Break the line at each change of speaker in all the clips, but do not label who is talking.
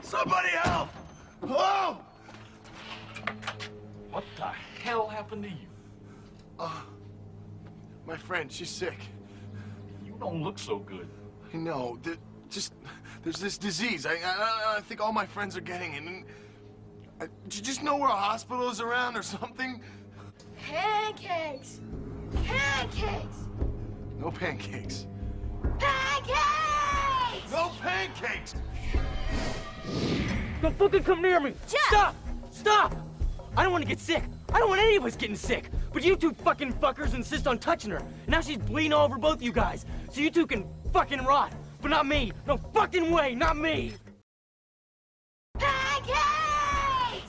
Somebody help!
Oh!
Hello? What the hell happened to you?
My friend, she's sick.
You don't look so good.
I know. th- just there's this disease. I, I I think all my friends are getting it. And I, do you just know where a hospital is around or something?
Pancakes! Pancakes!
No pancakes.
Pancakes!
No pancakes.
Don't fucking come near me!
Jeff!
Stop! Stop! I don't want to get sick. I don't want any of us getting sick. But you two fucking fuckers insist on touching her. Now she's bleeding all over both you guys. So you two can fucking rot. But not me. No fucking way. Not me.
Pancakes!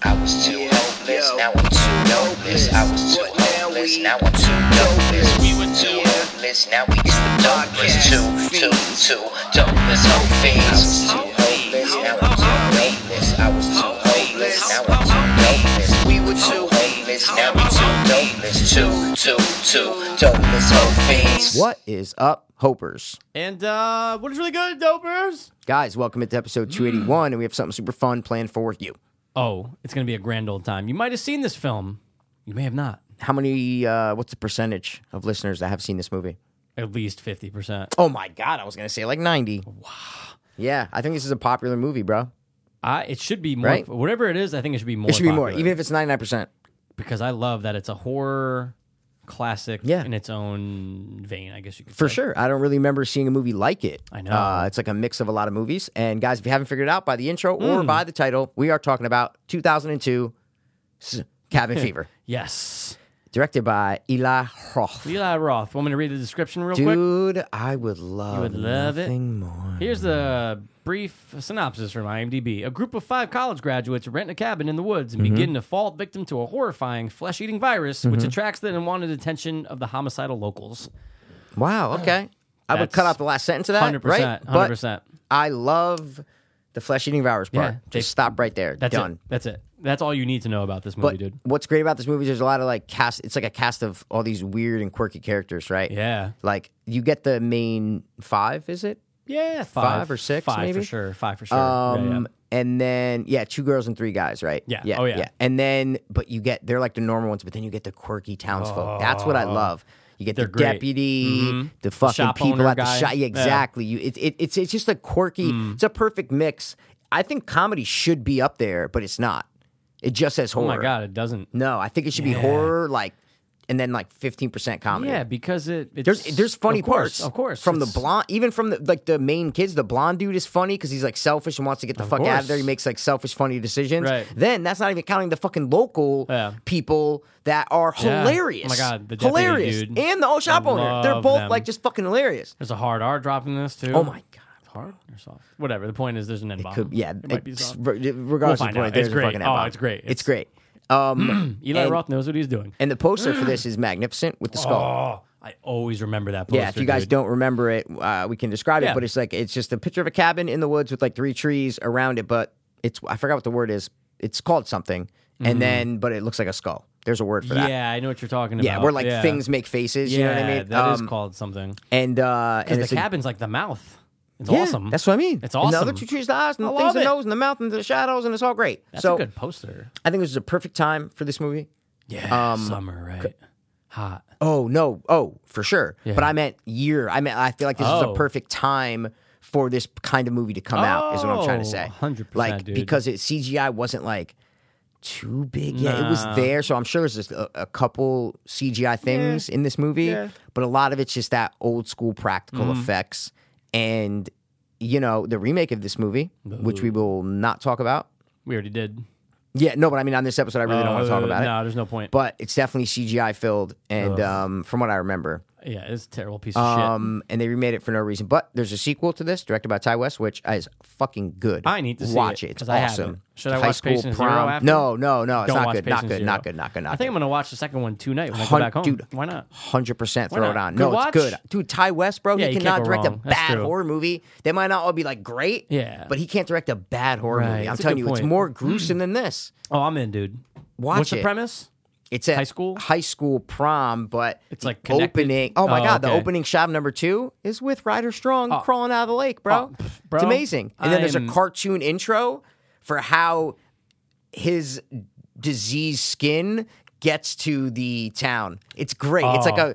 I was too hopeless, now I'm too hopeless. I was too hopeless, now I'm too hopeless. We were too hopeless, now we just the dopeless. Two, two, two, dopeless, hope fiends. oh, I was too hopeless, now I'm too hopeless. I was too hopeless, now I'm too hopeless. We were too hopeless, now we too dopeless. Two, two, two, dopeless, hope fiends.
What is up, Hopers?
And uh, what is really good, dopers?
Guys, welcome into episode 281, and we have something super fun planned for you.
Oh, it's gonna be a grand old time. You might have seen this film. You may have not.
How many, uh, what's the percentage of listeners that have seen this movie?
At least fifty percent.
Oh my God, I was going to say like 90. Wow. Yeah, I think this is a popular movie, bro.
I it should be more.
Right?
Whatever it is, I think it should be more.
It should be more,
popular.
even if it's 99%.
because I love that it's a horror classic
Yeah.
in its own vein. I guess you could
For
say.
sure. I don't really remember seeing a movie like it.
I know.
Uh, it's like a mix of a lot of movies. And guys, if you haven't figured it out by the intro or
Hmm.
by the title, we are talking about 2002 's Cabin Fever,
Yes,
directed by Eli Roth.
Eli Roth. Want me to read the description real quick?
Dude, I would love,
would love it.
nothing more.
Here's the brief synopsis from IMDb. A group of five college graduates rent a cabin in the woods and begin to fall victim to a horrifying flesh eating virus, which attracts the unwanted attention of the homicidal locals.
Wow. Okay. I would cut
That's
off the last sentence of that,
100%.
right? But
100%.
I love the flesh-eating virus part.
Yeah, they-
Just stop right there.
That's
Done.
it. That's it. That's all you need to know about this movie,
But
dude.
what's great about this movie is there's a lot of like cast. It's like a cast of all these weird and quirky characters, right?
Yeah.
Like you get the main five, is it?
Yeah, five,
Five or six,
Five
maybe?
for sure. Five for sure. Yeah,
Um, and then yeah, two girls and three guys, right?
Yeah. Oh, yeah.
And then, but you get they're like the normal ones, but then you get the quirky townsfolk. That's what I love. You get the
Oh. They're great. Mm-hmm.
deputy, the fucking
shop
people
owner
at the
guy.
shop. Yeah,
Yeah. Mm.
exactly. You, it, it, it's it's just a quirky. It's a perfect mix. I think comedy should be up there, but it's not. It just says
Oh
horror.
my god, it doesn't.
No, I think it should be horror, like, and then like fifteen percent comedy.
Yeah, because it it's,
There's there's funny
of course,
parts,
of course.
From the
it's-
blonde, even from the like the main kids, the blonde dude is funny because he's like selfish and wants to get the fuck out of there. He
course.
makes like selfish, funny decisions.
Right.
Then that's not even counting the fucking local
Yeah.
people that are
Yeah.
hilarious.
Oh my God, the deputy
hilarious,
dude.
and the old shop
I
owner. They're
love
both
them.
like just fucking hilarious.
There's a hard R drop in this too.
Oh my god.
hard or soft? Whatever. The point is, there's an N bomb.
Could- yeah,
it might be
it's-
soft.
re- regardless
We'll
of
find
the
out.
point, there's
It's
a
great.
fucking
Oh,
F-bomb.
it's great.
It's
It's-
great. Um,
Eli
and-
Roth knows what he's doing.
and the poster for this is magnificent with the skull.
oh, I always remember that poster.
Yeah, if you guys
dude.
don't remember it, uh, we can describe it.
Yeah.
But it's like it's just a picture of a cabin in the woods with like three trees around it. But it's I forgot what the word is. It's called something, and then but it looks like a skull. There's a word for that.
Mm-hmm. Yeah, I know what you're talking about.
Yeah, where like things make faces.
Yeah,
you know what I mean?
That is
Um,
called something.
And uh, and
Because
it's
the
a-
cabin's like the mouth. It's
yeah,
awesome.
That's what I mean.
It's
And the other
awesome.
two trees, the eyes, and the
I
things,
love
the
it.
nose, and the mouth, and the shadows, and it's all great.
That's
so
a good poster.
I think this is a perfect time for this movie.
Yeah,
Um,
summer, right? Hot.
Oh no! Oh, for sure.
Yeah.
But I meant year. I meant I feel like this is a
Oh.
perfect time for this kind of movie to come out. Is what I'm trying to say.
Oh, 100%,
Like
dude.
because it CGI wasn't like too big yet. It was
Nah.
there, so I'm sure there's just a, a couple CGI things in this movie, but a lot of it's just that old school practical
Mm-hmm.
effects and you know the remake of this movie, which we will not talk about.
We already did.
Yeah, no, but I mean on this episode, Oh, I really don't want to talk about
no,
it.
Uh, there's no point.
But it's definitely CGI filled, and um, from what I remember.
yeah, it's a terrible piece of
Um, and they remade it for no reason. But there's a sequel to this, directed by Ty West, which is fucking good.
I need to see
watch
it,
It's
'cause I haven't.
awesome.
Should I
High
watch
school
Patient Zero
prom?
after?
No, no, no.
shit.
It's
Don't
not
watch
good. Not
Patient
good,
Zero.
not good. Not good. Not good.
I think I'm gonna watch the second one tonight when I go
Hun-
back home.
Dude,
Why not?
Hundred percent,
Why
throw
not?
it on.
Good
No,
watch.
it's good, dude. Ty West, bro,
Yeah,
he
you can't
cannot
go
direct a
wrong. That's
bad
true.
horror movie. They might not all be like great,
Yeah.
but he can't direct a bad horror
Right,
movie. I'm
it's a
telling
good
you, it's
point.
more gruesome than this.
Oh, I'm in, dude.
Watch
What's
it.
the premise?
It's a
High school?
high school prom, but
It's,
the
like, connected?
opening. Oh my
Oh,
god, the
okay.
opening shot of number two is with Ryder Strong crawling out of the lake, bro.
Oh, pff,
It's
bro,
amazing. And then there's a
I'm-
cartoon intro for how his diseased skin gets to the town. It's great. It's like a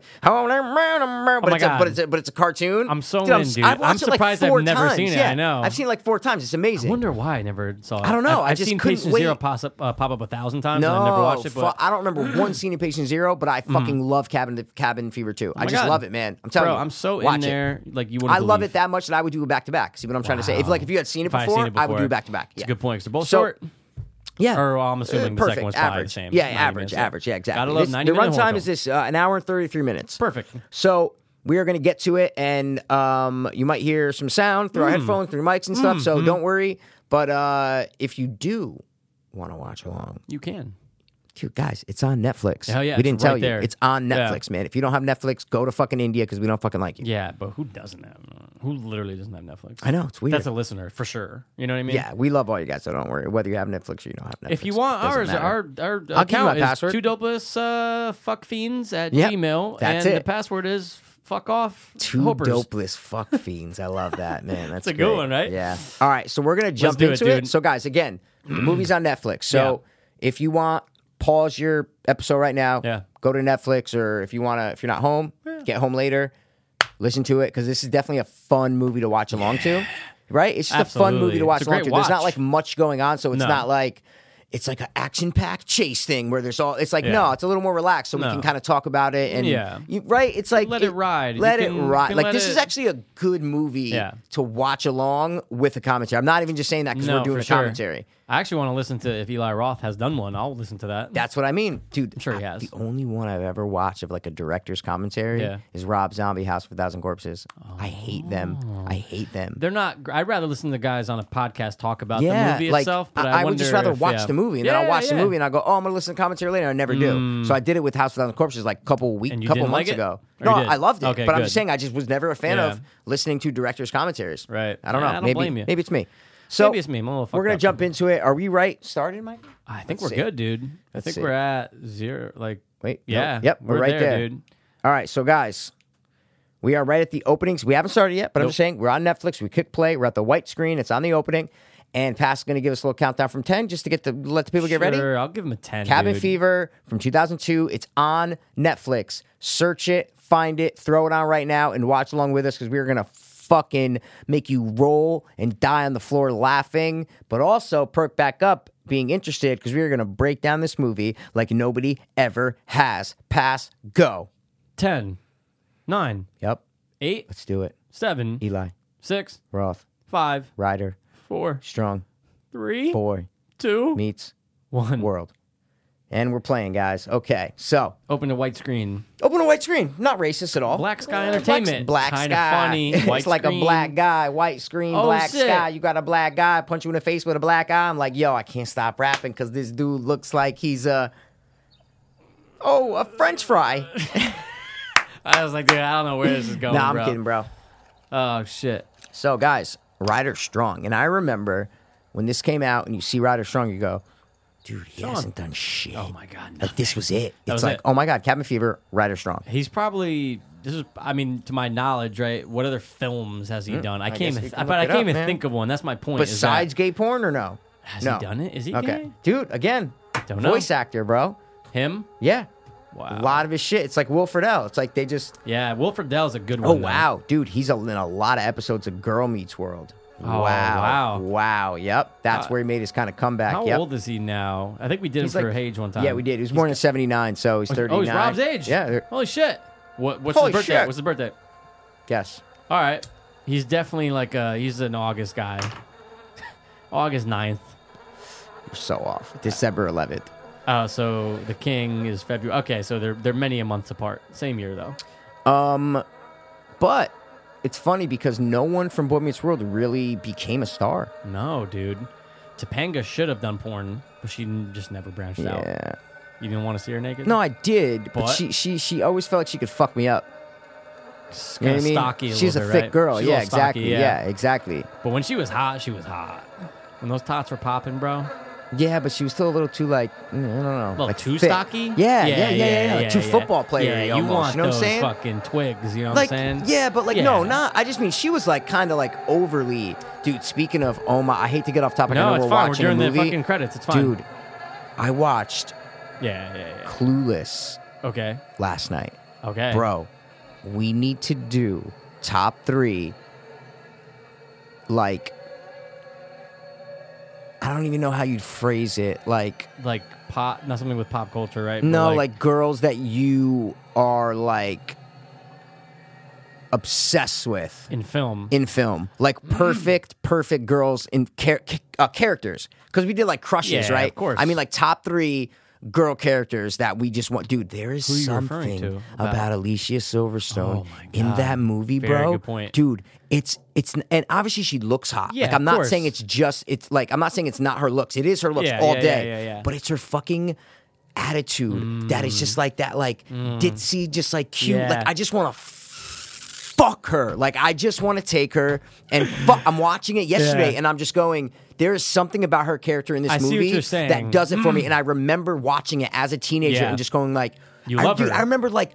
but, it's a,
Oh. God.
but it's a but it's a cartoon.
I'm so
dude, I'm,
in,
s-
dude.
I've watched
I'm surprised
it like
I've
four
never
times.
seen it. I
Yeah.
know.
I've seen it like four times. It's amazing.
I wonder why I never saw it.
I don't know.
I've,
I
I've
just
seen
couldn't
Patient Zero
wait.
pos- uh, pop up a thousand times.
no,
and I've never watched it,
fu-
but Mm-hmm.
I don't remember one scene in Patient Zero, but I fucking love Cabin Cabin Fever too. I
Oh my
just
God.
love it, man. I'm telling
bro,
you,
I'm so
watch
in
it.
there. Like you would.
I love it that much that I would do it back to back. See what I'm trying to say? If like if you had seen it
If I had
before,
seen it
I would do
before.
it back to back.
It's
Yeah.
a good point. 'cause they're both
So-
short.
Yeah. Uh,
Or, well, I'm assuming the second
perfect.
one's probably the
average.
same.
Yeah,
90
average,
minutes, yeah.
average. Yeah, exactly.
Gotta love
This-
90
the
minute horror
runtime is
film.
this uh, an hour and 33 minutes.
Perfect.
So we are going to get to it, and um, you might hear some sound
Mm.
through our headphones, through mics and stuff.
Mm-hmm.
So don't worry. But uh, if you do want to watch along,
You can.
Dude, guys, it's on Netflix.
Hell yeah,
we
it's
didn't tell
right there.
you. It's on
Yeah.
Netflix, man. If you don't have Netflix, go to fucking India because we don't fucking like you.
Yeah, but who doesn't have? Who literally doesn't have Netflix?
I know it's weird.
That's a listener for sure. You know what I mean?
yeah, we love all you guys, so don't worry. Whether you have Netflix or you don't have Netflix,
If you want
it doesn't
ours,
matter.
our our
I'll give you my
account is
password.
two dopeless uh, fuck fiends at
Yep,
Gmail,
that's
and
it.
the password is fuck off.
two
hopers.
dopeless fuck fiends. I love that, man. That's
a good
great.
one, right?
Yeah. All right, so we're gonna jump
do it,
into it,
dude.
So, guys, again, the movie's on Netflix. So if you want, pause your episode right now.
Yeah.
Go to Netflix, or if you wanna, if you're not home, get home later. Listen to it because this is definitely a fun movie to watch along to. Right? It's just a fun
Absolutely.
movie to watch
It's a
along
great
to. There's not
watch.
like much going on, so it's
No.
not like. It's like an action-packed chase thing where there's all. It's like
Yeah.
no, it's a little more relaxed, so we
No.
can kind of talk about it and
Yeah.
you, right. It's like
Let it ride. You
let
can-
it
you
ride.
can
Like
let
this
it-
is actually a good movie
Yeah.
to watch along with a commentary. I'm not even just saying that because
No,
we're doing
for
a
sure.
commentary.
I actually want to listen to if Eli Roth has done one. I'll listen to that.
That's what I mean, dude.
sure he
I-
has.
The only one I've ever watched of like a director's commentary
Yeah.
is Rob Zombie House of a Thousand Corpses. I hate them. I hate them.
They're not. gr- I'd rather listen to guys on a podcast talk about
yeah,
the movie
like
itself.
I,
But I,
I would just
wonder
rather
if,
watch
yeah.
the movie and
yeah,
then I watch
yeah. Mm.
the movie and I go, oh, I'm gonna listen to the commentary later. and I never do. So I did it with House of a Thousand Corpses like a couple weeks,
And you
couple
didn't like
months
it?
ago.
Or
No,
you did?
I loved it,
Okay,
but I'm
good.
just saying I just was never a fan
Yeah.
of listening to directors' commentaries.
Right.
I don't know.
Yeah, I don't
maybe
blame you.
maybe it's me. So
Maybe it's me. I'm a little
We're
fucked
gonna
up.
jump into it. Are we right? Started, Mike?
I think
Let's
we're
see.
good, dude. I
Let's
think
see.
we're at zero. Like
Wait, no.
yeah.
Yep, we're right there.
dude.
All right, so guys, we are right at the openings. We haven't started yet, but I'm just saying we're on Netflix. We click play. We're at the white screen. It's on the opening, and Pat's gonna give us a little countdown from ten just to get the let the people get ready.
Sure, I'll give him a ten.
Cabin
dude.
Fever from 2002. It's on Netflix. Search it, find it, throw it on right now, and watch along with us because we are going to fucking make you roll and die on the floor laughing, but also perk back up being interested because we are going to break down this movie like nobody ever has. Pass, go.
Ten. Nine.
Yep.
Eight.
Let's do it.
Seven.
Eli,
Six.
Roth,
Five.
Ryder,
Four.
Strong,
Three.
Boy,
two,
Meets,
one.
World. And we're playing, guys. Okay, so
Open a white screen.
Open a white screen. Not racist at all.
Black Sky
Black-
Entertainment.
Black,
Kinda
sky.
funny.
it's
White
like
screen.
a black guy, white screen,
Oh,
black
shit.
sky. You got a black guy punch you in the face with a black eye. I'm like, yo, I can't stop rapping because this dude looks like he's a oh a French fry.
I was like, dude, I don't know where this is going.
nah, I'm
bro.
kidding, bro.
Oh shit.
So guys, Ryder Strong, and I remember when this came out, and you see Ryder Strong, you go, dude, he hasn't done shit.
Oh my god.
Like this was it. It's
was
like,
it.
oh my god, Cabin Fever, Ryder Strong.
He's probably this is I mean to my knowledge, right? What other films has he done? I, can't
guess
even
you
th-
can look
but I
it
can't
up,
even
man.
think of one. That's my point. is that-
Hmm. Besides gay porn or no?
has
no.
he done it? Is he
Okay,
gay?
dude. Again,
Don't know.
voice actor, bro.
Him?
Yeah,
Wow.
a lot of his shit. It's like Wilfred L. It's like they just.
Yeah, Wilfred Dell's a good
Oh
one. though.
wow, dude, he's a, in a lot of episodes of Girl Meets World.
Oh,
wow,
wow. Uh,
wow. Yep, that's where he made his kind of comeback.
How
yep.
old is he now? I think we did
He's
him
like-
for Hage one time.
Yeah, we did. He was born in '79, so he's 39.
Oh, he's Rob's age.
Yeah. they're-
Holy shit. What, what's
Holy
his birthday?
shit.
What's his birthday?
Yes.
All right. He's definitely like a, he's an August guy. August 9th.
We're so off. December 11th.
Uh, so the king is February. Okay, so they're they're many a months apart. Same year though.
Um, but it's funny because no one from Boy Meets World really became a star.
No, dude. Topanga should have done porn, but she n- just never branched out.
Yeah.
You didn't want to see her naked.
No, I did, but,
But-
she she she always felt like she could fuck me up.
It's
You know
kinda
what I mean?
stocky. A
She's a
little bit,
thick
right?
girl.
She's a
yeah,
little stocky,
exactly. Yeah. exactly.
But when she was hot, she was hot. When those tots were popping, bro.
Yeah, but she was still a little too like mm, I don't know,
Well,
like
too
thick.
stocky.
Yeah, yeah, yeah, yeah, yeah, like too
yeah.
football player.
Yeah, you
almost,
want
you know
those
what I'm saying?
fucking twigs. You know
like
what I'm saying?
yeah, but like no,
Yeah.
not. I just mean she was like kind of like overly, dude. Speaking of Oma, I hate to get off topic.
No,
I know
it's
we're
fine. We're
watching
doing
a
the
movie.
fucking credits. It's fine.
dude. I watched
Yeah, yeah,
Clueless
yeah. Okay.
last night,
Okay.
bro. We need to do top three. Like, I don't even know how you'd phrase it. Like,
Like pop, not something with pop culture, right? But
No, like, girls that you are like obsessed with
in film.
in film, like
Mm.
perfect, perfect girls in char- uh, characters. Because we did like crushes,
Yeah,
right?
of course.
I mean, like top three girl characters that we just want. Dude, there is
Who are you referring
something
to? About-
about, Alicia Silverstone
Oh my
in
God.
that movie,
Very
bro.
good point.
Dude, it's it's and obviously she looks hot.
Yeah,
like I'm
of
not
course.
saying it's just it's like I'm not saying it's not her looks. It is her looks
Yeah,
all
yeah,
day.
yeah, yeah, yeah.
But it's her fucking attitude that is just like that like ditzy just like cute
Mm. Yeah.
like i just want to fuck her like i just want to take her and fuck i'm watching it yesterday
Yeah.
and i'm just going there is something about her character in this
I see what
movie
you're saying. Mm.
that does it for me and i remember watching it as a teenager
Yeah.
and just going like
You
I,
love
dude,
her.
I remember like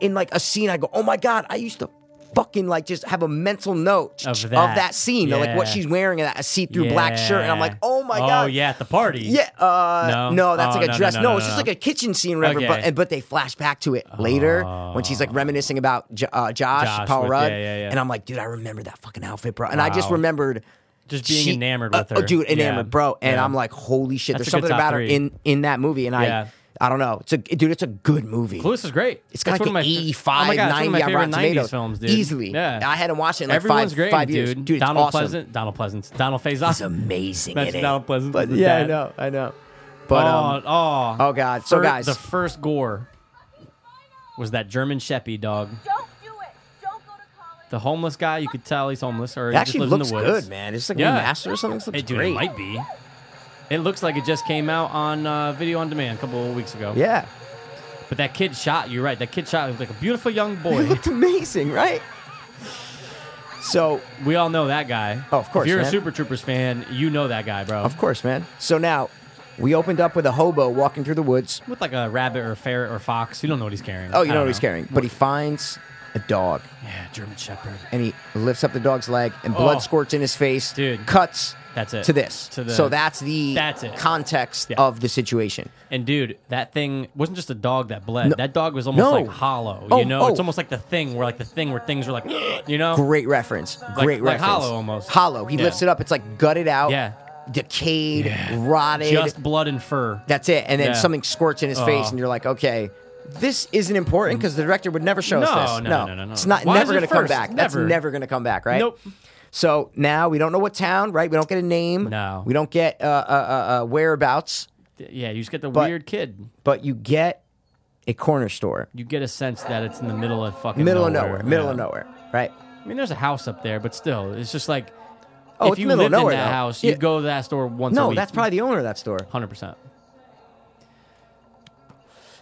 in like a scene i go oh my god i used to fucking like just have a mental note
Of that.
that scene of, like what
Yeah.
she's wearing and that a see-through black shirt and i'm like oh my
oh,
god
Oh yeah, at the party.
yeah, uh,
No?
no? that's
Oh,
like a
no, no,
dress.
no,
No,
no,
it's just
no.
like a kitchen scene, whatever.
Okay. Oh.
But and, but they flash back to it later when she's like reminiscing about J- uh, Josh,
Josh
Paul
with-
Rudd,
yeah, yeah, yeah.
and I'm like, dude, I remember that fucking outfit, bro. And I just
Wow.
remembered
Just being enamored
uh,
with
oh,
her.
dude,
Yeah.
enamored, bro. And
Yeah.
I'm like, holy shit,
That's
there's
a good
something
top
about
three.
her in in that movie, and
Yeah.
I I don't know. It's a dude, it's a good movie.
Clueless is great.
It's got
That's
like
one
an
of my fa-
85,
oh my God, it's one of my
90 on
favorite
Rotten
90s
Tomatoes.
films, dude.
Easily.
Yeah.
I hadn't watched it in like
Everyone's
five,
great,
five
dude.
years. Dude, it's
Donald
awesome.
Pleasant. Donald Pleasant. Donald Faison.
It's amazing.
That's
in it.
Donald Pleasant.
But,
with
yeah,
that.
I know, I know. But
oh,
um,
oh,
oh, God. So,
Fir-
guys-
the first gore was that German Sheppy dog.
Don't do it. Don't go to college.
The homeless guy, you could tell he's homeless or
It
he
actually
just
looks
lives in the woods.
good, man. It's like
Yeah.
remastered or something. This looks
It, dude,
great.
it might be. It looks like it just came out on uh, video on demand a couple of weeks ago.
Yeah,
But that kid shot. You're right. That kid shot looked like a beautiful young
it
boy.
looked amazing, right? So,
we all know that guy.
Oh, of course,
If you're a
man.
Super Troopers fan, you know that guy, bro.
of course, man. So now we opened up with a hobo walking through the woods.
With like a rabbit or a ferret or fox. You don't know what he's carrying.
Oh, you
I
know
don't
what he's carrying, but he finds a dog
Yeah, German Shepherd.
and he lifts up the dog's leg and blood
Oh.
squirts in his face.
Dude.
cuts.
That's it.
To this.
To the-
so that's the
That's it.
context
Yeah.
of the situation.
And dude, that thing wasn't just a dog that bled. That dog was almost
No.
like hollow.
Oh,
you know, it's
oh.
almost like the thing where like the thing where things were like, you know,
Great reference. Great
like
reference.
hollow almost.
Hollow. He
Yeah.
lifts it up. It's like gutted out.
Yeah.
Decayed, rotted.
just blood and fur.
That's it. And then
Yeah. Oh.
something squirts in his face, and you're like, okay, this isn't important because the director would never show
No,
us this.
no, no, no, no.
It's not
Why
never
is
going
it
to come
first?
back. That's
Never.
never going to come back, right?
Nope.
So now we don't know what town, right? We don't get a name.
No.
We don't get uh, uh, uh, uh, whereabouts,
Yeah, you just get the
But-
weird kid.
but you get a corner store,
You get a sense that it's in the middle of fucking
middle
nowhere.
of nowhere, middle of
Yeah.
nowhere, right?
I mean, there's a house up there, but still, it's just like
Oh,
if
it's
you
middle of
lived in
nowhere,
that
though.
house,
Yeah.
you'd go to that store once. a
No,
week.
that's probably the owner of that store.
hundred percent.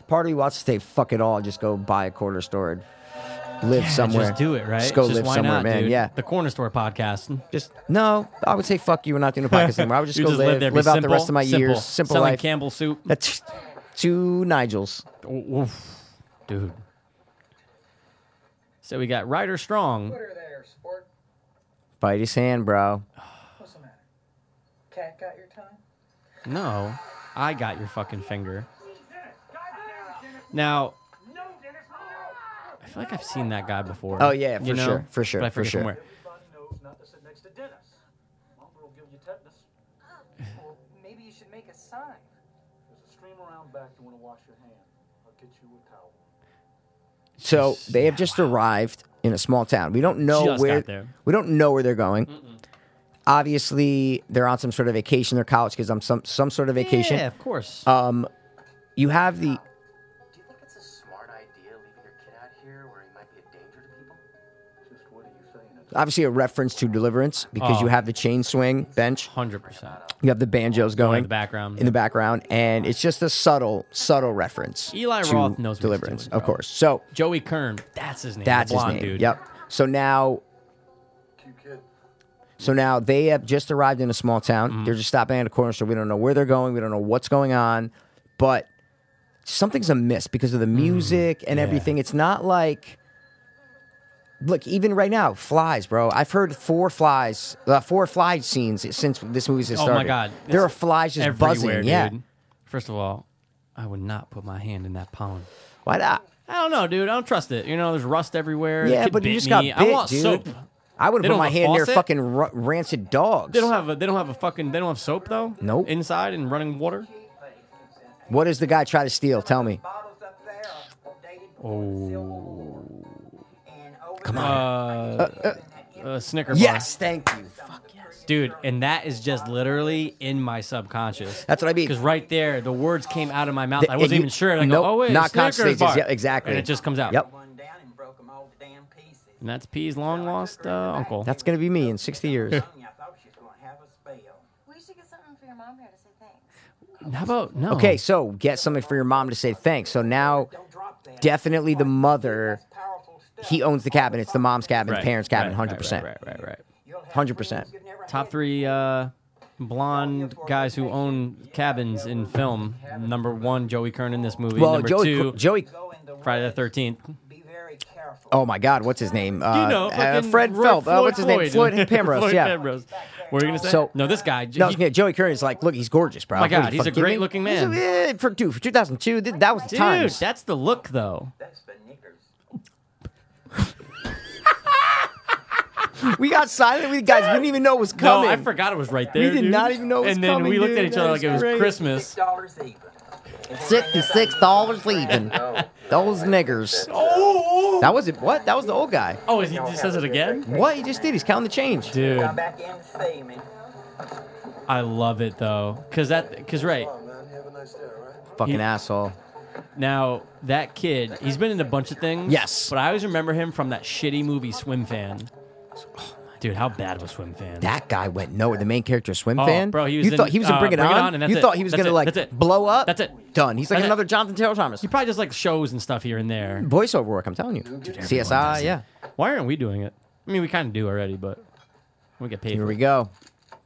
Part of you wants to say fuck it all, just go buy a corner store and live somewhere.
Just do it, right?
Just go
Just
live
why
somewhere,
not,
man.
dude?
Yeah.
the corner store podcast.
Just no. I would say fuck you. We're not doing a podcast anymore. I would just
You
go
live
live
there,
live,
be
out the
simple,
rest of my
simple.
years. Simple
Selling
life.
Campbell soup.
That's two Nigels.
Oof. Dude. So we got Ryder Strong.
Put her there, sport.
Bite his hand, bro.
What's the matter? Cat got your tongue?
No, I got your fucking finger. Now, I feel like I've seen that guy before.
Oh, yeah,
You
for
know?
sure, for sure,
But I
for
forget
sure.
from where.
Everybody knows not to sit next to Dennis. Marlboro will give you tetanus.
Well, Oh, maybe you should make a sign.
There's a stream around back you want to wash your hand. I'll get you a towel.
So they have just arrived in a small town. We don't know
Just
where
got there.
we don't know where they're going. Obviously, they're on some sort of vacation. They're college kids on some some sort of vacation. Uh,
Yeah, of course.
You have the
Do you think it's a smart idea leaving your kid out here where he might be a danger to people?
Just what are you saying? It's
obviously a reference to Deliverance because
Oh.
you have the chain swing bench.
100%.
You have the banjos going
in the background,
In the
yeah.
background, and it's just a subtle, subtle reference.
Eli
to
Roth knows what he's
Deliverance,
doing,
of
bro.
course. So
Joey Kern. That's his name. the
That's his
blonde
name.
Dude.
Yep. So now,
a cute kid.
So now they have just arrived in a small town.
Mm-hmm.
They're just stopping at a corner store. We don't know where they're going. We don't know what's going on, but something's amiss because of
Mm.
the music and everything. It's not like. Look, even right now, flies, bro. I've heard four flies, uh, four fly scenes since this movie's
Oh
started.
my god,
there
It's
are flies just
everywhere,
buzzing.
Dude.
Yeah,
First of all, I would not put my hand in that pollen.
why not?
I don't know, dude. I don't trust it. You know, there's rust everywhere.
Yeah,
Kid
but you
bit
just
me.
got bit,
I want
dude.
soap.
I would
They
have put
don't
my
have a
hand near
faucet?
fucking ru- rancid dogs.
They don't have a. They don't have a fucking. They don't have soap though.
Nope.
Inside and running water.
what does the guy try to steal? Tell me.
Bottles up there are dated
Oh.
Civil War. And over
Come
Uh,
on.
uh, Snicker bar.
yes, thank you. Fuck yes.
dude. And that is just literally in my subconscious.
That's what I mean.
Because right there, the words came out of my mouth.
The-
I wasn't
you-
even sure. And I
nope,
go, oh wait,
not
Snickers
conscious,
bar.
yeah, exactly.
And it just comes out.
Yep.
one down and broke 'em all to damn pieces.
And that's P's long lost uh, uncle.
That's gonna be me in sixty years.
Sonya, I thought she was going to have a spell.
We should get something for your mom here to say thanks.
how about no?
Okay, so get something for your mom to say thanks. So now,
Don't drop that.
definitely the mother.
That's powerful stuff.
He owns the cabin. It's the mom's cabin,
Right,
parents' cabin,
right, right,
hundred percent.
Right, right, right. right.
You'll have
100%.
friends you've never
Top
had.
three uh, blonde guys who own cabins in film. Number one, Joey Kern in this movie.
Well,
Number
Joey,
two,
Joey.
Go in the
Friday the
woods.
Thirteenth.
Be very careful.
Oh my God, what's his name? Uh,
you know,
uh,
fucking
Fred
Roy
Phelp.
Floyd,
uh, what's his name? Floyd Pemrose.
Floyd
yeah.
Pemrose. What are you gonna say?
So-
no, this guy. j-
No,
he-
yeah, Joey Curry is like, look, he's gorgeous, bro.
Oh My
What are you
God, he's a
fucking kidding
great-looking
me? He's a- eh, for dude, for 2002, th- that was the
dude,
times.
that's the look though.
That's the niggers.
we got silent. We guys we didn't even know it was coming.
No, I forgot it was right there.
did
dude.
not even know it was
And then we
coming,
looked at
dude.
each other
That
like
is
it was
great.
Christmas.
dollars even. If you hang up
Sixty-six dollars even.
Oh.
Those niggers.
Oh,
That wasn't what? That was the old guy.
oh, is he just says it again,
What he just did? He's counting the change.
dude.
Come back in to see me.
I love it though, cause that, cause right
man. Have a nice day, all right?
Fucking
Yeah.
asshole.
now that kid, he's been in a bunch of things.
Yes.
but I always remember him from that shitty movie Swim Fan. Dude, how bad was Swim Fan?
That guy went nowhere. The main character, Swim
Oh,
Fan.
bro, he was
you
in,
thought he was in
uh,
Bring It
Bring It
On.
On, and that's
you
it.
thought he was
That's
gonna
it.
like
That's it.
blow up.
That's it.
Done. He's like
That's it.
another Jonathan Taylor Thomas.
he probably does like shows and stuff here and there.
Voiceover work. I'm telling you. CSI. Yeah.
Why aren't we doing it? I mean, we kind of do already, but we get paid.
Here
for
we
it.
go.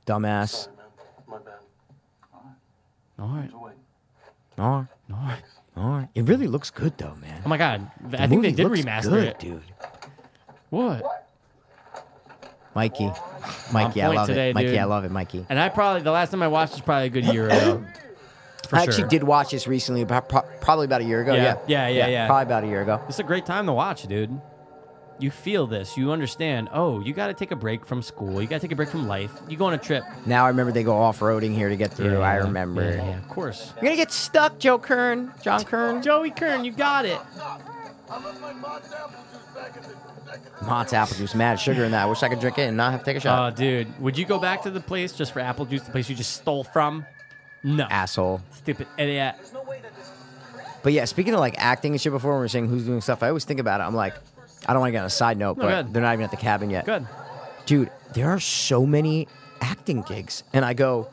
Dumbass.
Sorry, man. My bad.
All right.
Enjoy.
All right.
All right.
All right. It really looks good though, man.
Oh my god.
The
I think they
movie
did
looks
remaster
good,
it.
dude.
What?
Mikey, Mikey, I
point
love
today,
it. Mikey,
dude.
I love it. Mikey.
And I probably the last time I watched was probably a good year ago. For
I actually
sure.
did watch this recently, about, pro- probably about a year ago.
Yeah.
Yeah.
Yeah, yeah, yeah.
Probably about a year ago.
It's a great time to watch, dude. You feel this. You understand. Oh, you got to take a break from school. You got to take a break from life. You go on a trip.
Now I remember they go off roading here to get through. I remember.
Yeah, yeah, of course.
You're gonna get stuck, Joe Kern. John Kern.
Joey Kern, you got it.
Mott's apple juice, mad sugar in that. I wish I could drink it and not have to take a
Oh,
shot.
dude, would you go back to the place just for apple juice? The place you just stole from? No.
Asshole.
Stupid idiot.
But yeah, speaking of like acting and shit before when we were saying who's doing stuff, I always think about it. I'm like, I don't want to get on a side note, but
No, go ahead.
they're not even at the cabin yet.
Good.
Dude, there are so many acting gigs. And I go,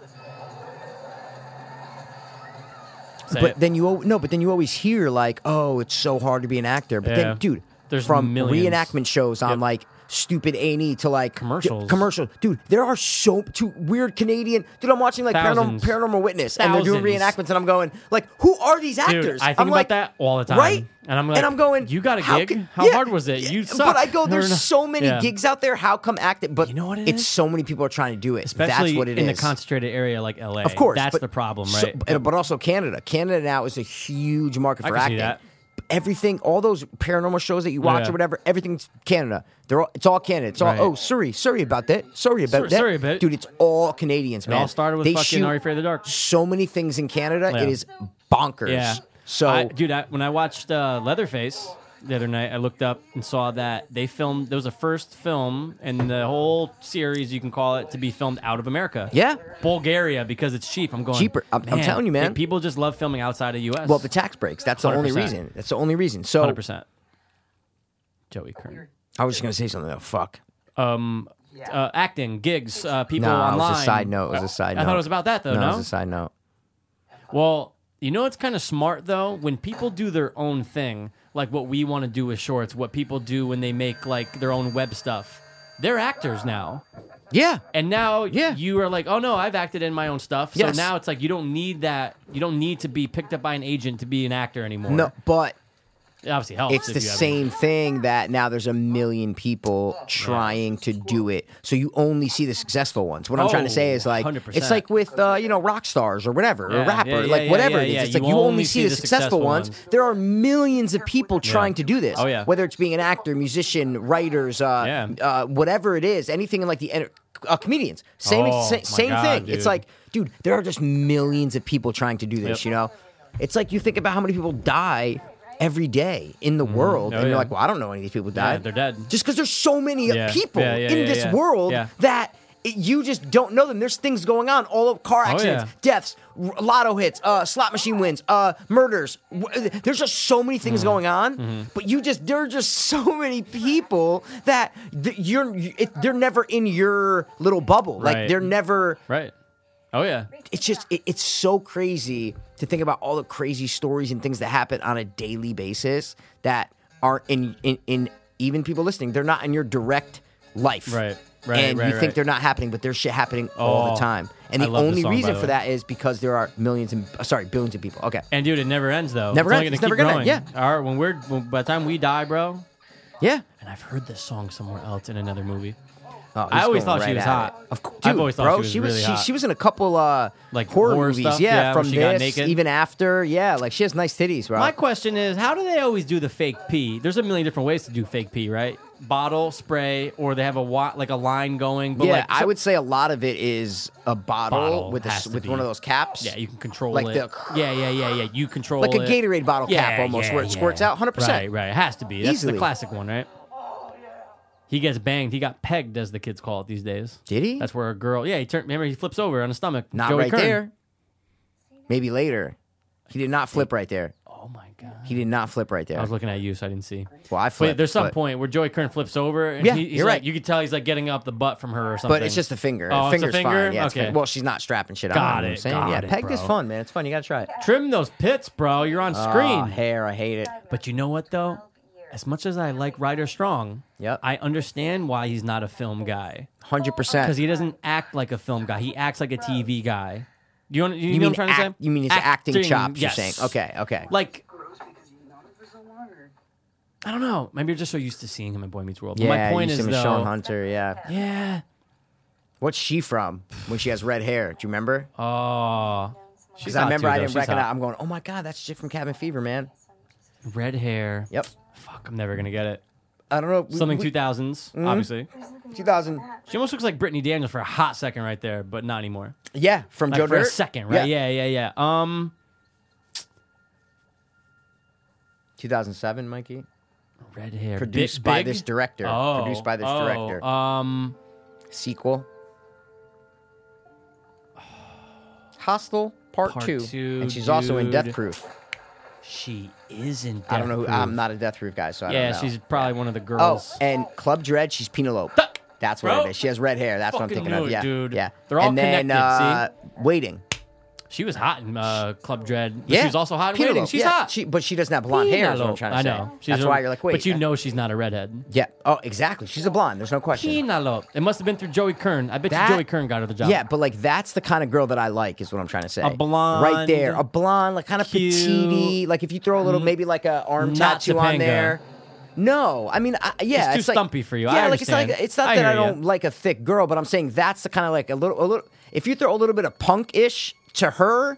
Say
but
it.
then you al- no, but then you always hear like, oh, it's so hard to be an actor. But
Yeah.
then, dude,
There's
from
millions.
reenactment shows on
Yep.
like stupid A and E to like d-
Commercials.
commercials, dude. There are so two weird Canadian dude. I'm watching like paranormal,
Thousands.
paranormal Witness, and they're doing
Thousands.
reenactments, and I'm going like, who are these
Dude,
actors?
I think
I'm
about
like,
that all the time.
right?
And I'm like,
and I'm going,
you got a
how
gig?
could-
How
yeah,
hard was it? You
yeah,
suck.
But I go,
No,
there's
no, no.
so many
Yeah.
gigs out there. How come acting? But
You know what it
it's
is?
so many people are trying to do it.
especially
That's what it is
in the concentrated area like LA.
of course,
that's
but-
the problem,
so-
right?
but- but also Canada. Canada now is a huge market
I
for
can see
acting.
that.
Everything, all those paranormal shows that you watch
Yeah.
or whatever, everything's Canada. They're all, it's all Canada. It's all
Right.
oh sorry, sorry about that, sorry about
Sorry-
that,
sorry about-
dude. It's all Canadians,
it
man.
all started with
they
fucking
shoot
Are You Afraid of the Dark?
so many things in Canada.
Yeah.
It is bonkers.
Yeah.
So
I, dude, I, when I watched uh, Leatherface the other night, I looked up and saw that they filmed. There was a first film in the whole series, you can call it, to be filmed out of America.
Yeah.
Bulgaria because it's cheap. I'm going
Cheaper. I'm- I'm telling you, man.
People just love filming outside of U.S.
well, the tax breaks. That's the only
100%.
reason. That's the only reason. So
hundred percent. Joey Kern.
I was just gonna say something though. Fuck.
Um, uh, acting gigs, uh, people
No,
online.
it was a side note. It was a side
I
note.
thought it was about that though.
No,
No,
it was a side note.
Well, you know it's kind of smart though when people do their own thing, like what we want to do with shorts, what people do when they make like their own web stuff. They're actors now.
Yeah.
And now
Yeah.
you are like, oh no, I've acted in my own stuff. So
Yes.
now it's like you don't need that. You don't need to be picked up by an agent to be an actor anymore.
No, but
it obviously helps.
it's
if
the
you have-
same thing that now there's a million people trying to do it. So you only see the successful ones. What I'm trying to say is
Oh,
like
100%.
it's like with uh, you know rock stars or whatever
Yeah,
or rapper
yeah, yeah,
like
yeah,
whatever
yeah,
it is.
yeah.
It's like you only see the successful ones.
ones.
There are millions of people trying to do this.
Oh, yeah.
Whether it's being an actor, musician, writers, uh,
Yeah.
uh, whatever it is, anything in like the enter- uh, comedians. Same
Oh,
sa-
my
same
God,
thing.
dude.
It's like dude, there are just millions of people trying to do this,
Yep.
you know? It's like you think about how many people die every day in the world,
Oh,
and you're
yeah.
like, well, I don't know any of these people who
Yeah,
died.
they're dead.
Just because there's so many
Yeah.
people
Yeah, yeah,
in
yeah,
this
yeah.
world
Yeah.
that it, you just don't know them. There's things going on all of car
Oh,
accidents,
yeah.
deaths, r- lotto hits, uh, slot machine wins, uh, murders. W- There's just so many things
Mm-hmm.
going on, but you just there are just so many people that th- you're you- it, they're never in your little bubble.
Right.
Like they're never
Right. Oh yeah.
it's just it, it's so crazy to think about all the crazy stories and things that happen on a daily basis that aren't in in, in even people listening they're not in your direct life
Right, right,
and
right,
you think
right.
they're not happening but there's shit happening all
Oh,
the time and
I
the
love this
only
song, by
reason
the
for
way.
that is because there are millions and uh, sorry billions of people okay
And dude, it never ends though.
Never
it's only
ends. It's
gonna
never gonna
keep growing.
end, yeah.
All right. When we're when, by the time we die, bro.
yeah
And I've heard this song somewhere else in another movie.
Oh, he's
I always
going
thought she
right
was
at it.
hot.
Of course,
I've
dude,
always thought
bro,
she was really
she,
hot.
she was in a couple uh
Like
horror,
horror
movies,
stuff?
yeah,
Yeah, when
from
she got
this
naked?
even after, yeah, like she has nice titties, bro.
My question is, how do they always do the fake pee? There's a million different ways to do fake pee, right? Bottle, spray, or they have a wa- like a line going. But
yeah,
like,
I
so-
would say a lot of it is a bottle,
Bottle
with a,
has
s-
to
with
be.
one of those caps.
Yeah, you can control
Like
it.
the-
yeah, yeah, yeah, yeah. You control
Like a
it.
Gatorade bottle cap almost, where it squirts out 100%.
Right, right. It has to be. That's the
Easily.
classic one, right? He gets banged. He got pegged, as the kids call it these days.
Did he?
That's where a girl. Yeah, he turned. Remember, he flips over on his stomach.
not
Joey
right
Kern.
there. Maybe later. He did not flip right there.
Oh my god.
He did not flip right
I
there.
was looking at you, so I didn't see.
well, I
But
flipped.
there's some
but,
point where Joey Kern flips over, and
Yeah,
he- he's
you're
like,
right.
You can tell he's like getting up the butt from her or something.
But it's just a finger.
Oh,
the
it's a
finger's
finger?
fine. Yeah, it's a
Okay.
finger. Well, she's not strapping shit on.
Got
you know what I'm
it,
saying?
got
yeah,
it,
pegged is
bro.
fun, man. It's fun. You gotta try it.
trim those pits, bro. You're on
Ah,
screen.
hair. I hate it.
But you know what though? As much as I like Ryder Strong,
Yep.
I understand why he's not a film guy
Hundred percent.
because he doesn't act like a film guy. He acts like a TV guy. You, know- you,
You
know
mean
what I'm trying
act,
to say?
you mean his acting, chops?
yes.
You're saying okay, okay.
Like
Gross because you've known him for so long, or
I don't know. Maybe you're just so used to seeing him in Boy Meets World. But
yeah,
my point
you
is
see him as
though,
Sean Hunter. Yeah,
yeah.
What's she from? When she has red hair? Do you remember?
Oh, she's
Because I
hot,
remember
too,
I
though.
didn't
She's hot.
recognize. I'm going, oh my god, that's shit from Cabin Fever, man.
red hair.
Yep.
Fuck, I'm never gonna get it.
I don't know. we-
Something
we- Mm-hmm.
2000s, obviously.
2000.
She almost looks like Brittany Daniels for a hot second right there, but not anymore.
Yeah, from
Like
Joe
for a
Dirt.
second, right? Yeah. yeah, yeah, Um,
2007, Mikey.
red hair,
Produced
Big-
by
big?
this director.
Oh,
Produced by this
oh,
director.
Um,
Sequel. Hostile Part,
Part
two.
Two,
and she's also in Death
dude.
Proof.
she isn't.
I don't know who.
Death
I'm
Proof.
not a Death Proof guy, so I
Yeah,
don't know.
she's probably one of the
Oh,
girls.
and Club Dread, she's Penelope.
Fuck.
That's what
Bro.
it is. She has red hair. That's what I'm
Fucking
thinking
knew
of.
it,
Yeah,
dude.
yeah.
They're all
and then, uh,
connected,
Waiting.
she was hot in uh, Club Dread. But
Yeah,
she was also hot in
Penelope,
Waiting. She's
yeah.
hot.
She, but she doesn't have blonde hair. Is what I'm
Penelope.
trying to
I
say.
know. She's
That's
a-
why you're like, wait.
But you
uh,
know she's not a redhead.
Yeah. Oh, exactly. She's a blonde. There's no question.
Penelope. It must have been through Joey Kern. I bet
That-
you Joey Kern got her the job.
Yeah, but like that's the kind of girl that I like is what I'm trying to say.
A blonde,
right there, a blonde, like kind of
cute, Mm-hmm.
petite. Like if you throw a little, maybe like a arm
not
tattoo on
Topanga.
there. No, I mean, I, yeah,
It's too
like,
stumpy for you. I
Yeah, like it's like
understand.
it's not
I
that I
hear ya.
don't like a thick girl, but I'm saying that's the kind of like a little, a little. If you throw a little bit of punk ish to her.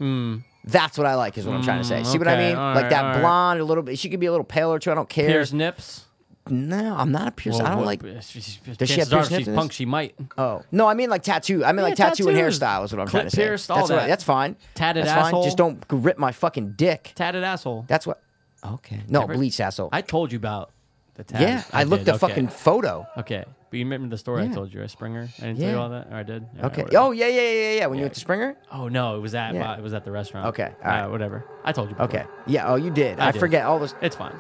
That's what I like, is what I'm trying to say. See what I
Hmm. Mm, okay,
mean?
all
Like
right, all
that
right.
blonde, a little bit. She could be a little paler too. I don't care.
Pierce nips.
no, I'm not a pierce. I don't like.
Does she
have pierced nips
She's
in
punk.
this?
She might.
Oh no, I mean like tattoo. I mean like
Yeah,
tattoo and
tattoos.
hairstyle is what I'm
Clip
trying to say.
pierced, all
that's what I-
that.
that's fine.
Tatted
that's
asshole.
Fine. Just don't g- rip my fucking dick.
Tatted asshole.
That's what. Okay. No
Never-
bleach asshole.
I told you about the tat.
yeah, I, looked
did,
the
okay.
fucking photo.
Okay, but you remember the story I
Yeah.
told you, right? Springer. I didn't tell you
Yeah.
all that, or I did. All right,
Okay.
whatever.
oh yeah, yeah, yeah, yeah. When you went to Springer.
Oh no, it was at
Yeah.
it was at the restaurant.
Okay,
All
all
right.
right.
whatever. I told you. Before.
Okay. Yeah. Oh, you did. I,
did.
forget all this.
It's fine.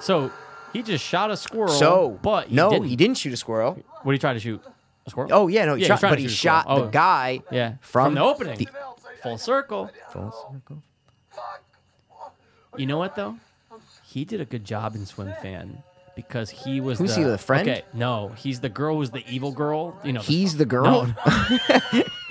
So he just shot a squirrel.
So,
but he
no,
didn't.
he didn't shoot a squirrel.
What did he try to shoot? A squirrel.
Oh yeah, no, he
Yeah, he was
shot,
trying
but
to
he
shoot a
shot
squirrel.
the
Oh.
guy.
Yeah,
From,
the opening.
the-
Full circle.
full circle.
You know what though? He did a good job in Swim Fan because he was
Who's
the,
he, the friend?
Okay, no, he's the girl who's the evil girl. You know, the-
He's the girl.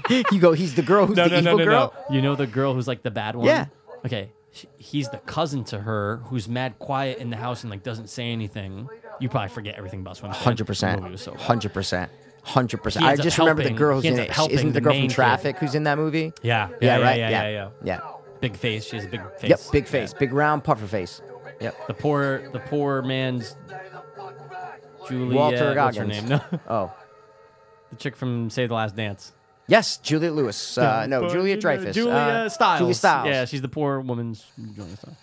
you go. He's the girl who's
no,
the
no, no,
evil
no,
girl.
no. You know the girl who's like the bad one.
Yeah.
Okay. Sh- He's the cousin to her who's mad quiet in the house and like doesn't say anything. You probably forget everything about Swim.
Hundred percent. Hundred percent. Hundred percent. I
ends up
just remember the
helping-
girl
he
who's in
ends
it.
up
She- Isn't
helping
the
the
girl from
main kid.
Traffic who's in that movie?
Yeah.
Yeah.
Yeah. Yeah.
right.
Yeah. Yeah. yeah.
Yeah.
Big face. She has a big face.
Yep. Big
Yeah.
face. Big round puffer face. Yep.
The poor, the poor man's Juliet.
Walter
what's her
Goggins.
name? No,
Oh.
the chick from Save the Last Dance.
Yes, Juliet Lewis. Uh, no, Julia Dreyfus.
Julia
uh,
Stiles.
Julia Stiles.
Yeah, she's the poor woman's Julia Stiles.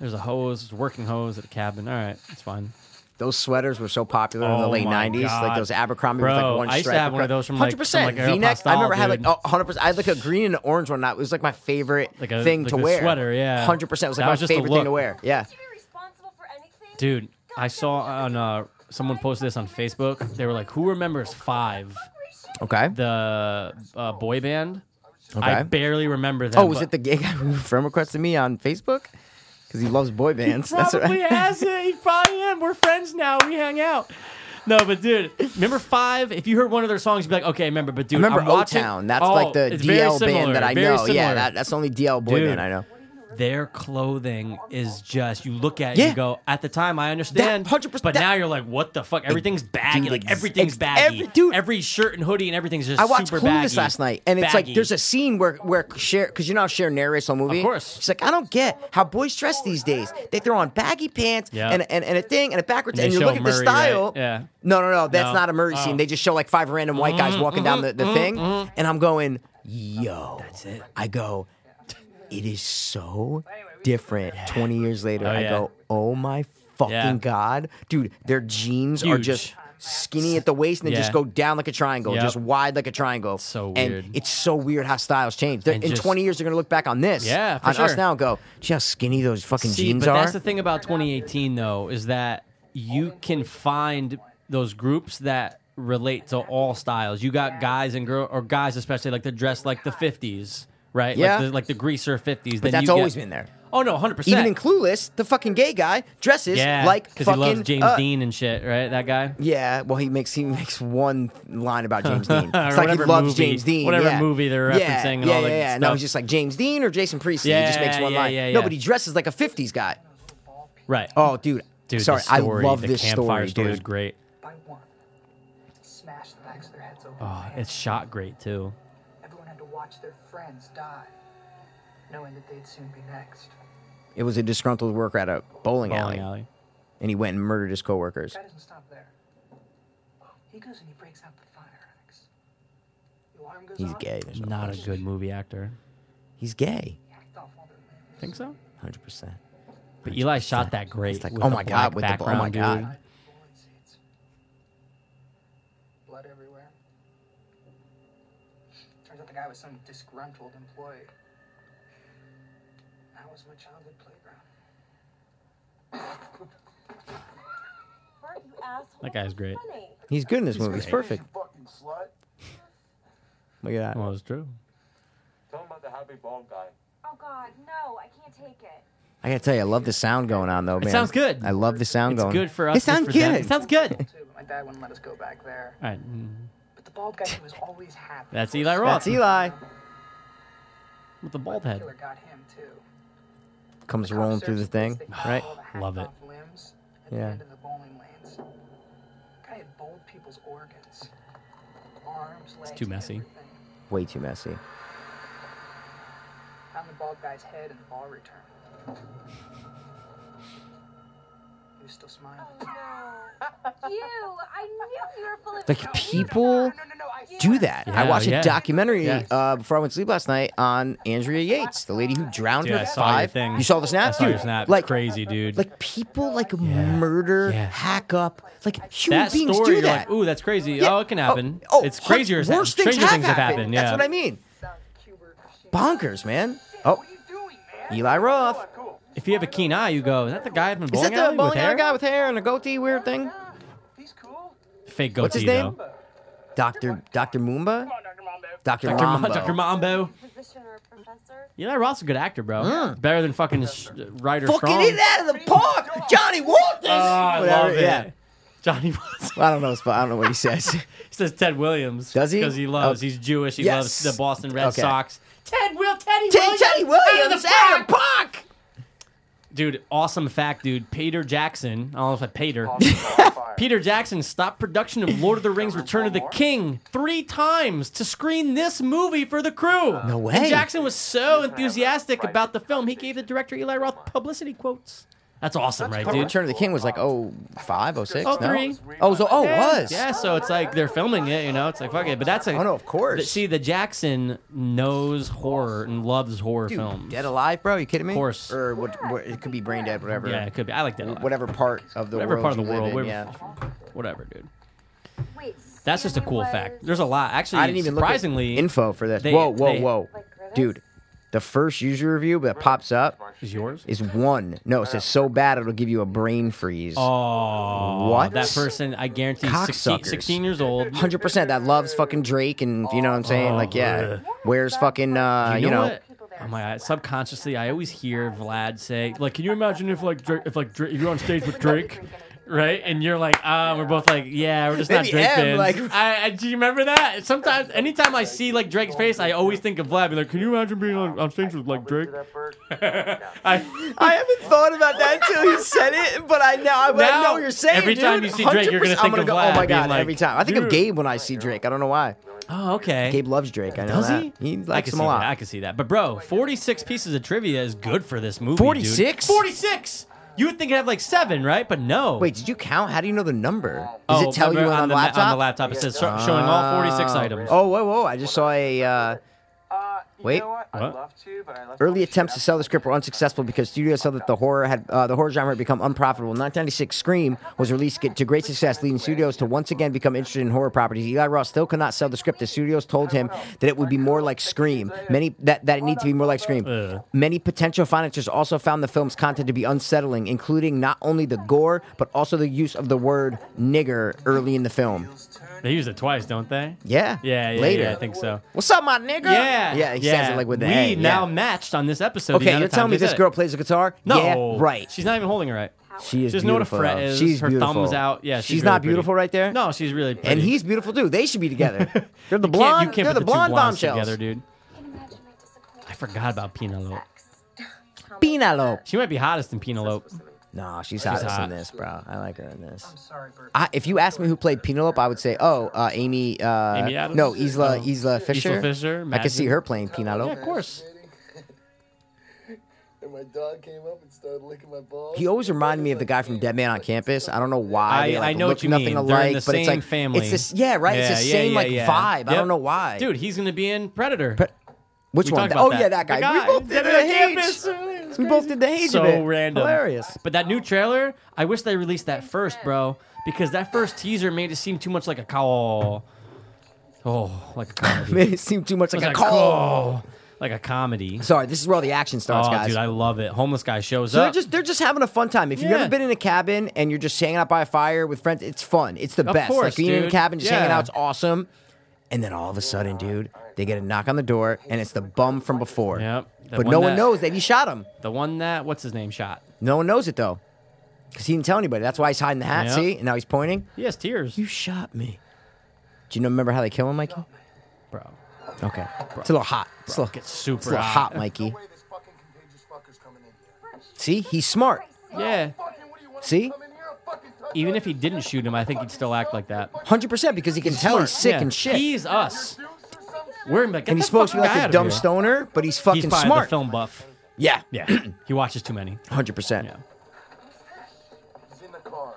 There's a hose, there's a working hose at a cabin. All right, it's fine.
Those sweaters were so popular in the
Oh
late
my
'90s, like
God.
those Abercrombie with
Bro,
like one
I used to
stripe.
have one of those from, like-
hundred
from,
percent
like, Aero
V-neck. I
Postal,
remember I had like
dude.
hundred percent. I had like a green and an orange one. That was like my favorite
Like a-
thing
like
to
a
wear.
sweater, yeah.
hundred percent. It was like
That
my
was just a
favorite thing
look.
to wear. Yeah,
Have to be responsible for anything?
Dude, I saw on uh, someone posted this on Facebook. They were like, "Who remembers Five,
okay.
the uh, boy band?"
Okay.
I barely remember that.
oh, was it the gay guy who friend requested me on Facebook? Because he loves boy bands. That's
probably
right.
has it. He probably am. We're friends now. We hang out. No, but dude, remember Five? If you heard one of their songs, you'd be like, okay, I remember. But dude,
remember
I'm watching-
O-Town. That's
Oh,
like the
it's very
DL
similar,
band that I
very
know. Yeah,
similar.
that, that's the only DL boy
Dude.
band I know.
their clothing is just you look at it
Yeah.
and you go at the time I understand
100%
but
that-
now you're like what the fuck everything's baggy
dude,
like
ex-
everything's
ex-
baggy
every- dude.
every shirt and hoodie and everything's just
I watched
super
Clueless
baggy.
last night, and it's
Baggy.
like there's a scene where where Cher, because you know how Cher narrates the whole movie.
Of course.
she's like, I don't get how boys dress these days. They throw on baggy pants
Yeah.
and, and and a thing and a backwards,
And
and,
they
you look
show
at the
Murray, right?
style.
Yeah.
No, no, no, that's
No.
not a murder
Oh. Mm-hmm,
scene. They just show like five random white guys walking down the, the thing, and I'm going, yo, that's it. I go, it is so different. Twenty years later,
Oh,
I
yeah.
go, oh my fucking
Yeah.
god, dude, their jeans are
Huge.
just skinny at the waist and they just
Yeah.
go down like a triangle,
Yep.
just wide like a triangle.
So
And
weird.
it's so weird how styles change. They're-
And
in
just-
20 years, they're going to look back on this,
Yeah, for
on us
sure.
now, and go, see how skinny those fucking
See,
jeans
but
are.
that's the thing about 2018 though is that you can find those groups that relate to all styles. You got guys and girl or guys especially like they're dressed like the 50s, right?
Yeah.
Like the, like the greaser 50s.
but
then
that's
you get-
always been there.
Oh no, 100%.
Even in Clueless, the fucking gay guy dresses
yeah,
like
because
fucking
he loves James
uh,
Dean and shit, right? That guy.
Yeah, well, he makes he makes one line about James Dean. It's
Or
like he
whatever
loves
movie-
James Dean.
whatever
yeah.
movie they're
yeah,
referencing and
yeah,
all
yeah,
that good
yeah. No,
stuff.
he's just like James Dean or Jason Priestley. he just
Yeah,
makes one
yeah,
line.
yeah,
No,
yeah.
but he dresses like a '50s guy.
Right.
Oh, dude.
dude.
Sorry,
the story,
I love
the
this
campfire
story,
story is
dude.
great.
By one, smash the backs of their heads over.
Oh, it's shot great too.
Everyone had to watch their friends die, knowing that they'd soon be next.
It was a disgruntled worker at a bowling,
Bowling
alley,
alley.
and he went and murdered his coworkers.
Guy doesn't stop there. He goes and he breaks out the fireworks. The alarm goes
He's
off,
gay. There's no-
Not a good movie actor.
He's gay.
hacked off all their limbs.
Think so?
Hundred percent.
But Eli shot that great.
It's like,
with
oh
the
my God,
black
with the bl- oh
background,
my
dude.
God.
Bullet seeds. Blood everywhere. Turns out the guy was some disgruntled employee. That was my childhood playground.
Bert, you asshole.
That guy's great.
Funny.
He's good in this movie. He's perfect.
Fucking slut.
Look at that.
Well, it's true.
Tell him about the happy bald guy.
Oh God, no! I can't take it.
I gotta tell you, I love the sound going on though.
It
Man.
sounds good.
I love the sound
It's
going.
good for us.
It sounds
it's for them.
good.
It sounds good. All
Too, but my dad wouldn't let us go back there.
right. mm.
But the bald guy who was always happy.
That's Eli Roth.
That's Eli.
with the bald
The
head.
killer got him too.
Comes rolling through the thing, right?
Love it.
Yeah.
Yeah. The bowling lanes. Guy had bowled people's organs, arms, legs,
too messy.
everything.
Way too messy.
Found the bald guy's head in the ball return. He was still smiling.
Oh no! you! I knew you were full of.
Like
shit.
people do that. I
Yeah,
watched a
yeah.
documentary
Yes.
uh, before I went to sleep last night on Andrea Yates, the lady who drowned
Dude,
her
I saw
five.
your thing.
You saw the snap,
I saw
dude.
your snap.
Like uh,
crazy, dude.
Like people like murder,
Yeah.
hack up, like human
that
beings
story,
do
you're
that.
like, ooh, that's crazy.
Yeah.
Oh, it can happen.
Oh, oh,
it's
hun-
crazier.
Worse things,
stranger
have,
things have happened. Yeah.
That's what I mean.
Hubert, she-
Bonkers, man. Oh, Eli Roth.
If you have a keen eye, you go, is that the guy from
Is
Bowling
that the
Alley with
bowling alley
hair?
guy with hair and a goatee weird thing?
He's cool.
Fake goatee,
What's his name?
though.
Doctor Doctor Moomba.
Come on, Dr.
Dr.
Dr. Ma-
Mambo.
Dr. Mambo.
Physician or professor?
Eli Roth's a good actor, bro. Better than fucking sh- Ryder
Mm. Fucking
Strong.
hit it out of the park, Johnny Walters.
Oh, I
Whatever,
love it.
Yeah.
Johnny Watts.
Well, I don't know. It's- I don't know what he says.
He says Ted Williams.
Does he?
Because he loves.
Oh.
He's Jewish. He
Yes.
loves the Boston Red
Okay.
Sox. Ted Will Teddy
Teddy Teddy Williams out of the park.
Dude, awesome fact, dude. Peter Jackson. I don't know if I Peter.
Fire.
Peter Jackson stopped production of Lord of the Rings: Return of the King three times to screen this movie for the crew.
Uh, No way.
And Jackson was so enthusiastic about the film, he gave the director Eli Roth publicity quotes. That's awesome, right,
But
dude?
Return of the King was like oh five, oh six,
Oh,
no?
three.
Oh, so oh it
Yeah.
was.
Yeah, so it's like they're filming it, you know. It's like fuck it, but that's a.
Oh no, of
But
course.
see, the Jackson knows horror and loves horror
Dude,
films.
Dead Alive, bro? You kidding me?
Of course.
Or what, what, it could be Brain Dead, whatever.
Yeah, it could be. I like that. a lot.
Whatever part of the
Whatever
world
part of the
you live in,
world, whatever-
yeah.
whatever, dude.
Wait,
That's just a
Sammy
cool
was,
fact. There's a lot. Actually,
I didn't even
surprisingly,
look at info for this.
they-
whoa, whoa,
they-
whoa,
Like Grimace?
dude! The first user review that pops up
is yours.
is one. No, it says so bad it'll give you a brain freeze.
Oh,
What?
That person, I guarantee, 16,
Cocksuckers.
16 years old.
Hundred percent. That loves fucking Drake, and you know what I'm saying?
Oh,
like, yeah.
ugh.
Where's fucking uh,
you know,
you know?
what? Oh my god! Subconsciously, I always hear Vlad say, "Like, can you imagine if like Drake, if like Drake, if you're on stage with Drake, right?" And you're like, "Ah," we're both like, "Yeah, we're just not
Maybe
Drake
M,
fans."
like-
I, I, do you remember that? Sometimes, anytime I see like Drake's face, I always think of Vlad. Be like, "Can you imagine being on, on stage with like Drake?" I,
I haven't thought about that until you said it, but I know I,
Now,
I know what you're saying.
every time
dude.
you see Drake, you're gonna
100%.
think
I'm gonna
of
go,
Vlad
Oh my
being
god!
like,
every time I think
dude.
of Gabe when I see Drake. I don't know why.
oh, okay.
Gabe loves Drake. I know
Does
that.
he? I
likes him
can see
a lot.
That. I can see that. But bro, 46 pieces of trivia is good for this movie. dude.
46?
46. You would think it'd have like seven, right? But no.
Wait, did you count? How do you know the number? Does
Oh,
it tell you
remember
on,
on
the
ma-
laptop?
On the laptop, it says sho- showing all 46 items.
Oh, whoa, whoa! I just saw a uh,
Uh, you
Wait.
know what? I'd
What?
love to, but I left
early
my shit
attempts to sell the script were unsuccessful because studios saw that the horror had uh, the horror genre had become unprofitable. 1996 Scream was released to great success, leading studios to once again become interested in horror properties. Eli Roth still could not sell the script. The studios told him that it would be more like Scream. Many that that it needs to be more like Scream.
Ugh.
Many potential financiers also found the film's content to be unsettling, including not only the gore but also the use of the word nigger early in the film.
They use it twice, don't they?
Yeah.
Yeah, yeah,
Later.
yeah, I think so.
What's up, my nigga?
Yeah.
Yeah, he says it like with the
We
A,
now
yeah.
matched on this episode. the
Okay,
amount
you're
of
telling me
times they
this
said
girl
it.
plays the guitar?
No.
Yeah, right.
She's not even holding it right.
she is
She doesn't know what a
beautiful.
fret
though.
is.
She's
Her
beautiful.
thumb's out. Yeah, she's
she's
really
not beautiful
pretty.
right there.
No, she's really pretty.
and he's beautiful too. They should be together. They're the
You
blonde.
Can't,
they're
you can't put
the
two
blonde
blondes
bombshells.
together, dude.
Can't imagine my disappointment.
I forgot about Penelope.
Penelope.
She might be hottest in Penelope.
No, she's hottest
hot.
in this, bro. I like her in this.
I'm sorry, Bert.
I, if you asked me who played Penelope, I would say, oh, uh, Amy. Uh,
Amy Adams?
No, Isla
Oh.
Isla Fisher.
Fisher,
I could see
imagine.
her playing
Yeah,
Penelope.
of course.
And my dog came up and started licking my balls.
He always reminded me of the guy from Dead Man on Campus. I don't know why.
I-
they, like,
I know what
look
you
nothing
mean. They're in
alike,
the
but it's
same
like
family.
It's this, yeah, right.
Yeah,
it's the
yeah,
same
yeah,
like
yeah.
vibe. I
Yep.
don't know why.
Dude, he's gonna be in Predator.
Pre- which
We
one?
talked about
oh yeah, that guy.
The
We both did
Dead
the
Man on
Hades.
Campus.
We both did the Hades.
So
of it.
random,
hilarious.
But that new trailer, I wish they released that first, bro, because that first teaser made it seem too much like a cow. Oh, like a comedy.
Made it seemed too much
It was
like a call.
oh, like a comedy.
Sorry, this is where all the action starts,
Oh,
guys.
dude, I love it. Homeless guy shows
so they're
up.
just they're just having a fun time. If you've
Yeah.
ever been in a cabin and you're just hanging out by a fire with friends, it's fun. It's the
Of
best.
course,
like being in
dude.
a cabin, just hanging
Yeah.
out, it's awesome. And then all of a sudden, dude, they get a knock on the door, and it's the bum from before.
Yep. The
But
one
no one
that-
knows that he shot him.
the one that what's his name shot.
No one knows it though, because he didn't tell anybody. That's why he's hiding the hat.
Yep.
See, and now he's pointing.
He has tears,
You shot me. Do you know, remember how they kill him, Mikey?
bro.
Okay, it's a little hot. It's a little,
Gets
it's a
super
little
hot.
hot, Mikey.
way this fucking contagious fucker's coming in here.
See, he's smart.
Yeah.
Fucking, what do you want
See?
him to come in here? A fucking touch
Even
on
if he didn't shoot him, I think he'd still act like that.
Hundred percent, because he can tell he's sick
Yeah,
and shit.
He's us.
your juice or some shit?
We're like,
and he's supposed to be like a dumb stoner, but he's fucking
He's probably
smart.
the film buff.
Yeah,
Yeah, he watches too many.
hundred percent.
Yeah.
He's in the car.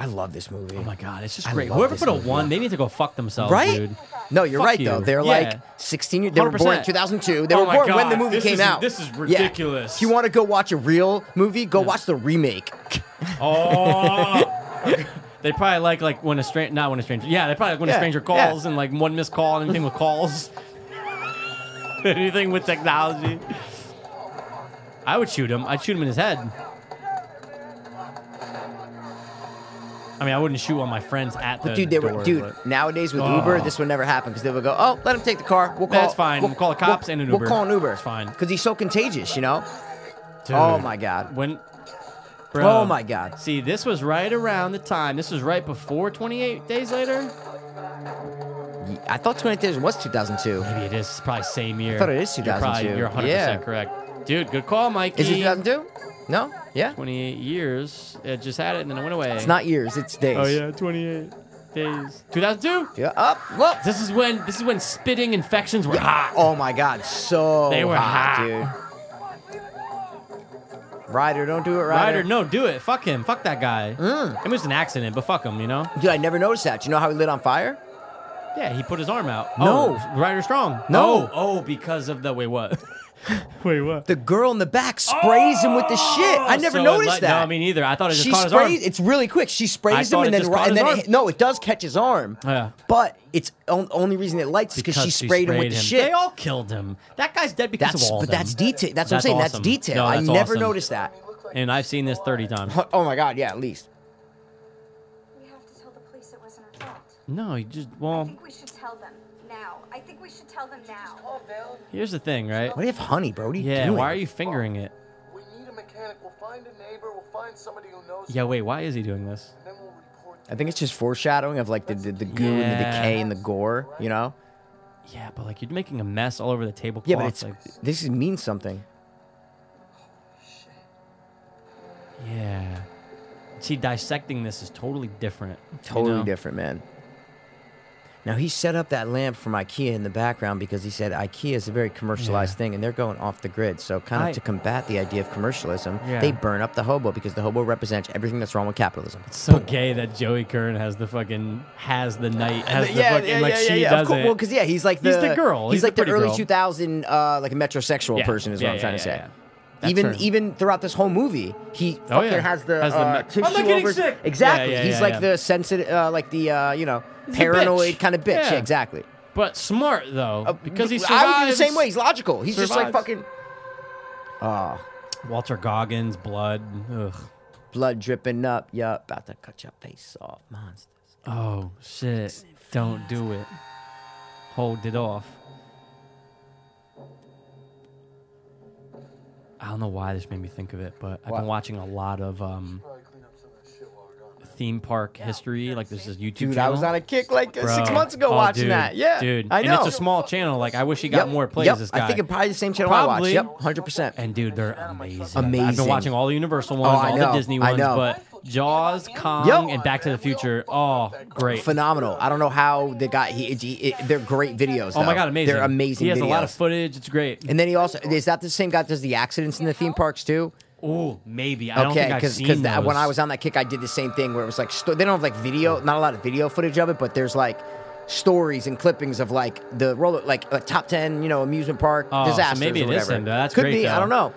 I love this movie.
Oh my god, it's just
I
great.
love
Whoever
this
put a
movie.
one, they need to go fuck themselves,
right?
dude.
No, you're
Fuck
right though.
you.
They're
Yeah.
like sixteen. years- They were born in
100%.
2002. They
Oh
were
my
born when
God,
the movie
this
came
is-
out.
this is
Yeah.
ridiculous.
If you want to go watch a real movie, go watch the remake.
Oh. they probably like like when a stranger, not when a stranger. Yeah, they probably like when a
Yeah,
stranger
yeah.
calls and like one missed call and anything with calls, anything with technology. I would shoot him. I'd shoot him in his head. I mean, I wouldn't shoot on my friends at the
But dude, they were
door,
dude.
but-
Nowadays with
Oh.
Uber, this would never happen because they would go, "Oh, let him take the car. We'll call.
That's fine. We'll call the cops and an Uber.
We'll call an Uber.
It's fine.
because he's so contagious, you know.
Dude,
Oh, my God.
When.
Oh, my God.
See, this was right around the time. This was right before 28 days later.
I thought 20 Days was 2002.
Maybe it is. It's probably same year.
thought it is
You're, probably,
2002.
you're 100%
Yeah.
correct. Dude, good call, Mikey.
Is it 2002? No. Yeah.
28 years. It just had it and then it went away.
It's not years. It's days.
Oh yeah, 28 days. 2002.
Yeah. Oh, Up. Well.
This is when this is when spitting infections were hot.
Oh my God. So
They were hot.
dude. Ryder, don't do it, Ryder.
Ryder, no, do it. Fuck him. Fuck that guy.
Mm.
I mean, it was an accident, but fuck him. You know.
Dude, I never noticed that. You know how he lit on fire?
Yeah, he put his arm out.
No.
oh, Ryder Strong.
No.
oh, oh, because of the wait, what? wait, what?
The girl in the back sprays him with the
Oh,
shit. I never noticed that.
No, me neither. I thought it just
she
caught his arm.
sprays. It's really quick. She
I
sprays him
thought
and
it
then
just
ri-
caught
and
his
then it
arm.
hit- no, it does catch his arm.
Yeah.
But it's on, only reason it lights is because she sprayed him with the
him.
shit.
They all killed him. That guy's dead because
that's
of all
but
of them.
that's detail. That's, what I'm
That's
saying.
awesome.
That's detail.
No,
I
that's
never
awesome.
noticed that.
And I've seen this 30 times.
Oh my god, yeah, at least.
We have to tell the police it wasn't her fault.
No, you just
I
well.
think we should tell them now. I think we should tell them now.
Here's the thing, right?
What if honey, bro? What are you
Yeah.
doing?
Why are you fingering it?
We need a mechanic. We'll find a neighbor. We'll find somebody who knows.
Yeah. Wait. Why is he doing this?
And then we'll report.
I think it's just foreshadowing of like the the, the goo and the
Yeah.
decay and the gore, you know?
Yeah, but like you're making a mess all over the tablecloth.
Yeah, but it's
like,
this is, means something.
yeah. See, dissecting this is totally different. you
Totally
know?
different, man. Now he set up that lamp from IKEA in the background because he said IKEA is a very commercialized thing, and they're going off the grid. So, kind of
I-
to combat the idea of commercialism,
Yeah.
they burn up the hobo because the hobo represents everything that's wrong with capitalism.
It's so gay that Joey Kern has the fucking has the night has the fucking like she
yeah. Of
does
cour-
it.
Well, because yeah, he's like the
He's the girl.
He's,
He's the
like the,
pretty
early
girl.
two thousand uh, like a metrosexual
Yeah.
person is
Yeah,
what I'm
yeah,
trying
yeah,
to say.
yeah. That's
even
her.
even throughout this whole movie, he fucking
Oh, yeah.
has the,
Has the
uh,
me- I'm
tissue
not getting
over-
sick.
Exactly.
Yeah, yeah,
he's
yeah,
like
yeah.
the sensitive, uh, like the uh, you know
a bitch.
paranoid kind of bitch.
Yeah.
Yeah, exactly.
but smart though because he survives.
Uh, I would do the same way. He's logical. He's just like
Survives.
fucking. Oh,
Walter Goggins, blood. Ugh.
blood dripping up. Yup, about to cut your face off, monsters.
Oh shit! Don't do it. Hold it off. I don't know why this made me think of it, but I've
What?
been watching a lot of um,
Probably clean up some of that shit while we're gone.
theme park history. Like this is YouTube.
Dude, I
channel.
was on a kick like uh, six
Bro.
months ago
Oh,
watching
dude,
that. Yeah,
dude.
I know.
And it's a small channel. Like I wish he got
Yep,
more plays.
yep.
This guy.
I think it's probably the same channel I
Probably.
watched. Yep, hundred percent.
and dude, they're amazing. I've
Amazing.
been watching all the Universal ones,
Oh, I
all
know,
the Disney
I
ones,
know.
but Jaws, Kong,
Yep.
and Back to the Future. Oh, great.
Phenomenal. I don't know how they got. He, he, it- they're great videos.
Oh my
though.
god, amazing.
They're amazing.
He has a lot
videos.
of footage. It's great.
And then he also is that the same guy that does the accidents in the theme parks too?
Oh, maybe. I don't
Okay,
think I've seen
because
those.
when I was on that kick, I did the same thing where it was like sto- they don't have like video, not a lot of video footage of it, but there's like stories and clippings of like the roller, like a top ten, you know, amusement park
Oh, so
disasters.
maybe
or
it is
whatever.
him, though. That's
could
great,
be. I
though.
don't know.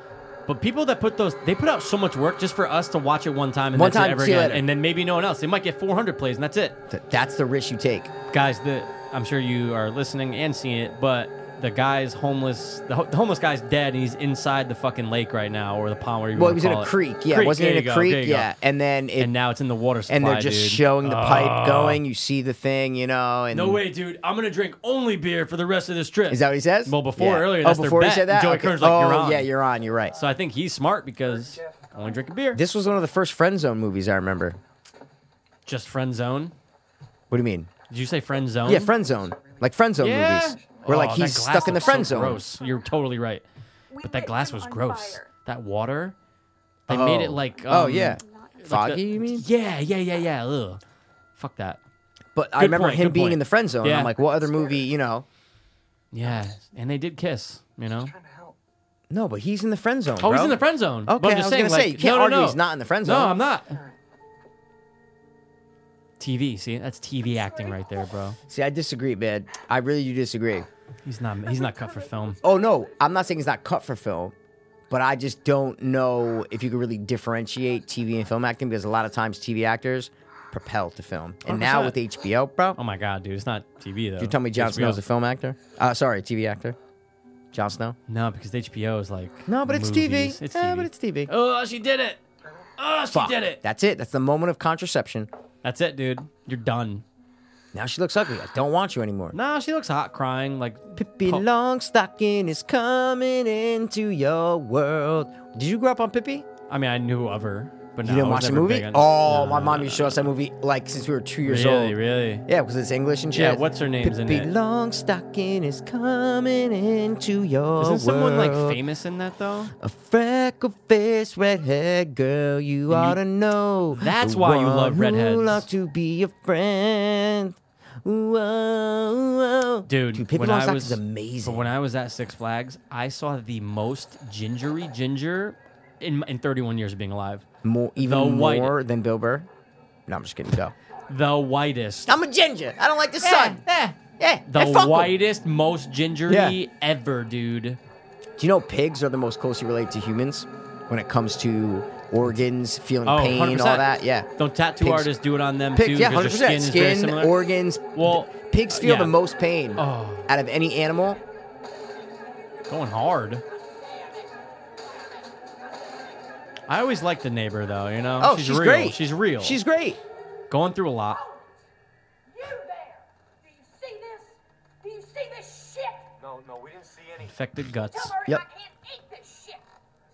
But people that put those, they put out so much work just for us to watch it one time and
One
that's
time,
it ever
see you
again,
later.
and then maybe no one else. They might get 400 plays and that's it,
Th- That's the risk you take.
guys. The I'm sure you are listening and seeing it, but the guy's homeless. The, ho- the homeless guy's dead, and he's inside the fucking lake right now or the pond, where you
Well,
wanna
it was in
call
a creek. Yeah,
Creek,
wasn't
there
it in
you
a
go, there
creek?
you go.
Yeah, and then it
and now it's in the water supply.
and they're just
dude.
showing the pipe
Oh.
going. You see the thing, you know. And
No way, dude. I'm gonna drink only beer for the rest of this trip.
Is that what he says?
Well, before
Yeah.
earlier,
Oh,
that's their
before he
bet.
said that.
Joey
Okay.
Kern's like,
oh,
"You're on."
yeah, you're on. You're right.
So I think he's smart because only drinking beer.
This was one of the first friend zone movies I remember.
just friend zone.
What do you mean?
Did you say friend zone?
Yeah, friend zone, like friend zone
Yeah.
movies, where like
Oh, that
he's
glass
stuck in the
looks
friend
so
zone.
Gross. You're totally right.
We
But that
lit
glass
him
was
on
gross.
fire.
That water, they made it like um,
oh yeah,
like the-
foggy. you mean?
Yeah, yeah, yeah, yeah. Ugh. Fuck that.
But I
Good
remember
point,
him
good
being
point.
in the friend zone.
Yeah.
I'm like, what other movie? You know?
Yeah, and they did kiss. You know.
No, but he's in the friend zone.
Oh, he's
bro.
in the friend zone.
Okay,
but
I
I'm just
was
saying,
gonna
like,
say, you can't
no, no,
argue
no.
he's not in the friend
No,
zone.
I'm not. TV, see, that's TV acting right there, bro.
See, I disagree, man. I really do disagree.
He's not. He's not cut for film.
Oh no, I'm not saying it's not cut for film, but I just don't know if you can really differentiate TV and film acting because a lot of times TV actors propel to film, and now with
100%.
HBO, bro,
Oh my god, dude, it's not TV though.
you tell me Jon Snow's a film actor? Uh, sorry, TV actor. Jon Snow.
No, because HBO is like.
No, but it's
movies.
TV. yeah, but it's TV.
Oh, she did it. Oh, she
Fuck.
did it.
That's it. That's the moment of contraception.
That's it, dude. You're done.
Now she looks ugly. I don't want you anymore.
Nah, she looks hot crying. Like
Pippi
Pu-
Longstocking is coming into your world. Did you grow up on Pippi?
I mean, I knew of her, but no,
you didn't
I was
watch the
never
movie?
big on-
Oh,
No,
my
no,
mom
no,
used to
no.
show us that movie like since we were two years
Really,
old.
really.
Yeah, because it's English and shit.
Yeah, what's her name's in
Pippi
it?
Longstocking is coming into your
Isn't
world.
someone like famous in that though?
A freckle faced redhead girl, you ought to know.
That's
The
why you
one
love redheads.
Who ought to be a friend. Whoa, whoa.
Dude,
oh. Dude Pippi
when I
Longstocking
was
is amazing.
But when I was at Six Flags, I saw the most gingery ginger in in 31 years of being alive.
more, even
The white-
more than Bill Burr. No, I'm just kidding. Go. Eh.
The whitest. Eh.
I'm a ginger. I don't like the sun. Yeah, yeah.
the
Hey, eh, fuck 'em.
whitest, most gingery
Yeah.
ever, dude.
Do you know pigs are the most closely related to humans when it comes to organs, feeling
Oh,
pain,
100%.
all that? Yeah.
Don't tattoo
Pigs-
artists do it on them too?
Pig, yeah,
'cause
hundred
their skin
percent.
is very
Skin,
similar?
organs.
Well,
pigs feel
yeah.
the most pain
Oh.
out of any animal.
Going hard. I always liked the neighbor though, you know.
Oh,
she's,
she's,
real.
great.
She's real.
She's great.
going through a lot.
You there! Do you see this? Do you see this shit?
No, no, we didn't see any.
Infected
Tell
guts.
Murray
Yep.
I can't eat this shit.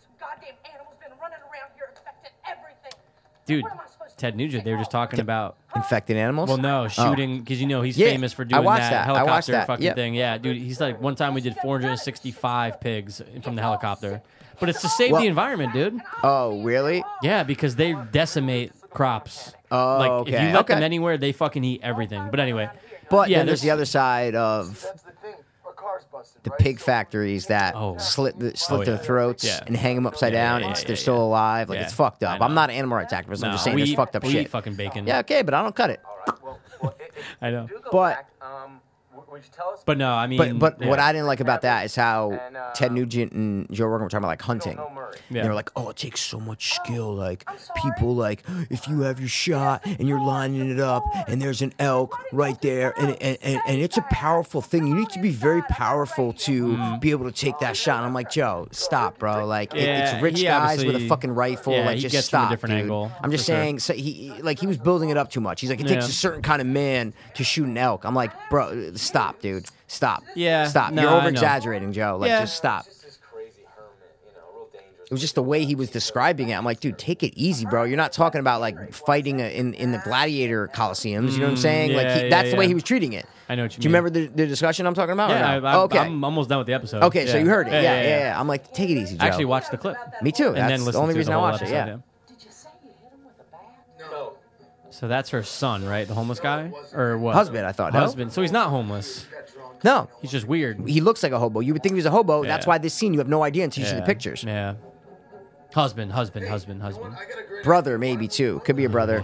Some goddamn animal's been running around here infecting everything.
Dude,
What am I supposed to
Ted
do?
Nugent, they were just
Take
talking about
Infected animals.
well no, shooting cuz you know he's
oh. Yeah,
famous for
I
doing
watched that. I watched
helicopter
that.
fucking
Yep.
thing. Yeah, dude, he's like one time we did 465 pigs from the helicopter. But it's to save
Well-
the environment, dude.
Oh, really?
Yeah, because they decimate crops.
Oh,
like if
okay,
you let them
okay.
anywhere, they fucking eat everything. But anyway,
But
Yeah,
then there's the
there's-
other side of
That's the thing. Our car's busted.
the
right?
pig
So-
factories that
Oh.
slit the, slit
Oh,
their
yeah.
throats
Yeah.
and hang them upside
Yeah, yeah,
down,
yeah,
and it's,
yeah,
they're
yeah.
still alive. Like
Yeah.
it's fucked
I
up.
know.
I'm not an animal rights activist.
no,
I'm just saying
we
it's
eat-
fucked up
we
shit.
Eat fucking bacon.
yeah, okay, but I don't cut it.
All right, well, well i- if
I know.
you do go
But-
back, um, w- would you tell us?
But no, I mean,
But but
yeah.
what I didn't like about that is how
And, uh,
Ted Nugent and Joe Rogan were talking about like
we don't
hunting.
know Murray.
Yeah.
They were like, oh, it takes so much skill. Like, people, like, if you have your shot and you're lining it up and there's an elk right there, and, and, and, and it's a powerful thing. You need to be very powerful to
Mm-hmm.
be able to take that shot. And I'm like, Joe, stop, bro. Like, it-
Yeah,
it's rich
he
guys with a
obviously-
fucking rifle.
yeah,
like,
he
just
gets from a
stop.
different
dude.
angle,
I'm just
for sure.
saying, so he, like, he was building it up too much. He's like, it takes
Yeah.
a certain kind of man to shoot an elk. I'm like, bro, stop, dude. Stop.
Yeah,
Stop.
no,
you're
I know.
over exaggerating, Joe. Like,
Yeah.
just stop.
Just this crazy hermit, you know, real dangerous.
It was just the way he was describing it. I'm like, dude, take it easy, bro. You're not talking about like fighting a, in in the gladiator coliseums. You know what I'm saying? like
Mm, yeah,
he,
yeah,
that's the way
yeah.
he was treating it.
I know what you
Do you
mean.
remember the, the discussion I'm talking about? or
Yeah,
no?
I, I,
okay,
I'm almost done with the episode.
okay. So
Yeah.
you heard it. Yeah yeah, yeah,
yeah.
I'm like, take it easy, Joe.
I actually watched the clip
Me too.
and
that's
then
the
listened
only
to
reason
the
I
whole
watched
episode.
it. Yeah.
Did you say you hit him with a bat?
No.
So that's her son, right? The homeless guy or what?
Husband, I thought, no?
Husband. So he's not homeless.
No,
He's just weird.
he looks like a hobo. You would think he was a hobo. That's
Yeah.
why this scene you have no idea until you see
Yeah.
the pictures.
Yeah. Husband, husband, husband, husband.
Brother, maybe too. Could be a brother.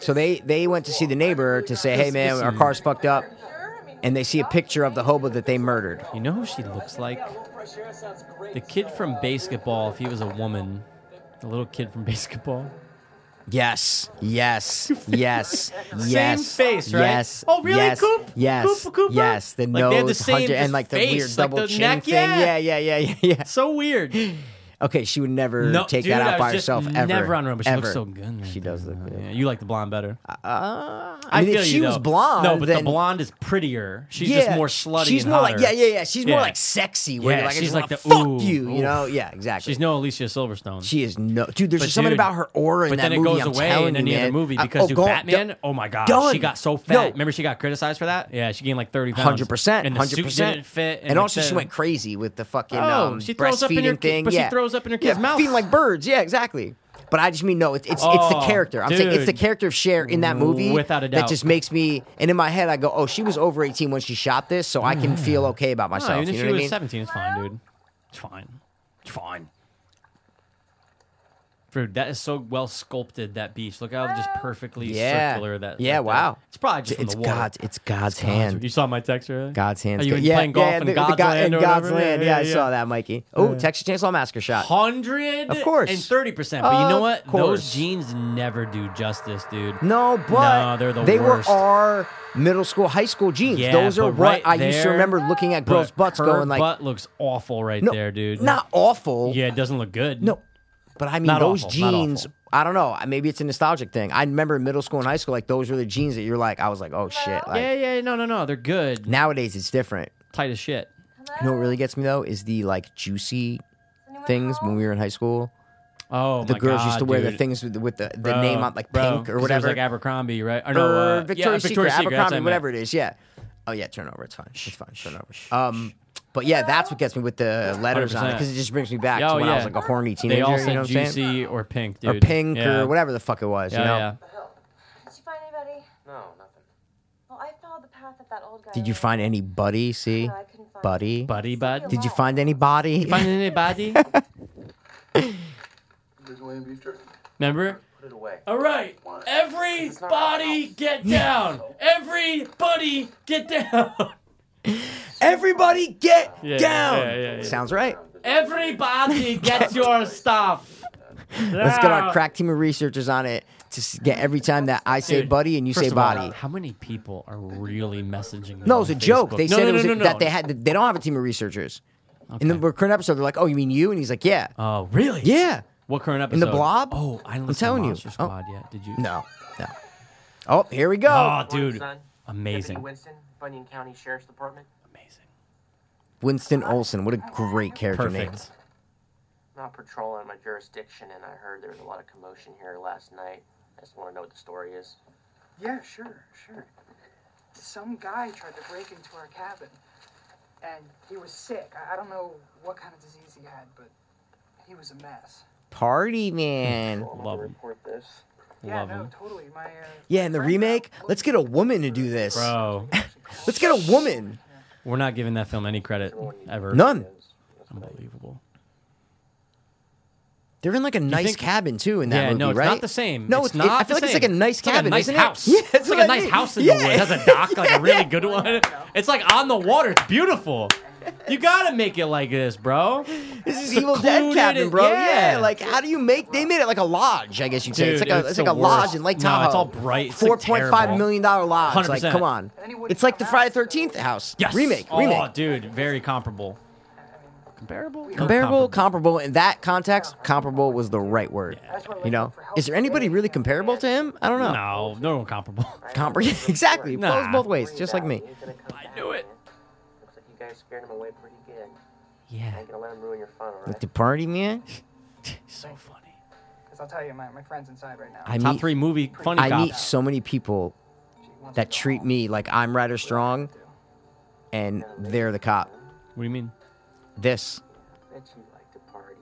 So they they went to see the neighbor to say, hey man, our car's fucked up,
Sure, I mean,
and they see a picture of the hobo that they murdered.
You know who she looks like?
A little fresh air sounds great.
The kid from basketball. If he was a woman, the little kid from basketball.
Yes. Yes. Yes. yes.
Same face, right?
Yes.
Oh, really,
Yes.
Coop?
Yes.
Coop, Cooper?
Yes. The
Like, they
nose,
had the same
100 and like the
face,
weird
like
double
the
chin
neck,
thing.
yeah.
Yeah. Yeah. Yeah. Yeah. Yeah.
So weird.
Okay, she would never
No,
take
dude,
that
I
out
was
by
just
herself ever.
Never on her own, but she
ever.
looks so good. right
She
there.
does look good.
Yeah, you like the blonde better.
Uh, I mean,
feel
if
you,
she was
though.
blonde,
No, but
then,
the blonde is prettier. She's
yeah,
just more slutty.
She's
and
more
hotter.
like yeah, yeah, yeah. She's more
Yeah.
like sexy. Where
Yeah,
you're like, I
she's
just
like
wanna
the-
fuck
ooh,
you.
ooh.
You know? Yeah, exactly.
She's no Alicia Silverstone.
She is no dude. There's
But
just something
dude,
about her aura in
but
that
then it
movie.
goes
I'm
away
telling
in
you,
any
man.
other movie
I-
because
oh,
dude,
go-
Batman.
go-
oh my god, she
done.
got so fat.
No.
Remember, she got criticized for that. Yeah, she gained like thirty pounds.
Hundred percent,
And the
hundred
suit
percent.
didn't fit.
and
like
also she
the-
went crazy with the fucking
Oh,
um,
she throws up in her
breastfeeding
kid-
thing.
but she
yeah.
throws up in her
Yeah,
kid's mouth.
feeding like birds. Yeah, exactly. But I just mean no. It's it's, it's
Oh,
the character. I'm saying it's the
dude.
character of Cher in that movie
Without a doubt.
that just makes me. And in my head, I go, oh, she was over 18 when she shot this, so I
Hmm.
can feel okay about
No,
myself. you
even if Oh,
know
she
what
was
I mean?
seventeen, it's fine, dude. It's fine. It's fine. Dude, that is so well sculpted. That beach. Look how just perfectly
Yeah.
circular that.
Yeah,
like that-
wow.
It's probably just
It's
from the water.
God's. It's God's
You
hand.
saw my text earlier.
God's hand.
Are you in
yeah,
playing golf
yeah,
in
the- the
God's
God-
land
in
or
God's
whatever?
land.
Yeah,
Yeah, I
yeah,
saw
yeah.
that, Mikey. Oh, Texas Chainsaw Massacre shot.
Hundred
Of course.
and thirty percent. But you know
Of
what? Those
course.
jeans never do justice, dude.
No, but
No, they're the
they
worst.
were our middle school, high school jeans.
Yeah,
Those are
but
what
right
I used to
there-
remember looking at girls'
But
butts,
her
going like,
butt looks awful right
no,
there, dude.
not awful.
yeah, it doesn't look good.
no, but I mean
Not
those
awful, not
jeans
awful.
I don't know. Maybe it's a nostalgic thing. I remember in middle school and high school, like those were the jeans that you're like, I was like, oh shit. Like
yeah, yeah, no, no, no. They're good.
nowadays, it's different.
Tight as shit.
You know what really gets me though is the like juicy things when we were in high school.
Oh,
The
my
girls used
God,
to wear the
dude.
things with the, with the, the
Bro,
name on like
bro,
pink or
'cause there's,
whatever.
like Abercrombie, right? Or,
or
no, uh, yeah,
Victoria's, Secret,
Victoria's Secret, that's
Abercrombie,
what I meant.
whatever it is. Yeah. Oh yeah, turn over. It's fine. It's fine. Turn over. Um, but yeah, that's what gets me with the letters on it
100%.
because it just brings me back
Oh,
to when I was
yeah.
like a horny
They
teenager.
all
you
said
know what I'm
juicy
saying?
or pink, dude.
Or pink
Yeah.
or whatever the fuck it was.
Yeah,
you know.
yeah.
Did you find anybody?
No, nothing.
Well, I followed the path that that old guy.
Did you find anybody? See,
No, I couldn't find
buddy.
Buddy, bud.
Did you find anybody?
find anybody?
There's Wayne beef jerky.
Remember?
Put it away.
All right, everybody get down. Everybody get down.
Everybody get
Yeah,
down.
yeah, yeah, yeah.
Sounds right.
Everybody get your stuff.
Let's get our crack team of researchers on it to s- get every time that I say
Dude,
buddy and you say
First of all,
body.
how many people are really messaging? them
No, it was a
on
joke.
Facebook?
They
No,
said
no,
it was
no,
a-
no,
that
no.
they had they don't have a team of researchers. In
Okay.
the current episode, they're like, "Oh, you mean you?" And he's like, "Yeah,
Oh, really?
yeah."
What current episode?
In The Blob?
Oh, I am
telling you.
Monster
Oh.
Squad yet. Did you?
No, no. Oh, here we go.
Oh, dude,
Son, Deputy
amazing,
Winston, Bunyan County Sheriff's Department.
amazing,
Winston Olsen. What a great character name.
perfect.
Not patrolling my jurisdiction, and I heard there was a lot of commotion here last night. I just want to know what the story is.
Yeah, sure, sure.
Some guy tried to break into our cabin, and he was sick. I, I don't know what kind of disease he had, but he was a mess.
Party man.
Love him,
Report this.
love him,
totally. My uh,
Yeah, in the remake, let's get a woman to do this.
bro.
Let's get a woman.
We're not giving that film any credit ever.
None.
Unbelievable.
They're in like a nice
think-
cabin too in that
yeah,
movie,
no, it's
right?
not the same.
No, it's,
it's,
it-
not.
I feel like
the
it's
same.
like a nice
It's like
cabin,
a nice
isn't
house.
it? Yeah,
it's like a nice house in the woods. It has a dock, like a really good one. It's like on the water. It's beautiful. You gotta make it like this, bro.
This is
It's
Evil Dead
secluded
cabin,
and-
bro. Yeah.
yeah.
like how do you make? They made it like a lodge, I guess you'd say.
Dude,
it's like a
it's
it's,
the
like a
worst.
lodge in Lake
No,
Tahoe.
it's all bright. It's, like,
Four point five million dollar lodge. Like,
100%.
come on. It's like the Friday Thirteenth house.
Yes.
Remake.
Oh,
remake.
dude, very comparable. Comparable.
Comparable, comparable. In that context, comparable was the right word. You know, is there anybody really comparable to him? I don't know.
No, no one comparable.
Compar- exactly. It
Nah.
Blows both ways, just like me.
I knew it.
Looks like you guys scared him away pretty good.
Yeah,
Ain't gonna let him ruin your fun, all right?
Like the party man.
so funny.
Because I'll tell you, my, my friend's inside right now.
I
Top
meet,
three movie funny
I meet
cops.
so many people that treat me like I'm Ryder Strong, and they're the cop.
What do you mean?
This
Bet you like to party.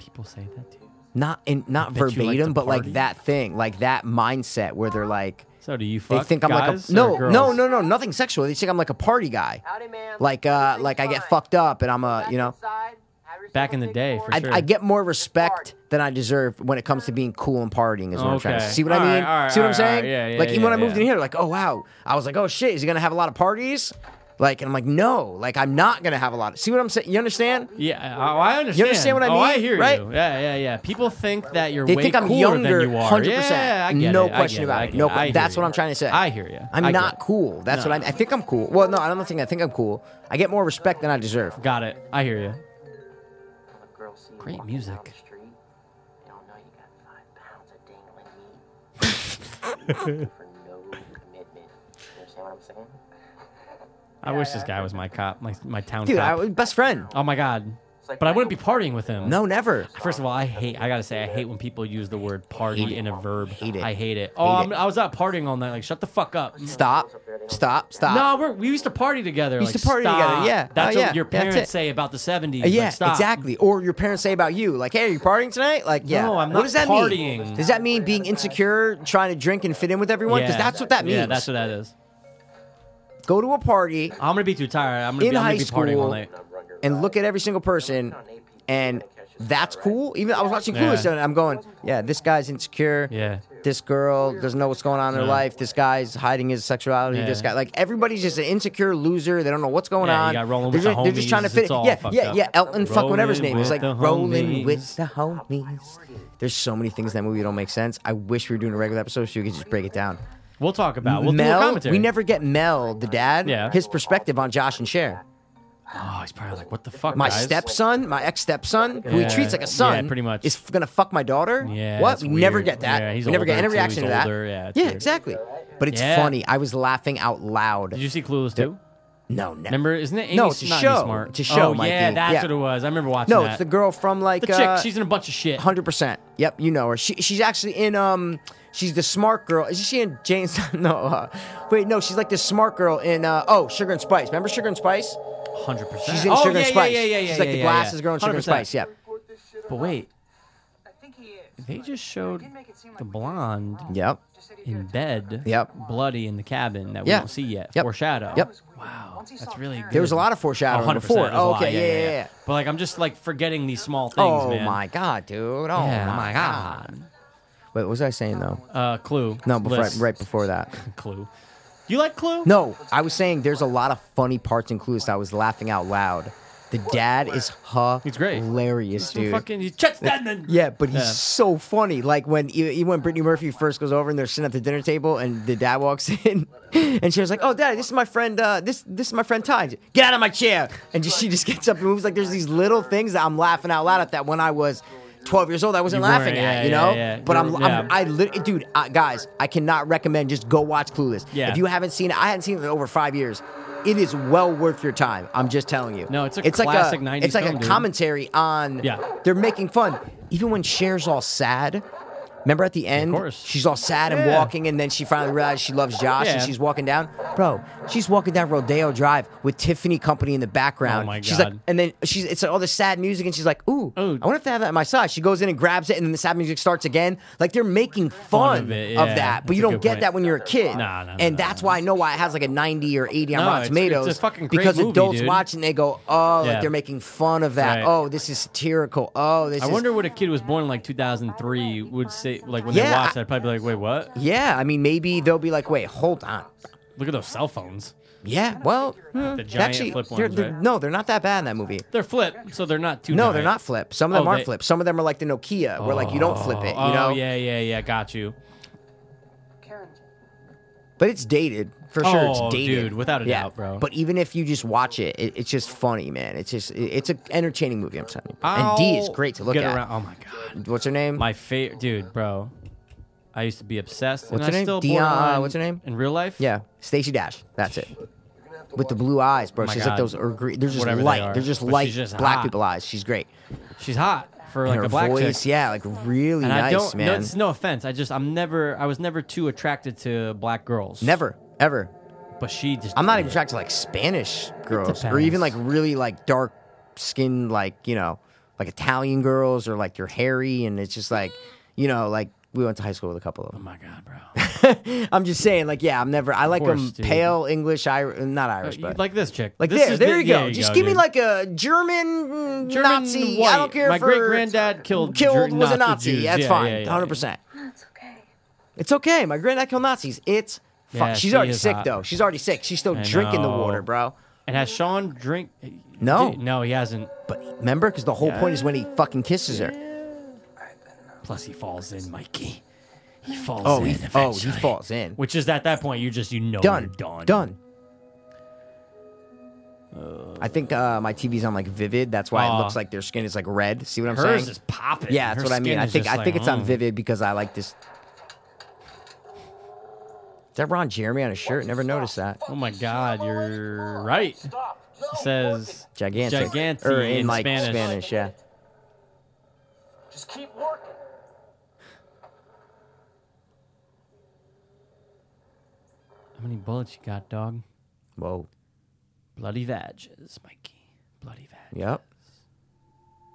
People say that to you.
not in not
bet you like to
verbatim, but
party.
like that thing, like that mindset where they're like,
So do you
they
fuck
think I'm
guys
like a no,
or girls?
no, no, no, nothing sexual. They think I'm like a party guy.
Howdy, ma'am.
Like uh, like I get fucked up, and I'm a you know.
Back in the day, for
I,
sure.
I get more respect than I deserve when it comes to being cool and partying. Is what I'm trying to
Okay.
say. see what I
All right,
mean?
all right,
see what I'm
all right, all
saying?
right. Yeah, yeah,
like even when I
yeah,
moved
yeah.
in here, like oh wow, I was like oh shit, is he gonna have a lot of parties? Like and I'm like no, like I'm not gonna have a lot. Of, see what I'm saying? You understand?
Yeah, oh, I understand.
You understand what I
Oh,
mean?
I hear
Right?
you. Yeah, yeah, yeah. People think that you're
They
way
think I'm
cooler
younger,
than you are.
100%.
Yeah, I get
no
it, I
question
get it,
about
I
it.
get
No,
I hear
that's
you.
what I'm trying to say.
I hear you.
I'm
I get
not
it.
cool. That's
No.
what I'm. I think I'm cool. Well, no, I don't think I think I'm cool. I get more respect than I deserve.
Got it. I hear you.
When the girls see you
Great
walking down
music.
the street, they don't know you got five pounds of dangling meat. for no commitment. You understand what I'm saying?
I wish this guy was my cop, my my town
Dude, I
cop.
was best friend.
oh my god.
It's like
But I wouldn't be partying with him.
No, never.
First of all, I hate. I gotta say, I hate when people use the word party in a verb.
Hate it.
I hate it. Oh,
Hate
I'm,
it.
I was out partying all night. Like, shut the fuck up.
Stop. Stop. Stop.
No, we're, we used to party together.
Used
like,
to party together,
stop.
yeah.
That's
Oh,
what
yeah,
your
that's
parents
it. Uh,
say about the '70s.
Yeah,
like, stop.
exactly. Or your parents say about you, like, "Hey, are you partying tonight?" Like, yeah.
No, I'm
what
not
does that
partying.
mean? Does that mean being insecure, trying to drink and fit in with everyone? Because
Yeah.
that's what that means.
Yeah, that's what that is.
Go to a party
I'm gonna be too tired. I'm gonna
In
be, I'm gonna
high
be partying all
school-
night.
and look at every single person, and that's cool. Even I was watching
Yeah.
Clueless, and I'm going, "Yeah, this guy's insecure.
Yeah.
This girl doesn't know what's going on in her
Yeah.
life. This guy's hiding his sexuality. This
Yeah.
guy, like, everybody's just an insecure loser. They don't know what's going
Yeah, you
on.
got rolling
they're,
with the
just, they're just trying to
homies.
fit.
It's
in.
all
yeah,
fucked
yeah,
up.
yeah. Elton, fuck whatever his
Rolling
name is,
with
like
the
rolling
homies.
with the homies. There's so many things in that movie that don't make sense. I wish we were doing a regular episode so you could just break it down.
We'll talk about. We'll do a
Mel,
commentary.
we never get Mel, the dad,
Yeah.
his perspective on Josh and Cher.
Oh, he's probably like, what the fuck?
My
guys?
stepson, my ex stepson, who he
Yeah.
treats like a son,
Yeah, pretty much.
is f- gonna fuck my daughter.
Yeah,
what?
that's
We never
weird.
get that.
Yeah, he's
we never get
older,
any
too.
reaction
He's
to that.
older. Yeah, it's
yeah,
weird.
exactly. But it's
Yeah.
funny. I was laughing out loud.
Did you see Clueless too?
no, never.
Remember, isn't it Amy,
No, it's a
not Amy
show.
Smart?
It's a show,
Oh,
Mikey.
yeah, that's
Yeah.
what it was. I remember watching
no,
that.
it's the girl from like
The
uh,
chick. She's in a bunch of shit.
Hundred percent. Yep, you know her. She she's actually in um she's the smart girl. Is she in Jane's? No, uh, wait, no, she's like the smart girl in uh oh Sugar and Spice. Remember Sugar and Spice?
Hundred percent.
She's in
oh,
Sugar and
yeah,
Spice.
Yeah, yeah, yeah, yeah.
She's like
yeah,
the
yeah,
glasses
yeah.
girl in Sugar and
100%.
Spice. Yep.
But wait,
I think he is.
they
but
just showed
did make it seem like
the
we did.
blonde
Yep.
Just said he
in
did it.
bed,
Yep.
bloody in the cabin that we
Yeah.
don't see yet.
Yep.
Foreshadow.
Yep.
Wow,
Once he
that's
saw
really.
Karen.
There was a
good.
lot of foreshadowing
100%,
before.
there's a
Oh,
lot,
okay, yeah, yeah, yeah.
But like, I'm just like forgetting these small things,
Oh
man.
my god, dude. Oh
Yeah,
my god. Wait, what was I saying though?
Uh, Clue.
No, before, right,
List.
right before that.
Clue. You like Clue?
No, I was saying there's a lot of funny parts in Clueless. that I was laughing out loud. The dad is
He's great.
hilarious,
Dude.
dude.
Fucking, he checks that and then.
Yeah, but he's
Yeah.
so funny. Like when e, even when Brittany Murphy first goes over and they're sitting at the dinner table, and the dad walks in, and she was like, "Oh, dad, this is my friend. Uh, this this is my friend Ty. Get out of my chair!" And just she just gets up and moves. Like there's these little things that I'm laughing out loud at that when I was 12 years old, I wasn't
You weren't,
laughing
yeah,
at. You
yeah,
know,
yeah.
but
You
I'm,
were-
I'm
yeah.
I lit dude, uh, guys, I cannot recommend. Just go watch Clueless.
Yeah.
If you haven't seen it, I hadn't seen it in over five years. It is well worth your time. I'm just telling you.
No, it's a
like
classic
a,
90s
It's like
film,
a
dude.
commentary on.
Yeah.
They're making fun. Even when Cher's all sad, remember at the end,
course.
she's all sad and
Yeah.
walking, and then she finally realizes she loves Josh and
Yeah.
she's walking down. Bro, she's walking down Rodeo Drive with Tiffany Company in the background.
Oh my
She's like,
God.
and then she's it's all this sad music, and she's like, ooh,
Ooh.
I wonder if they have that on my side. She goes in and grabs it, and then the sad music starts again. Like they're making fun,
of it, yeah.
that, but
That's
you
a
don't
good
get
point.
that when you're a kid.
Nah, nah,
and
nah,
that's
nah.
why I know why it has like a 90 or 80 on
No,
Rotten
it's- it's a
Tomatoes.
fucking great
because
movie,
adults
dude.
watch it and they go, oh,
Yeah.
like they're making fun of that.
Right.
Oh, this is satirical. Oh, this
I
is.
wonder what a kid who was born in like 2003 would say, like when they
Yeah,
watch
I-
that, I'd probably be like, wait, what?
Yeah, I mean, maybe they'll be like, wait, hold on.
Look at those cell phones.
Yeah, well, hmm,
The giant
actually,
flip
they're-
ones,
they're-
right?
no, they're not that bad in that movie.
They're flip, so they're not too.
No,
bright.
they're not flip. Some of them
Oh,
aren't
they-
flip. Some of them are like the Nokia, where like you don't flip it, you
oh,
know.
yeah, yeah, yeah. Got you.
Karen,
But it's dated for sure.
Oh,
it's dated,
dude, without a
Yeah.
doubt, bro.
But even if you just watch it, it it's just funny, man. It's just it- it's an entertaining movie. I'm telling you. and D is
I'll
great to look
get
at.
Around. Oh my god,
What's her name?
my favorite dude, bro. I used to be obsessed. and
What's
I
her name?
Still
Dion- uh,
borderline
what's her name?
In real life?
yeah, Stacy Dash. That's it. With the blue eyes, bro.
Oh my
she's like
God.
those. Or green, they're just
Whatever they
light.
are.
are just
But she's
light
just
black
hot.
people eyes. She's great.
She's hot for like
and her
a black
voice,
chick.
yeah, like really
And
nice,
I don't. No,
man.
it's no offense. I just I'm never. I was never too attracted to black girls.
Never, ever.
But she just.
I'm not
did
even
it.
attracted to like Spanish girls or
depends.
even like really like dark skinned, like, you know, like Italian girls or like they're hairy and it's just like, you know, like we went to high school with a couple of
Oh
them.
my god, bro.
I'm just saying, like, yeah, I'm never, I like
course,
them
dude.
pale English, Irish, not Irish,
You-
but like,
like this chick. this
there,
is
there
the-
you go.
yeah,
just give me
dude.
like a German, mm,
German
Nazi.
white.
I don't care
My
if her
great granddad killed
killed
Ger-
was a
Nazi
Nazi.
Jews.
That's
Yeah,
fine,
yeah, yeah,
100%.
That's okay.
It's okay. My granddad killed Nazis. It's fine.
Yeah,
She's
she
already
is
sick
hot.
though. She's already sick. She's still
I
drinking the
know.
water, bro.
And has Sean drink?
No.
Dude, no, he hasn't.
But remember, because the whole point is when he fucking kisses her.
Plus, he falls in, Mikey. He falls
Oh, he,
in.
oh, he
eventually.
falls in.
Which is at that point you just you know
done,
you're done.
done. I think uh, my TV's on like Vivid. That's why it
Aw.
looks like their skin is like red. See what I'm
Hers
saying?
is popping.
yeah, that's
Her
what I mean.
skin
I
is
think I
just
think
like,
it's on
mm.
Vivid because I like this. Is that Ron Jeremy on his shirt? Never noticed that.
Oh my god, you're right. It says
Gigantic.
Giganti
Or in,
in
like
Spanish.
yeah.
Just keep working.
How many bullets you got, dog?
Whoa.
Bloody vages, Mikey. Bloody vages.
Yep.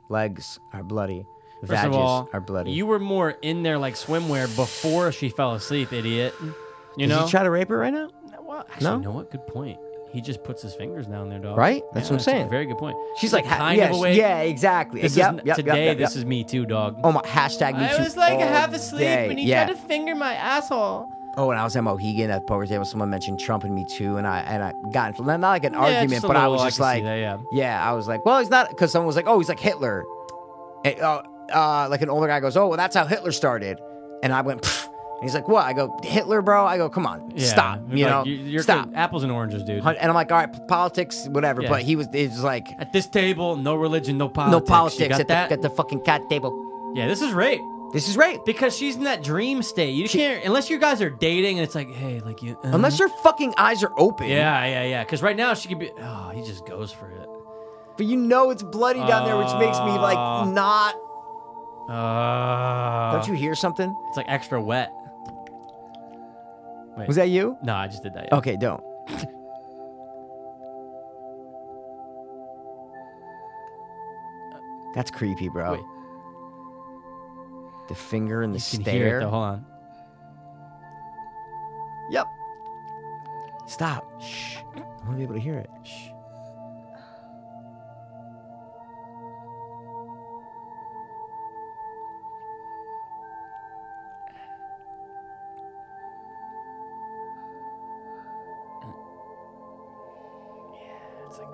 Legs are bloody.
First
Vages
of all,
are bloody.
You were more in there like swimwear before she fell asleep, idiot. You
Did
know.
he try to rape her right now?
Well, actually,
No?
you know what? Good point. He just puts his fingers down there, dog.
Right? That's what I'm
a
saying.
very good point.
She's like, ha-
kind
yes,
of awake.
yeah, exactly.
This
Yep,
is,
yep, yep,
today,
yep, yep.
this is me too, dog.
Oh my hashtag me
I
too
was like
all
half asleep
day.
and he
yeah.
tried to finger my asshole.
Oh, and I was at Mohegan at the poker table. Someone mentioned Trump and me too, and I and I got into not like an
Yeah,
argument,
just a
but I
little,
was
I
just
can see
like,
that, yeah.
I was like, well, he's not because someone was like, oh, he's like Hitler. And, uh, uh, like an older guy goes, oh, well, that's how Hitler started, and I went, "Pfft," he's like, "What?" I go, "Hitler, bro." I go, "Come on,
Yeah.
stop." You
Like,
know,
you- you're
stop.
Apples and oranges, dude.
And I'm like, "All right, p- politics, whatever."
Yeah.
But he was, it was like,
At this table, no religion, no politics.
"No
You
politics
got
at,
that?
The, at the fucking cat table."
yeah, this is rape
This is rape.
because she's in that dream state. You can't unless you guys are dating and it's like, hey, like you. uh,
Unless your fucking eyes are open,
Yeah, yeah, yeah. Because right now she could be. Oh, he just goes for it.
But you know it's bloody down there, which makes me
Uh.
like not.
Uh,
Don't you hear something?
It's like extra wet. Wait.
Was that you?
No, I just did that. yeah.
Okay, don't. That's creepy, bro.
Wait.
The finger and the
You can
stare.
hear it though. Hold on.
Yep. Stop. Shh. I want to be able to hear it. Shh.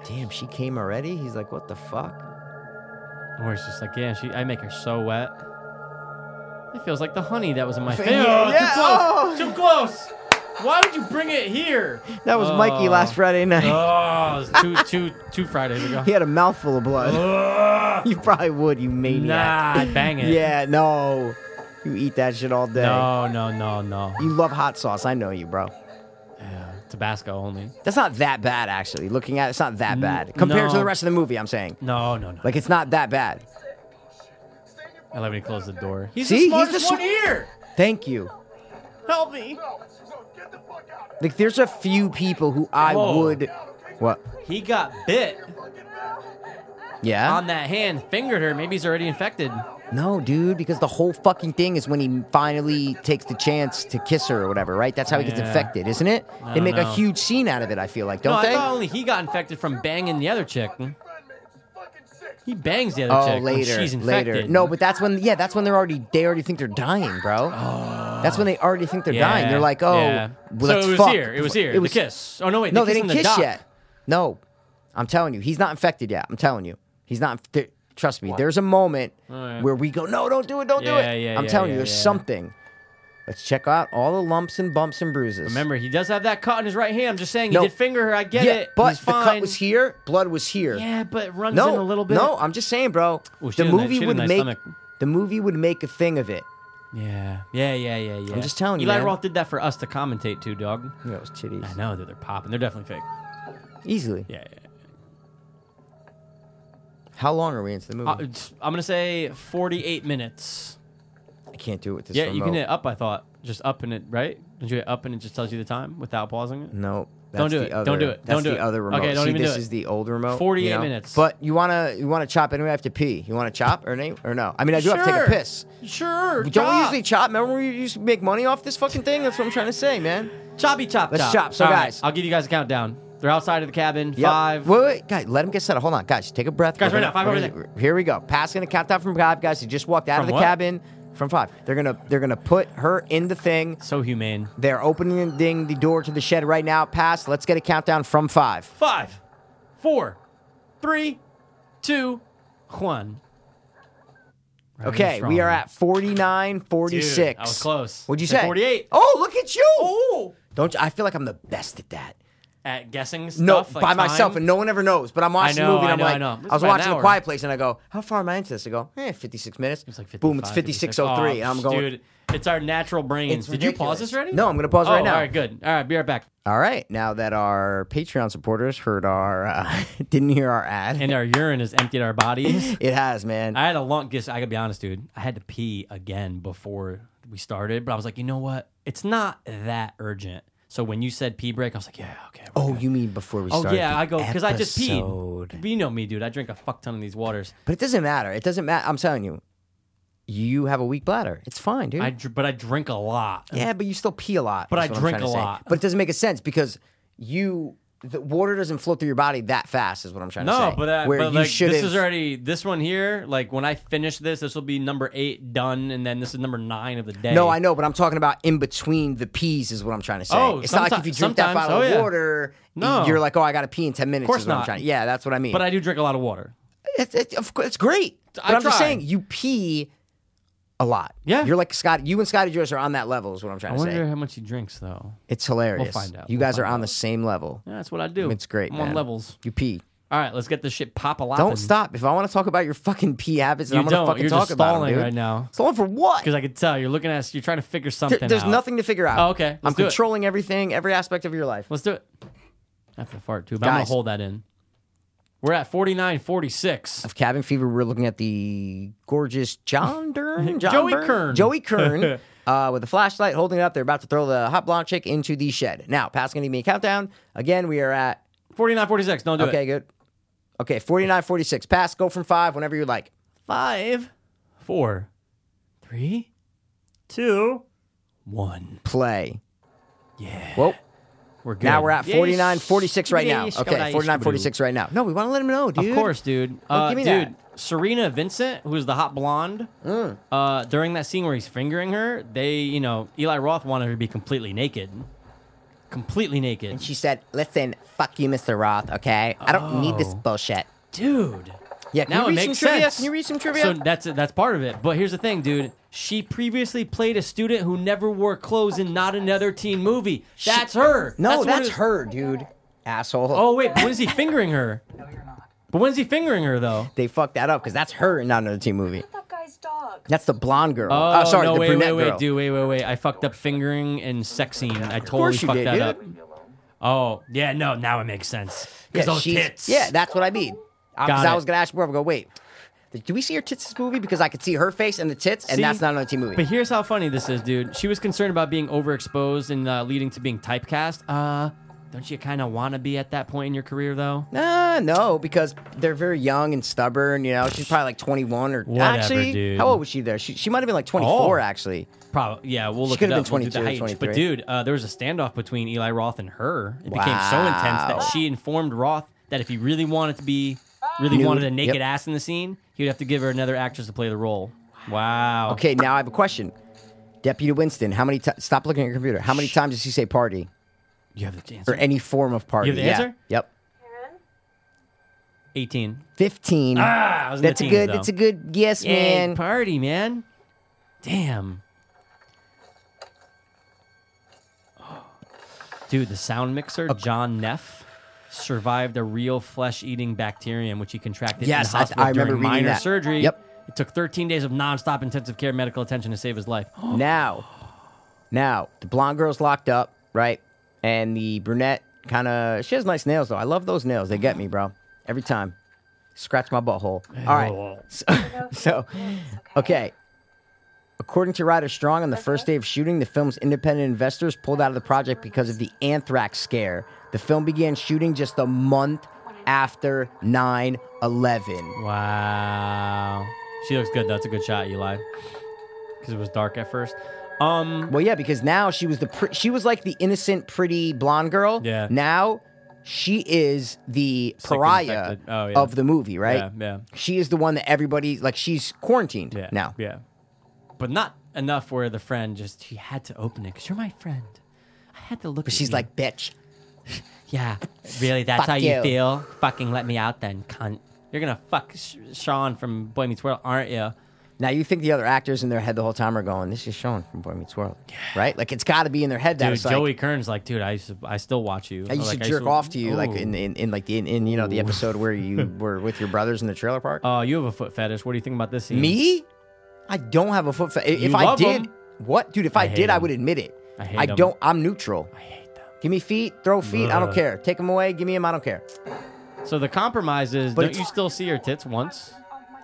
Damn, she came already? He's like, what the fuck?
Where it's just like, yeah, she, I make her so wet. It feels like the honey that was in my face.
Yeah,
Oh,
yeah, oh.
too close. Too close. Why did you bring it here?
That was Mikey
Oh.
last Friday night.
Oh, it was two, two, two Fridays ago.
He had a mouthful of blood.
Ugh.
you probably would, you maniac.
nah, I'd bang it.
Yeah, no. You eat that shit all day.
No, no, no, no.
You love hot sauce. I know you, bro.
Yeah, Tabasco only.
That's not that bad, actually. Looking at it, it's not that bad. Compared to
no.
the rest of the movie, I'm saying.
No, no, no.
Like, it's not that bad.
I love when he closed the door. He's
See,
the
he's
smartest
the sm-
one here.
Thank you.
Help me.
Like, there's a few people who I
Whoa.
would. What?
He got bit
Yeah?
on that hand, fingered her. Maybe he's already infected.
No, dude, because the whole fucking thing is when he finally takes the chance to kiss her or whatever, right? That's how he gets
Yeah.
infected, isn't it? They
don't
make
know.
a huge scene out of it, I feel like,
No,
don't
I
they?
thought only he got infected from banging the other chick. He bangs the other
Oh,
chick. when
later.
she's infected.
later. No, but that's when yeah, that's when they're already they already think they're dying, bro. That's when they already think they're dying. They're like, oh,
Oh. yeah.
well,
so
let's
it was
fuck.
here. It was here.
It
the
was-
kiss. Oh no, wait.
No,
the
they
kiss
didn't
in the
kiss
dock.
yet. No, I'm telling you, he's not infected yet. I'm telling you, he's not. There, trust me. There's a moment
yeah.
where we go, no, don't do it, don't do
Yeah,
it.
yeah,
I'm
yeah,
telling
yeah,
you, there's
yeah.
something. Let's check out all the lumps and bumps and bruises.
Remember, he does have that cut in his right hand. I'm just saying, he
No.
did finger her. I get
yeah,
it.
but
He's
the
fine.
cut was here, blood was here.
Yeah, but it runs
no,
in a little bit.
no, I'm just saying, bro.
Ooh, she
the
had a nice- she
movie
had a
would
nice
make
stomach.
the movie would make a thing of it.
Yeah, yeah, yeah, yeah, yeah.
I'm just telling you,
Eli
man.
Roth did that for us to commentate too, dog.
Yeah, it was titties.
I know that they're popping. They're definitely fake.
Easily.
Yeah, yeah. yeah.
How long are we into the movie?
Uh, it's- I'm gonna say 48 minutes.
I can't do it with this
Yeah,
remote.
you can hit up. I thought just up in it, right? Did you hit up and it just tells you the time without pausing it?
No. That's
Don't do
the
it.
Other,
Don't do it.
That's
Don't do
the
it.
other remote.
Okay, don't
See,
even do
this
it.
is the old remote.
48
you know?
minutes.
But you wanna you wanna chop anyway? I have to pee. You wanna chop or any or no? I mean, I do have to take
Sure.
a piss.
Sure.
Don't
chop.
we usually chop? Remember we used to make money off this fucking thing? That's what I'm trying to say, man.
choppy chop?
Let's
chop.
chop. So,
All right,
guys-
I'll give you guys a countdown. They're outside of the cabin.
Yep.
Five.
Wait, wait, guys, let him get settled. Hold on, guys, take a breath.
Guys,
We're
right now, five
we're
over
gonna- Here we go. Passing the countdown from five, guys. He just walked out
From
of the
what?
cabin from five. They're gonna they're gonna put her in the thing.
So humane.
They're opening the the door to the shed right now. Pass. Let's get a countdown from five.
Five, four, three, two, one. Right,
Okay,
strong.
we are at 49, 46.
Dude, I was close.
What'd you
Said
say?
48.
Oh, look at you. Don't you, I feel like I'm the best at that.
At guessing stuff.
No,
like
by myself,
time?
and no one ever knows. But I'm watching
I
the
know,
movie, and
I
I'm
know, I
like,
know. It's
I was
about an
watching
hour.
A Quiet Place, and I go, how far am I into this? I go, eh, 56 minutes.
It's like
Boom, it's
55,
56.03, and
56.
I'm going,
Oh, dude. It's our natural brains.
It's
Did you pause this
ridiculous.
already?
No, I'm gonna pause
Oh,
right now.
All right, good. All right, be right back.
all right, now that our Patreon supporters heard our, uh, didn't hear our ad.
And our urine has emptied our bodies.
it has, man.
I had a long guess. I gotta be honest, dude. I had to pee again before we started, but I was like, you know what? It's not that urgent. So when you said pee break, I was like, yeah, okay. we're
oh,
good.
you mean before we
oh
started
yeah,
the
I go because I just
episode.
peed. You know me, dude. I drink a fuck ton of these waters.
But it doesn't matter. It doesn't matter. I'm telling you, you have a weak bladder. It's fine, dude.
I dr- but I drink a lot.
yeah, but you still pee a lot.
But
is
I
what I'm
drink
trying to
a
say.
lot.
But it doesn't make a sense because you the water doesn't flow through your body that fast. Is what I'm trying to say.
No, but, uh,
where
but
you
like
should
this is already this one here. Like when I finish this, this will be number eight done, and then this is number nine of the day.
No, I know, but I'm talking about in between the peas is what I'm trying to say.
Oh,
it's not like
someti-
if you drink that
sometimes.
bottle
Oh,
of
yeah.
water,
No.
you're like, oh, I got to pee in 10 minutes.
course
is what I'm
not.
trying. Yeah, that's what I mean.
But I do drink a lot of water.
It's, it's, of course, it's great. But
I
am just
try.
saying, you pee a lot.
Yeah.
You're like Scott. You and Scotty Joyce are on that level. Is what I'm
I
trying to
wonder
say.
how much he drinks though.
It's hilarious.
We'll find out.
You
We'll
guys are
find
on the same level.
Yeah, that's what I do.
It's great.
I'm
man.
on levels.
You pee.
All right, let's get this shit pop a lot.
Don't stop. If I want to talk about your fucking pee habits, then
You
I'm gonna
don't.
fucking
You're
talk
just
about 'em,
stalling
dude.
right now.
Stalling for what?
because I could tell you're looking at. You're trying to figure something.
There- there's
out.
nothing to figure out.
Oh, okay. Let's
I'm
do it.
controlling everything, every aspect of your life.
Let's do it. I have to fart too, but I'm gonna
Guys.
hold that in. We're at 49.46.
of cabin fever, we're looking at the gorgeous John Dern, John
Joey
Byrne?
Kern.
Joey Kern, uh, with a flashlight, holding it up. They're about to throw the hot blonde chick into the shed. Now, Pat's gonna give me a countdown. Again, we are at
49.46. Don't do
okay,
it.
good. Okay, 49, 46. Pass, go from five whenever you like.
Five, four, three, two, one.
Play.
Yeah.
Whoa.
We're good.
Now we're at
Yay,
49, 46 right now.
yay,
Okay,
shkabai,
49,
shkaboo.
46 right now. No, we want to let him know, dude.
Of course, dude.
Well,
Uh,
give me
dude,
that. Mm.
Serena Vincent, who's the hot blonde, uh, during that scene where he's fingering her, they, you know, Eli Roth wanted her to be completely naked. Completely naked.
And she said, listen, fuck you, Mr. Roth, okay? I don't need this
Oh.
bullshit.
dude.
Yeah, can
now
you
it
read
makes
some trivia?
sense.
Can you read some trivia?
So that's that's part of it. But here's the thing, dude. She previously played a student who never wore clothes in not another teen movie. That's her.
No,
what
that's,
it was-
her, dude. Asshole.
Oh wait, but when's he fingering her?
No, you're not.
But when's he fingering her though?
They fucked that up because that's her in not another teen movie.
Not that guy's dog.
That's the blonde girl.
Oh,
Oh, sorry,
no,
the
wait,
brunette
wait, wait,
girl.
dude, wait, wait, wait. I fucked up fingering and sex scene. I totally
course you
fucked
did,
that
dude.
up. Oh, yeah, no, now it makes sense.
Yeah,
Because those
she's-
tits.
yeah, that's what I mean.
Got
Because I
it.
was gonna ask more. I go, wait, do we see her tits in this movie? Because I could see her face and the tits, and
See?
that's not another teen movie.
But here's how funny this is, dude. She was concerned about being overexposed and uh, leading to being typecast. Uh, don't you kind of want to be at that point in your career, though?
Nah, no, because they're very young and stubborn. You know, she's probably like 21 or
Whatever,
actually,
dude.
how old was she there? She, she might have been like 24
Oh.
actually.
Probably, yeah. We'll look.
could've
it
been
up. We'll do the
22 or
height. But
23.
dude, uh, there was a standoff between Eli Roth and her. It became so intense
Wow.
that she informed Roth that if he really wanted to be, really
Nude.
wanted a naked
Yep.
ass in the scene, he would have to give her another actress to play the role. Wow.
Okay, now I have a question. Deputy Winston, how many times? Stop looking at your computer. How many times does he say party
You have the answer.
or any form of party?
have the
yeah.
answer?
Yep.
Karen?
Eighteen.
15.
Ah, I was in
That's
the
a
teens,
good.
Though.
That's a good guess,
Yay,
man.
party, man. Damn. Dude, the sound mixer, John Neff, survived a real flesh eating bacterium, which he contracted
Yes,
in
I-
hospital
I remember
during
reading
minor
that.
surgery.
Yep.
It took 13 days of nonstop intensive care medical attention to save his life.
Now, now the blonde girl's locked up, right? And the brunette kind of she has nice nails though. I love those nails. They get me, bro. Every time, scratch my butthole. All right. So, so okay. According to Ryder Strong, on the first day of shooting, the film's independent investors pulled out of the project because of the anthrax scare. The film began shooting just a month after 9 11.
Wow. She looks good. That's a good shot, Eli. Because it was dark at first. Um,
Well, yeah, because now she was the pr- she was like the innocent, pretty blonde girl.
Yeah.
Now she is the
and
pariah
infected. Oh, yeah.
of the movie, right?
Yeah, yeah.
She is the one that everybody like. She's quarantined
Yeah.
now.
Yeah. But not enough where the friend just she had to open it because you're my friend. I had to look.
But
at
she's
you.
like, bitch.
yeah, really. That's
Fuck
how you.
you.
feel. Fucking let me out then, cunt. You're gonna fuck Sh- Sean from Boy Meets World, aren't you?
Now you think the other actors in their head the whole time are going, "This is Sean from Boy Meets World," right? Like it's got to be in their head that
Dude,
it's
Joey
like,
Kern's like, dude, I used to, I still watch you.
I used
like,
to jerk off to you, like
Ooh.
in, in, in like the in, in you know the episode where you were with your brothers in the trailer park.
Oh, you have a foot fetish. What do you think about this scene?
Me? I don't have a foot fetish. If
You
I
love
did,
'em.
what, dude? If I,
hate
did, I
'em.
would admit it.
I hate 'em.
don't. I'm neutral.
I hate them.
Give me feet. Throw feet. I don't
Ugh.
care. Take them away. Give me them. I don't care.
So the compromise is,
But
don't
it's-
you still see her tits once?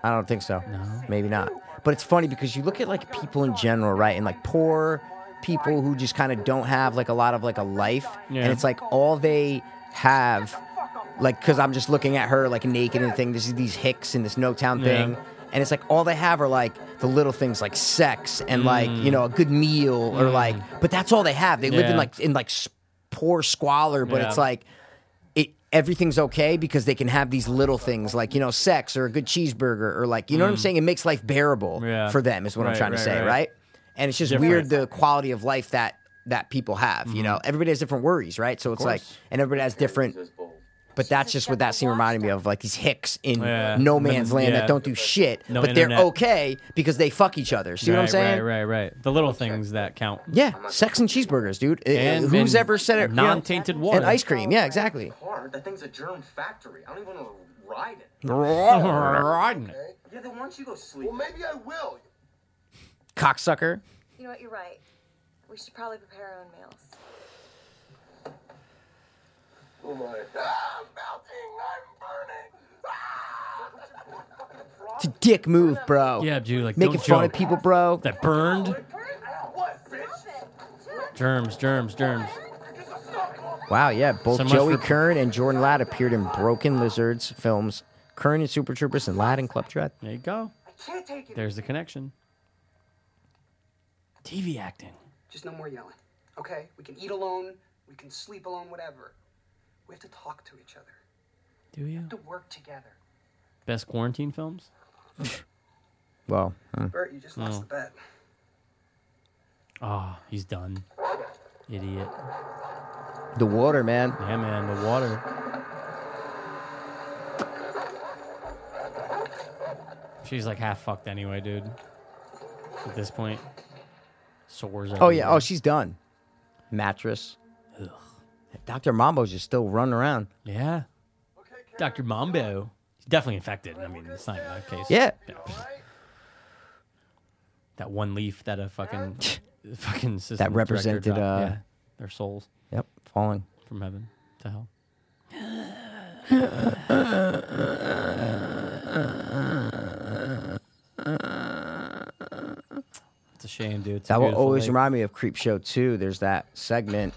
I don't think so. No. Maybe not. But it's funny because you look at like people in general, right? And like poor people who just kind of don't have like a lot of like a life,
Yeah.
and it's like all they have, like, because I'm just looking at her like naked and thing. This is these hicks and this no town
Yeah.
thing. And it's like all they have are like the little things like sex and like, you know, a good meal or like, but that's all they have. They live in
Mm. Yeah.
like, in like s- poor squalor, but
Yeah.
it's like, it everything's okay because they can have these little things like you know sex or a good cheeseburger or like you know what I'm saying. It makes life bearable
Mm. Yeah.
for them is what I'm
Right,
trying to
right,
say,
right.
right. And it's just
Different. Mm-hmm.
weird the quality of life that that people have. You know, everybody has different worries, right? So it's like,
course.
and everybody has different But that's just what that scene reminded me of, like these hicks in
Yeah.
no man's land
Yeah.
that don't do shit,
No
but
internet.
they're okay because they fuck each other. See
right,
what I'm saying?
Right, right, right. The little things that count.
Yeah, sex and cheeseburgers, dude. Uh,
And-
Who's
and
ever said it? you know,
non-tainted water.
and ice cream. Yeah, exactly.
Car, that thing's a germ factory. I don't even want to ride it.
Rotten.
Yeah, then why don't you go sleep?
Maybe I will.
Cocksucker.
You know what? You're right. We should probably prepare our own meals.
Oh my. Ah, I'm melting.
It's a dick move, bro.
Yeah, dude. Like
Making
don't
fun
joke.
of people, bro.
that burned.
What, bitch?
Germs, germs, germs.
Wow, yeah. Both
So much
Joey
for-
Kern and Jordan Ladd appeared in Broken Lizards films. Kern in Super Troopers and Ladd in Club Dread.
There you go.
I can't take it.
There's the connection. TV acting.
Just no more yelling, okay? We can eat alone, we can sleep alone, whatever. We have to talk to each other,
Do you?
we have to work together.
Best quarantine films?
Well, hmm.
Bert, you just lost the bet.
Oh, he's done. Idiot.
the water, man.
Yeah, man, the water. She's like half fucked anyway, dude. At this point, sores.
Oh yeah. Oh, she's done. Mattress. Doctor Mambo's just still running around.
yeah. Doctor Mambo, he's definitely infected. I mean, it's not even a case.
Yeah.
that one leaf that a fucking fucking system director
represented,
dropped.
uh,
yeah, their souls
Yep. Falling.
from heaven to hell. It's a shame, dude. It's a
That will
beautiful
always
lake.
remind me of Creep Show too. There's that segment.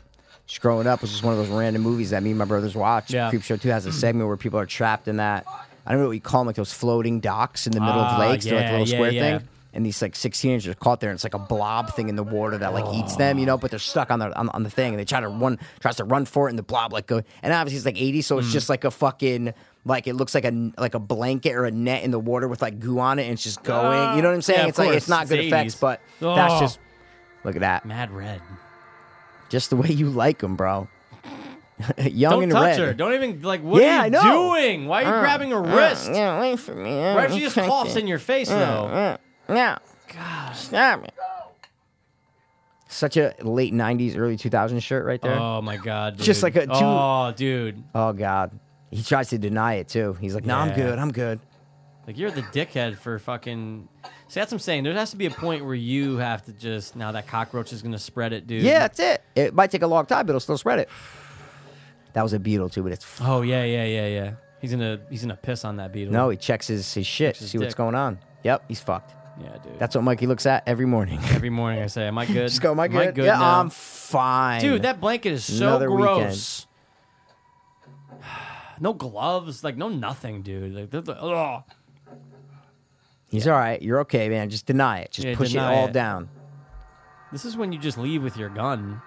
Just growing up was just one of those random movies that me and my brothers watched.
Yeah. Mm.
Creep Show 2 has a segment where people are trapped in that. I don't know what you call them, like those floating docks in the middle
Ah,
of lakes. They're like
yeah,
a little
yeah,
square
yeah.
thing. And these like 16 inches are caught there, and it's like a blob thing in the water that like eats them,
Oh.
you know. But they're stuck on the on, on the thing, and they try to one tries to run for it, and the blob like go. And obviously it's like 80,
Mm.
so it's just like a fucking like it looks like a like a blanket or a net in the water with like goo on it, and it's just going. You know what I'm saying?
Ah. Yeah, of
it's like
course.
it's not
It's
good
80s.
effects, but that's
Oh.
just look at that.
Mad Red.
Just the way you like them, bro. Young
Don't
and
touch
red.
her. Don't even like. What
Yeah,
are
I
you
know.
doing? Why are you
Uh,
grabbing her
uh,
wrist?
Yeah, wait for me. Uh,
Why don't you just coughs in your face though?
Yeah. God. Stop it. Such a late '90s, early 2000s shirt right there.
Oh my god, dude.
uh. Just like a two-
oh, dude.
oh God. He tries to deny it too. He's like, "No, I'm
Yeah.
good. I'm good."
Like you're the dickhead for fucking. See, that's what I'm saying. There has to be a point where you have to just now that cockroach is gonna spread it, dude.
Yeah, that's it. It might take a long time, but it'll still spread it. That was a beetle too, but it's f-
Oh yeah, yeah, yeah, yeah. He's gonna he's gonna piss on that beetle.
no. He checks his his shit,
his
see what's
dick.
going on. Yep, he's fucked.
Yeah, dude.
That's what Mikey looks at every morning.
every morning I say, "Am I good?
Just go, am I good? yeah,
now?"
I'm fine.
dude, that blanket is so
Another
gross. no gloves, like no nothing, dude. Like they're the, ugh.
He's all right. You're okay, man. Just deny it. Just
Yeah,
push it
deny
all
it.
down.
this is when you just leave with your gun.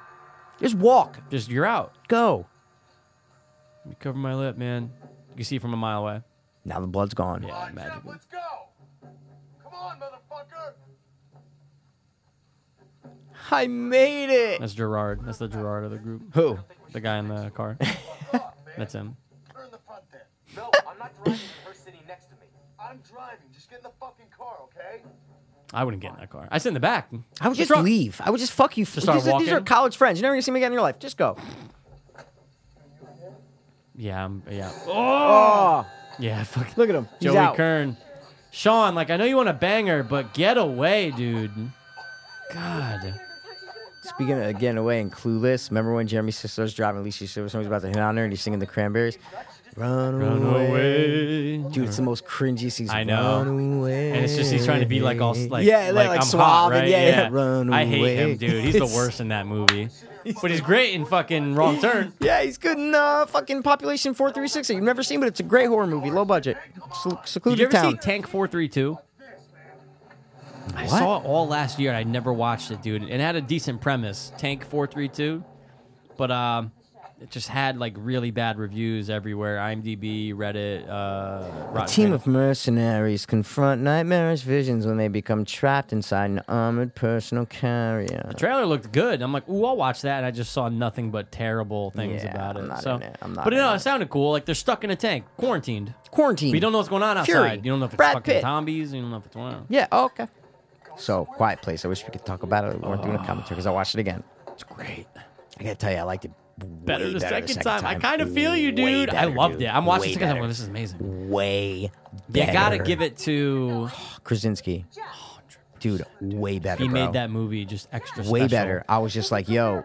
Just walk.
Just you're out.
Go.
Let me cover my lip, man. You can see it from a mile away.
Now the blood's gone.
Yeah, magic.
let's go. Come on, motherfucker.
I made it.
That's Gerard. That's the Gerard of the group.
Who?
The guy in the car. That's him.
Turn the front there.
No, I'm not driving the first city next to me.
I'm driving. Just get in the fucking car, okay?
I wouldn't get in that car. I sit in the back.
I would
The
just
trunk.
leave. I would just fuck you.
start
these, are- these are
walking.
college friends. You're never gonna see them again in your life. Just go.
Yeah, I'm, yeah. Oh,
Oh,
yeah. Fuck.
look at him. He's
Joey
out.
Kern. Sean, like I know you want to bang her, but get away, dude. God.
Speaking of getting away and clueless, remember when Jeremy Sister's driving Alicia Silverstone? He's about to hit on her and he's singing the Cranberries. Run, away. Dude, it's the most cringy season.
I know.
Run away.
And it's just he's trying to be like all like
yeah, like,
I'm hot,
suave and
right?
yeah, yeah, Run
I hate him,
away.
dude. He's the worst in that movie. But he's great in fucking Wrong Turn.
Yeah, he's good in uh, fucking Population 436 that you've never seen, but it's a great horror movie, low budget, sec-
Did you
secluded
ever see
town.
Tank 432? I
What?
saw it all last year and I never watched it, dude. It had a decent premise, Tank 432. But um it just had like really bad reviews everywhere. IMDb, Reddit, uh, Rotten
A team
Tomatoes.
of mercenaries confront nightmarish visions when they become trapped inside an armored personal carrier.
The trailer looked good. I'm like, ooh, I'll watch that. And I just saw nothing but terrible things
Yeah,
about
I'm
it.
not
so,
in it. I'm not
but
in
no,
it.
it sounded cool. Like they're stuck in a tank, quarantined.
Quarantine.
But you don't know what's going on outside.
Fury.
You don't know if it's
Brad
fucking
Pitt.
zombies. You don't know if it's wow.
Yeah, oh, okay. So, Quiet Place. I wish we could talk about it. We weren't
Oh.
doing a commentary because I watched it again.
It's great.
I gotta tell you, I liked it
Better
way
the
better
second,
the second
time. I kind of feel you,
Way
dude. I
better,
loved
dude.
it. I'm watching
Way
the second time.
better.
Well, this is amazing.
Way
You
better.
gotta give it to.
Krasinski. Dude, way better.
He
bro.
made that movie just extra.
way
special.
better. I was just like, yo,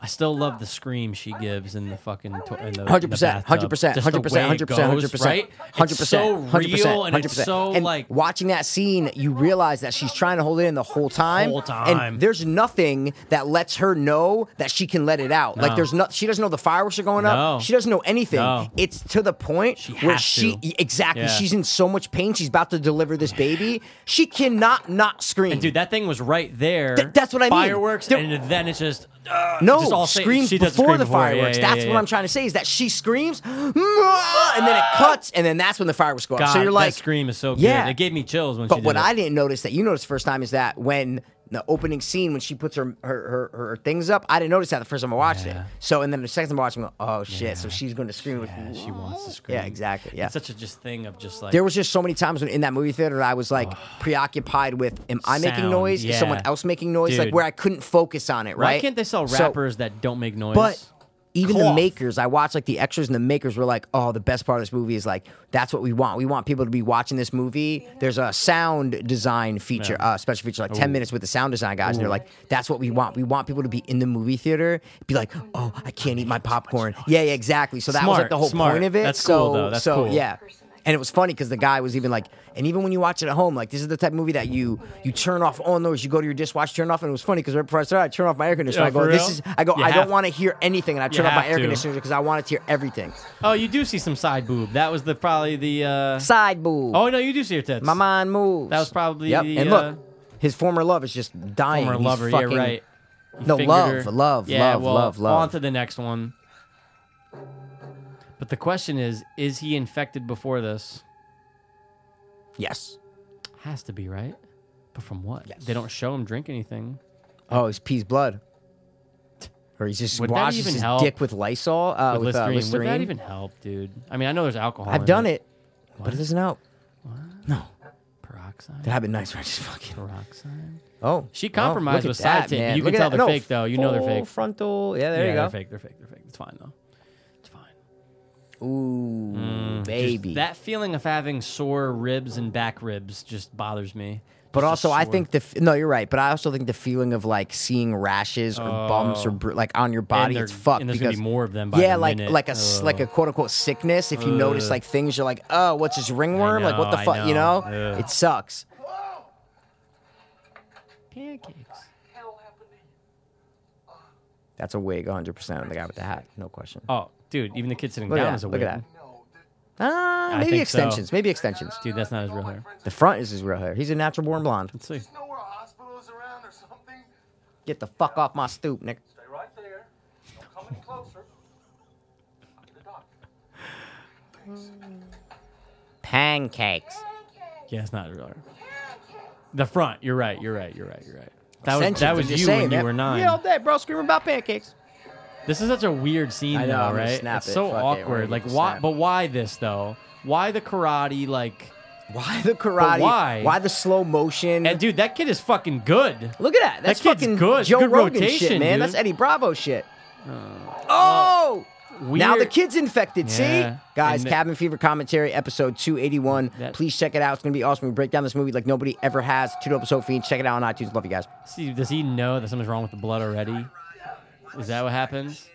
I still love the scream she gives in the fucking to- in the- in the
hundred percent,
bathtub.
hundred percent,
Just the
hundred percent,
way it
hundred percent,
goes,
hundred percent,
right?
hundred
It's so
percent, hundred
real
percent,
and
hundred
it's so
percent.
like
And watching that scene, you realize that she's trying to hold it in the whole time.
Whole time.
And there's nothing that lets her know that she can let it out.
No.
Like there's not. She doesn't know the fireworks are going
No.
up. She doesn't know anything.
No.
It's to the point
She
where
has
she
to.
exactly.
Yeah.
She's in so much pain. She's about to deliver this baby. She cannot not scream.
And dude, that thing was right there.
Th- that's what I mean.
Fireworks,
There-
and then it's just uh,
No,
just all say-
screams
she
before
doesn't scream
the
before. Yeah,
fireworks.
yeah,
that's
yeah,
what
yeah.
I'm trying to say is that she screams, "Mwah!" and then it cuts, and then that's when the fireworks go off.
God,
So you're like,
that scream is so
yeah.
good. It gave me chills when she
But
did
what
it.
I didn't notice that you noticed the first time is that when the opening scene when she puts her her, her, her things up, I didn't notice that the first time I watched
Yeah.
it. So and then the second time I watched, it, I'm going, oh shit! So she's going to scream. with
yeah, she wants to scream.
yeah, exactly. Yeah.
It's such a just thing of just like
There was just so many times when in that movie theater I was like preoccupied with am I making
Sound,
noise? Is someone
yeah.
else making noise?
Dude.
Like where I couldn't focus on it,
why
right?
can't they sell
So-
rappers that don't make noise?
but even
Cloth.
the makers, I watched like the extras and the makers were like, "Oh, the best part of this movie is like that's what we want. We want people to be watching this movie." There's a sound design feature, uh, special feature, like ten minutes with the sound design guys, and they're like, "That's what we want. We want people to be in the movie theater, be like, oh, I can't eat my popcorn.' Yeah, yeah, exactly. So that was
Smart,
like the whole
smart.
point of it.
That's
so,
cool, though. That's
so
cool.
yeah. And it was funny because the guy was even like, and even when you watch it at home, like this is the type of movie that you you turn off all noise. You go to your dishwasher, turn it off, and it was funny because right before I started, I turn off my air conditioner.
Yeah,
I go,
for
this
real?
is. I go,
You
I
have
don't want to hear anything, and I turn off my
have
air
to.
conditioner because I wanted to hear everything.
oh, you do see some side boob. That was the probably the. Uh,
Side boob.
oh no, you do see her tits.
my mind moves.
That was probably
Yep.
the,
and
uh,
look, his former love is just dying.
former
He's
lover.
fucking,
yeah, right. He
No,
fingered
love,
her.
love,
yeah,
love,
well,
love, love.
On to the next one. But the question is: Is he infected before this?
Yes.
Has to be right. But from what?
Yes.
They don't show him drink anything.
Oh, he's pees blood. Or he just
Would that
washes
even
his
help?
dick with Lysol. Uh, with,
with Listerine.
Uh, Listerine.
Would that even Oh, help, dude? I mean, I know there's alcohol.
I've
in
done
it.
it, but it doesn't help. No,
Peroxide.
that have been nice. Where I just fucking.
Peroxide.
Oh,
She
well, look
compromised
at
with side
that,
tip.
man.
You
Look
can
at
tell
that.
they're
No,
fake, though. You know they're
full
fake.
Frontal. Yeah, there
yeah,
you
They're
go.
fake. They're fake. They're fake. It's fine though. It's fine.
Ooh, baby.
Mm, Just that feeling of having sore ribs and back ribs just bothers me.
But
Just a
also, I
sore-
think the f- no, you're right. But I also think the feeling of like seeing rashes or bumps or bru- like on your body,
they're-
it's fucked.
Oh. and there's gonna
because
be more of them by
yeah,
the
like
minute.
like a s- like a
Ugh.
quote unquote sickness. If you notice like things, you're like, oh, what's this ringworm? like what the
know, I
fuck? You know,
know. Ugh.
it sucks.
pancakes.
Hell happened to you.
That's a wig, 100 percent on the guy with the hat, no question.
Oh, dude, even the kid sitting
look
down
at
is
that.
a
Look
wig.
at that. Ah,
I
maybe
think so.
extensions. Maybe extensions.
Dude, that's not his real hair.
The front is his real hair. He's a natural born blonde.
Let's see.
Know where a hospital is around or something?
Get the fuck off my stoop, nigga.
Stay right there. Don't come any closer. I'm the doctor.
Pancakes.
Yeah, it's not real hair. The front. You're right. You're right. You're right. You're right. That was
Extensions,
that
I'm
was
just
you
saying,
when you
man.
were nine.
Yeah, all day, bro, screaming about pancakes.
This is such a weird scene,
I know,
though,
I'm gonna
right?
snap
it's
it.
so
Fuck it, we're
awkward.
gonna
Like,
just
why?
snap.
But why this though? Why the karate? Like,
Why the karate?
why?
the slow motion?
and dude, that kid is fucking good.
Look at that. That's
kid's
fucking
good.
Joe
Good
Rogan
rotation,
shit, man.
dude.
That's Eddie Bravo shit. oh! Now the
weird-
kid's infected.
Yeah.
See, guys,
And the-
Cabin Fever commentary episode two eighty one.
That-
Please check it out. It's gonna be awesome. We break down this movie like nobody ever has. Two dope soap fiends. Check it out on iTunes. Love you guys.
See, does he know that something's wrong with the blood already? Is that what happens?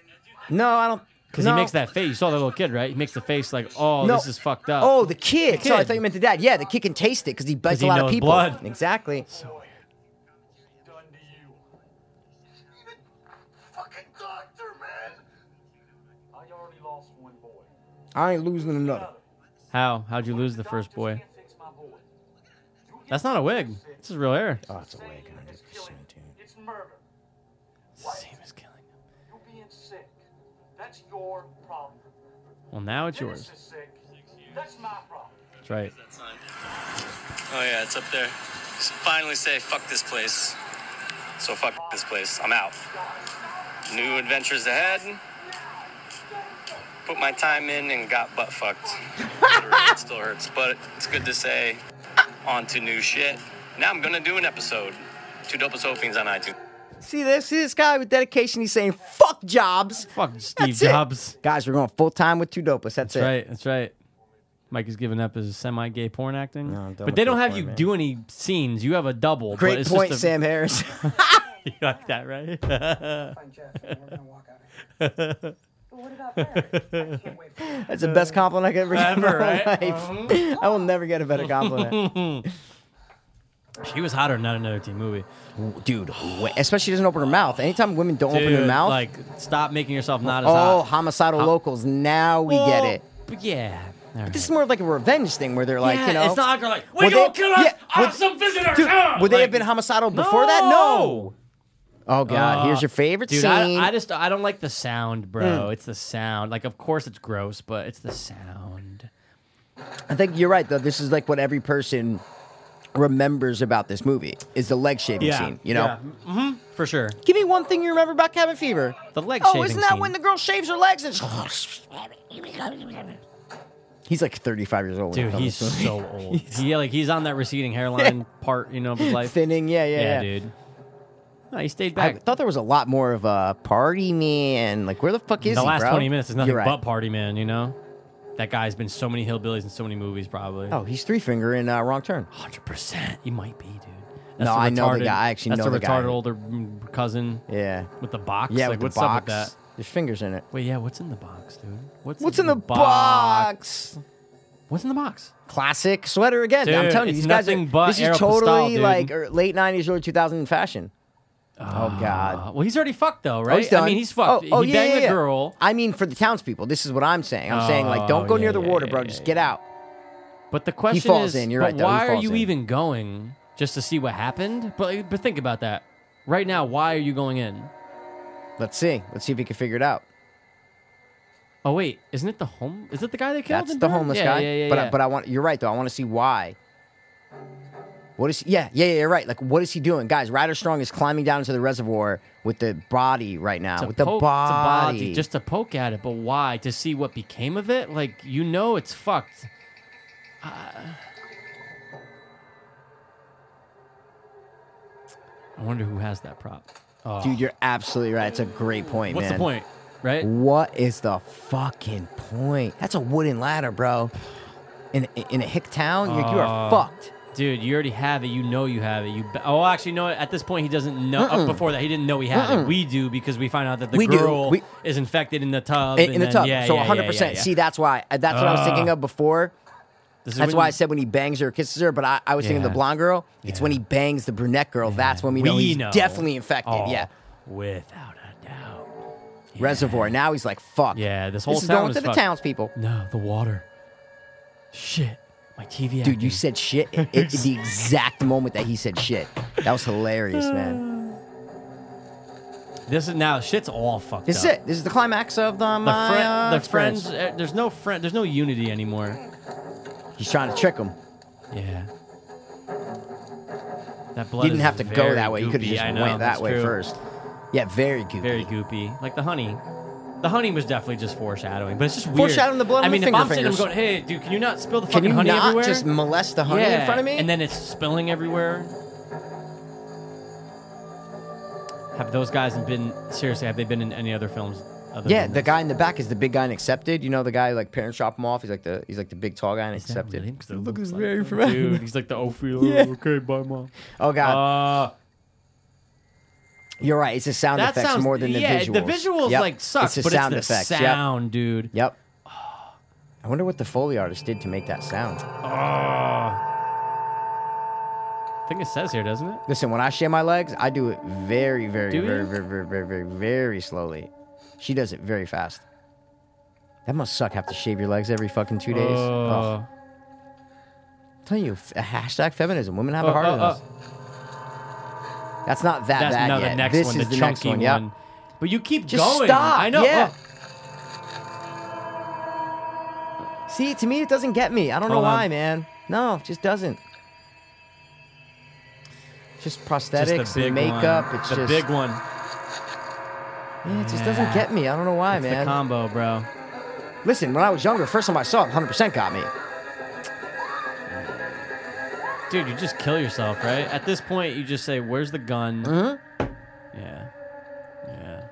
No, I don't.
Because
no.
he makes that face. You saw that little kid, right? He makes the face like, "Oh,
No.
this is fucked up."
Oh, the kid.
The
Sorry, I
kid.
thought you meant the dad. Yeah, the kid can taste it because he bites
he
a lot
knows
of people.
blood.
Exactly.
Done to you.
Even fucking doctor, man.
I already lost one boy.
I ain't losing another.
How? How'd you lose the first
Doctors
boy?
can't fix my boy. You
That's
get
not a wig. This is real hair.
Oh, it's a
insane
wig,
is killing.
hundred percent, dude.
It's murder.
Same as killing. him.
You being sick. That That's your problem.
Well, now it's
Dennis
yours.
is sick. That's my problem.
That's right.
Oh yeah, it's up there. Just finally say fuck this place. So fuck this place. I'm out. New adventures ahead. Put my time in and got butt fucked. it still hurts, but it's good to say. On to new shit. Now I'm gonna do an episode. Two dopest openings on iTunes.
See this? See this guy with dedication? He's saying, fuck jobs.
Fuck Steve
That's it.
Jobs.
Guys, we're going full time with two dopas. That's, it.
That's right. That's right. Mike is giving up his semi-gay porn acting,
No, I'm done
but
with
they don't
gay
have
porn,
you
man.
do any scenes. You have a double. but
Great
it's
point,
just a,
Sam Harris.
You like that, right?
Find Jeff, and we're gonna walk out of here.
But what about Barry?
I can't wait for him.
That's the best compliment I could ever get in my
Ever, right?
life. I will never get a better compliment.
she was hotter, not another teen movie.
Dude, wh- especially she doesn't open her mouth. Anytime women don't open their
Dude,
mouth,
Like, stop making yourself not as
oh,
hot.
homicidal locals. Now we get
Well,
it.
but yeah. All right.
This is more of like a revenge thing where they're like,
yeah,
you know.
it's not like they're like, we
Would
gonna
they-
kill us.
yeah,
I'm
would-
some visitors.
Dude,
huh?
would they
Like,
have been homicidal before that? No. Oh God, here's your favorite
Uh, Dude,
scene. Hmm.
I, I just I don't like the sound, bro. It's the sound. Like, of course it's gross, but it's the sound.
I think you're right though. This is like what every person remembers about this movie is the leg shaving scene. You know,
hmm for sure.
give me one thing you remember about Cabin Fever.
The leg
oh,
shaving
isn't that
scene.
when the girl shaves her legs and? he's like 35 years old. when I
Dude,
found
he's
this movie.
so old. he like he's on that receding hairline part, you know, of his life.
thinning. Yeah, yeah,
yeah,
yeah,
dude. No, he stayed
I
back.
thought there was a lot more of a party man. Like, where the fuck is
the
he,
last
bro?
20 minutes is nothing
You're right.
but Party Man, you know? That guy's been so many hillbillies in so many movies, probably.
Oh, he's three finger in uh, Wrong Turn.
100%. He might be, dude.
No,
the
I know the guy. I actually
that's
know the
the
guy.
retarded older mm, cousin
Yeah,
with the box.
yeah,
like,
with
what's
the box.
up with that?
There's fingers in it.
Wait, yeah, what's in the box, dude?
What's in the box?
What's in the box?
Classic sweater again. I'm
Dude,
telling you,
it's
these guys are.
nothing but
this is
Aeropostale,
totally
dude.
like er, late '90s, early 2000 fashion. Oh
Uh,
God.
well, he's already fucked, though,
Oh,
right?
he's done.
I mean, he's fucked.
Oh, oh,
he
yeah,
banged
yeah, yeah.
a girl,
I mean, for the townspeople, this is what I'm saying. I'm saying like, don't
Oh,
go
yeah,
near the
yeah,
water,
yeah,
bro.
yeah,
Just
yeah.
get out.
but the question
falls
is,
in. You're
but
right, though. He
why are
falls
you
in.
even going just to see what happened? But, but think about that. Right now, why are you going in?
Let's see. Let's see if he can figure it out.
Oh wait, isn't it the home? Is it the guy they killed?
That's
and
the
burned?
homeless
yeah,
guy.
Yeah, yeah,
but
yeah.
I, but I want you're right though. I want to see why. What is yeah yeah yeah you're right. Like what is he doing, guys? Ryder Strong is climbing down into the reservoir with the body right now
To
with the
poke- to
body.
just to poke at it. But why? To see what became of it? Like you know, it's fucked. Uh, I wonder who has that prop. Oh,
dude, you're absolutely right. It's a great point,
what's
man.
the point? Right?
What is the fucking point? That's a wooden ladder, bro. In in a hick town, you, you are
Oh.
fucked.
Dude, you already have it. You know you have it. You be- oh, actually, no. At this point, he doesn't know. Uh, before that, he didn't know he had it. We do because we find out that the
We do.
girl
We-
is infected in the tub.
In, in
and
the
then-
tub,
Yeah,
so
yeah,
100%.
Yeah, yeah, yeah.
See, that's why that's what I was
Ah.
thinking of before.
This is
That's
when
why
you-
I said when he bangs her or kisses her, but I, I was thinking the
Yeah.
blonde girl. It's
Yeah.
when he bangs the brunette girl. That's when we know he's definitely infected.
Oh,
Yeah.
without a doubt.
Reservoir. Now he's like, fuck.
Yeah, this whole
this is
town
going
is
to the
fucked.
townspeople.
No, the water. Shit, my TV.
Dude, you said shit at, at the exact moment that he said shit. That was hilarious,
Uh,
man.
this is now shit's all fucked
This is
up.
it. This is the climax of the,
The,
my,
fri-
uh,
the friends,
experience.
uh, there's no friend, there's no unity anymore.
He's trying to trick him.
Yeah. That blood.
He didn't
is
have to go
very
that way. He could have
goopy.
just
I know,
went
that's
that way
true.
first. Yeah, very goopy.
Very goopy, like the honey. The honey was definitely just foreshadowing, but it's just weird.
Foreshadowing the blood
I
on the
mean, if
finger
I'm sitting, I'm
fingers.
going, "Hey, dude, can you not spill the
Can
fucking
you
honey
not
everywhere?"
just molest the honey in front of me?
And then it's spilling everywhere. Have those guys been seriously? Have they been in any other films? Other
yeah,
than
the
this?
guy in the back is the big guy in Accepted. You know the guy like parents drop him off. He's like the he's like the big tall guy in
Is that
Accepted.
really? 'Cause that
Look,
looks
it's
like
very
him.
familiar.
Dude, he's like the Ophelia.
Yeah.
Okay, bye, mom.
Oh god,
Uh,
you're right. It's the sound
that
effects
sounds
more than the
yeah,
visuals.
The visuals
Yep.
like sucks,
It's the
but
sound
it's the
effects.
sound, dude.
Yep. yep. I wonder what the foley artist did to make that sound.
I think it says here, doesn't it?
Listen, when I shave my legs, I do it very, very,
Do
very,
you?
very, very, very, very, very slowly. She does it very fast. That must suck. Have to shave your legs every fucking two days.
Uh,
Ugh. I'm telling you, f- hashtag feminism. Women have
oh,
a heart
oh,
in
oh.
us. That's not that
uh, That's
bad
no,
yet.
the next
this
one,
is
the
the
chunky
next one.
one.
Yep.
But you keep
Just
going.
stop.
I know.
Yeah.
oh.
See, to me, it doesn't get me. I don't know
Hold on.
why, man. No, it just doesn't. Just prosthetics
just the big
and makeup.
One.
It's
the
just
big one.
Yeah, it just doesn't get me. I don't know why,
It's
man.
the combo, bro.
Listen, when I was younger, first time I saw it, 100% got me.
Dude, you just kill yourself, right? At this point, you just say, "Where's the gun?"
Uh-huh.
Yeah, yeah,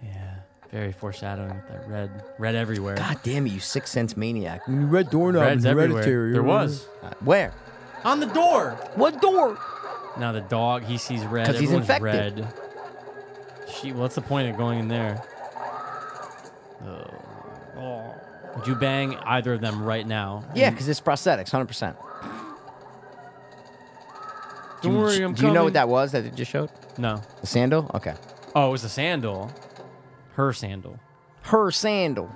yeah. Very foreshadowing with that red, red everywhere.
God damn it, you six sense maniac. You read doorknob
Red's
in
everywhere.
Hereditary.
There was
Uh, Where?
on the door.
What door?
Now the dog, he sees red.
'Cause he's
Everyone's
infected.
Red. She, what's the point of going in there? Oh. Oh. Would you bang either of them right now?
Yeah, because it's prosthetics, 100%.
Don't
do you,
worry,
do
I'm
you know
coming.
what that was that it just showed?
No.
The sandal? Okay.
Oh, it was a sandal. Her sandal.
Her sandal.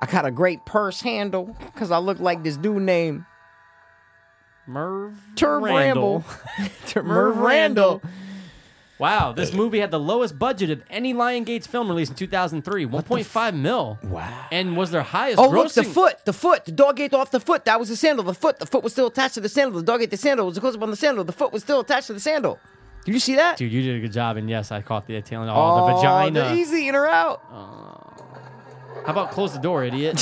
I got a great purse handle because I look like this dude named
Merv.
Turb
Randall.
Ramble. Tur- Merv Randall.
Wow, this movie had the lowest budget of any Lion Gates film released in 2003, 1.5 mil.
Wow.
And was their highest
Oh,
grossing.
look, the foot, the foot. The dog ate off the foot. That was the sandal. The foot, the foot was still attached to the sandal. The dog ate the sandal. It was a close up on the sandal. The foot was still attached to the sandal. Did you see that?
Dude, you did a good job, and yes, I caught the tail end. Oh,
Oh,
the vagina.
the easy in or out.
How about close the door, idiot?